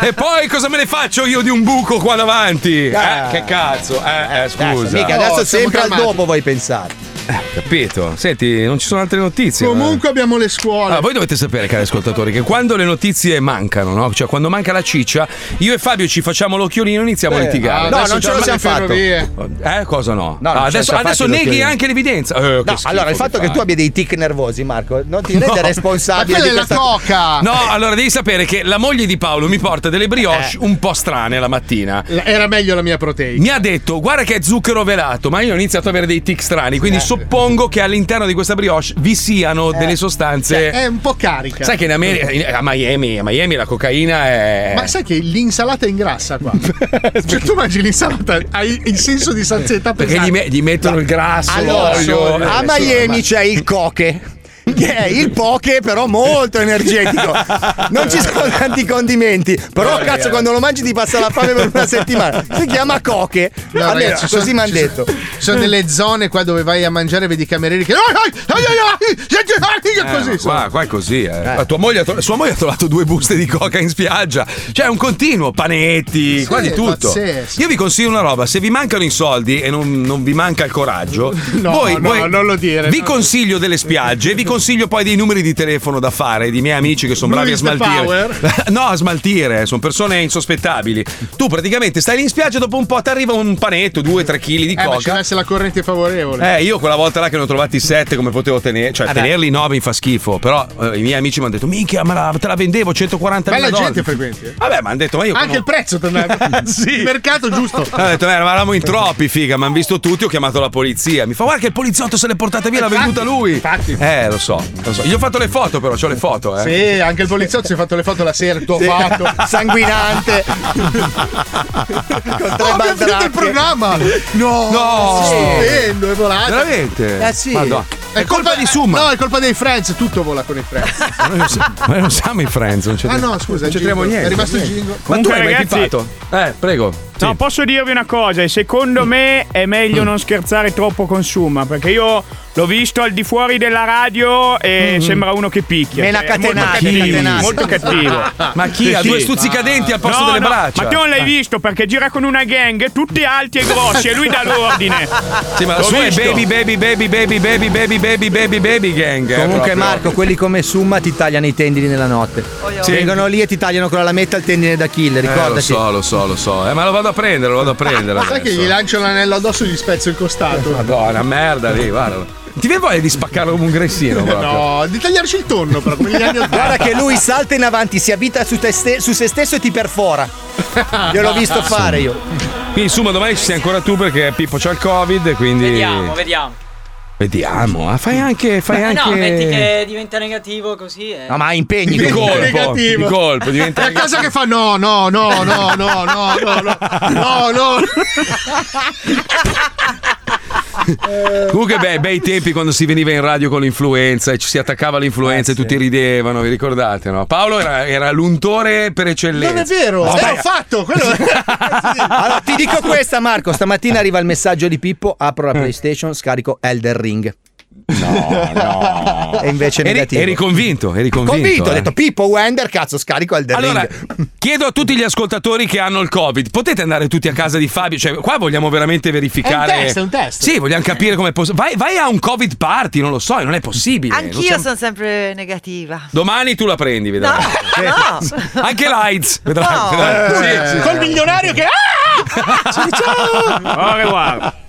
E poi cosa me ne faccio io di un buco qua davanti? Eh, che cazzo? Eh, eh, scusa.
Mica, adesso
Oh,
sempre al
dopo
dopo voi pensate.
Capito? Senti, non ci sono altre notizie.
Comunque abbiamo le scuole.
Ah, voi dovete sapere, cari ascoltatori, che quando le notizie mancano, no? Cioè, quando manca la ciccia, io e Fabio ci facciamo l'occhiolino e iniziamo a
Sì.
litigare.
Ah, no,
Adesso
non ce
già-
lo siamo fatto.
Eh, cosa no?
No, non
Ah,
ce lo
adesso
siamo
adesso
fatti
neghi
l'occhiolino.
anche l'evidenza. Eh, che
No,
schifo
allora il
che
fatto che
fai.
tu abbia dei tic nervosi, Marco, non <laughs> ti rende
No.
responsabile. di questa
No, allora devi sapere che la moglie di Paolo mi porta delle
Eh.
brioche un po' strane la mattina.
La- Era meglio la mia proteica.
Mi ha detto, guarda che è zucchero velato, ma io ho iniziato ad avere dei tic strani,
Eh.
quindi suppongo che all'interno di questa brioche vi siano delle sostanze.
Cioè, è un po' carica. Eh.
Sai che in America, in- eh, a Miami, a Miami la cocaina è.
Ma sai che l'insalata ingrassa
<laughs>
qua? cioè, tu mangi l'insalata, hai il senso di sazietà
Perché gli,
pesante.
me- gli mettono il grasso,
Allora,
l'olio.
a
Eh,
Miami
insomma.
c'è il coche. Che è il poke, però molto energetico. Non ci sono tanti condimenti. Però,
No,
cazzo,
ragazzi.
quando lo mangi ti passa la fame per una <laughs> settimana. Si chiama coche.
eh. No,
Almeno
ragazzi, ci
così
sono-
mi hanno
ci sono-
detto.
Ci sono delle zone qua dove vai a mangiare e vedi i camerieri che.
Eh,
ah, Così
ma
sono.
qua, qua è così. eh. La tua moglie ha tro- sua moglie ha trovato due buste di coca in spiaggia. Cioè, è un continuo, panetti,
Sì,
quasi tutto.
pazzesco.
Io vi consiglio una roba: se vi mancano i soldi e non, non vi manca il coraggio,
<laughs> No,
voi,
no,
voi-
non lo dire,
Vi
no.
consiglio delle spiagge, vi consiglio poi dei numeri di telefono da fare di miei amici che sono bravi a
Luis de
smaltire. <laughs> no, a smaltire, sono persone insospettabili. Tu praticamente stai lì in spiaggia, dopo un po' ti arriva un panetto, 2-3 kg di
Eh, ma ci
coca.
deve essere la corrente favorevole.
Eh, io quella volta là che ne ho trovati sette, come potevo tenere? Cioè,
Eh beh.
tenerli no mi fa schifo. Però eh, i miei amici mi hanno detto: Minchia, ma la- te la vendevo 140
Bella
dollari.
gente frequenti. eh.
Vabbè, mi hanno detto, ma io.
Anche il prezzo tornava.
<laughs> Sì.
Il mercato giusto.
Ho detto, eh, ma eravamo in troppi, figa, mi hanno visto tutti, ho chiamato la polizia. Mi fa, guarda che il poliziotto se l'è portata via, l'ha venduta lui. Eh, lo so, lo so. Gli ho fatto le foto, però, ho le foto, eh.
Sì, anche il poliziotto si è fatto le foto la sera, il tuo fatto.
Sanguinante.
<laughs> Oh, abbiamo finito il programma! No!
No!
stupendo, è volato.
Veramente?
Eh sì.
Madonna.
È, colpa, di Summa. No, è colpa dei Friends, tutto vola con i Friends.
<laughs> Ma noi non siamo- <laughs>
Eh.
ma noi non siamo in Friends, non c'entriamo,
Ah, no, scusa,
non c'entriamo
Gingo.
niente.
È rimasto
niente.
Gingo.
Ma tu
Comunque,
hai mai
ragazzi-
tifato? Eh, prego.
No, posso dirvi una cosa,
Mm.
secondo me è meglio non scherzare troppo con Summa, perché io l'ho visto al di fuori della radio
Mm,
e sembra uno che picchia.
Mena
cioè, è molto
catenata,
cattivo,
catenata.
Molto cattivo.
Ma
<laughs>
chi? Ha due stuzzicadenti al posto
No,
delle
no,
braccia? Eh.
Ma te non l'hai visto perché gira con una gang, tutti alti e grossi, e lui dà l'ordine.
<laughs> Sì, ma la
L'ho
sua è
visto.
baby, baby, baby, baby, baby, baby, baby, baby, baby gang. eh,
Comunque
proprio.
Marco, quelli come Summa ti tagliano i tendini nella notte.
Sì.
Vengono lì e ti tagliano con la lametta il tendine d'Achille,
Eh, lo
ricordati.
so, lo so, lo so. Eh, ma lo vado a prendere, lo vado a
<laughs>
prendere.
Sai che
adesso.
gli lancio l'anello addosso e gli spezzo il costato.
Madonna, merda lì, guarda. Ti viene voglia di spaccarlo come un gressino? proprio?
No, di tagliarci il tonno, però come gli anni
Guarda che lui salta in avanti, si avvita su, te ste- su se stesso e ti <laughs> perfora. Io l'ho visto fare io.
Quindi, insomma, domani ci sei ancora tu perché Pippo c'ha il Covid, quindi.
Vediamo, vediamo.
Vediamo. Ah, fai anche. Fai
Eh
anche...
No, metti che diventa negativo così. Eh.
No, ma impegni
di colpo,
comunque.
di colpo, diventa
<laughs> È a casa che fa no, no, no, no, no, no, no, no, no, no.
Comunque, beh, bei tempi quando si veniva in radio con l'influenza e ci si attaccava
Eh,
all'influenza e tutti ridevano, vi ricordate? No? Paolo era, era l'untore per eccellenza.
Non è vero,
Oh,
eh,
beh,
l'ho fatto. Quello...
Allora,
<laughs>
ti dico questa, Marco. Stamattina arriva il messaggio di Pippo: apro
Eh.
la PlayStation, scarico Elder Ring. No, no. E invece è
eri,
negativo.
eri convinto, eri convinto.
Convinto, ho
eh.
detto Pippo Wender, cazzo, scarico Elder
Allora,
Ring.
chiedo a tutti gli ascoltatori che hanno il Covid, potete andare tutti a casa di Fabio? Cioè, qua vogliamo veramente verificare.
È un test, è un test. Eh.
Sì, vogliamo capire come è possibile. Vai, vai a un Covid party, non lo so, non è possibile. non
Anch'io
siamo-
sono sempre negativa.
Domani tu la prendi, vedrai.
No,
Anche l'AIDS, vedrai.
No.
vedrai.
<laughs> Eh.
Sì, sì.
Col
milionario che.
Ciao.
Oh,
Au revoir.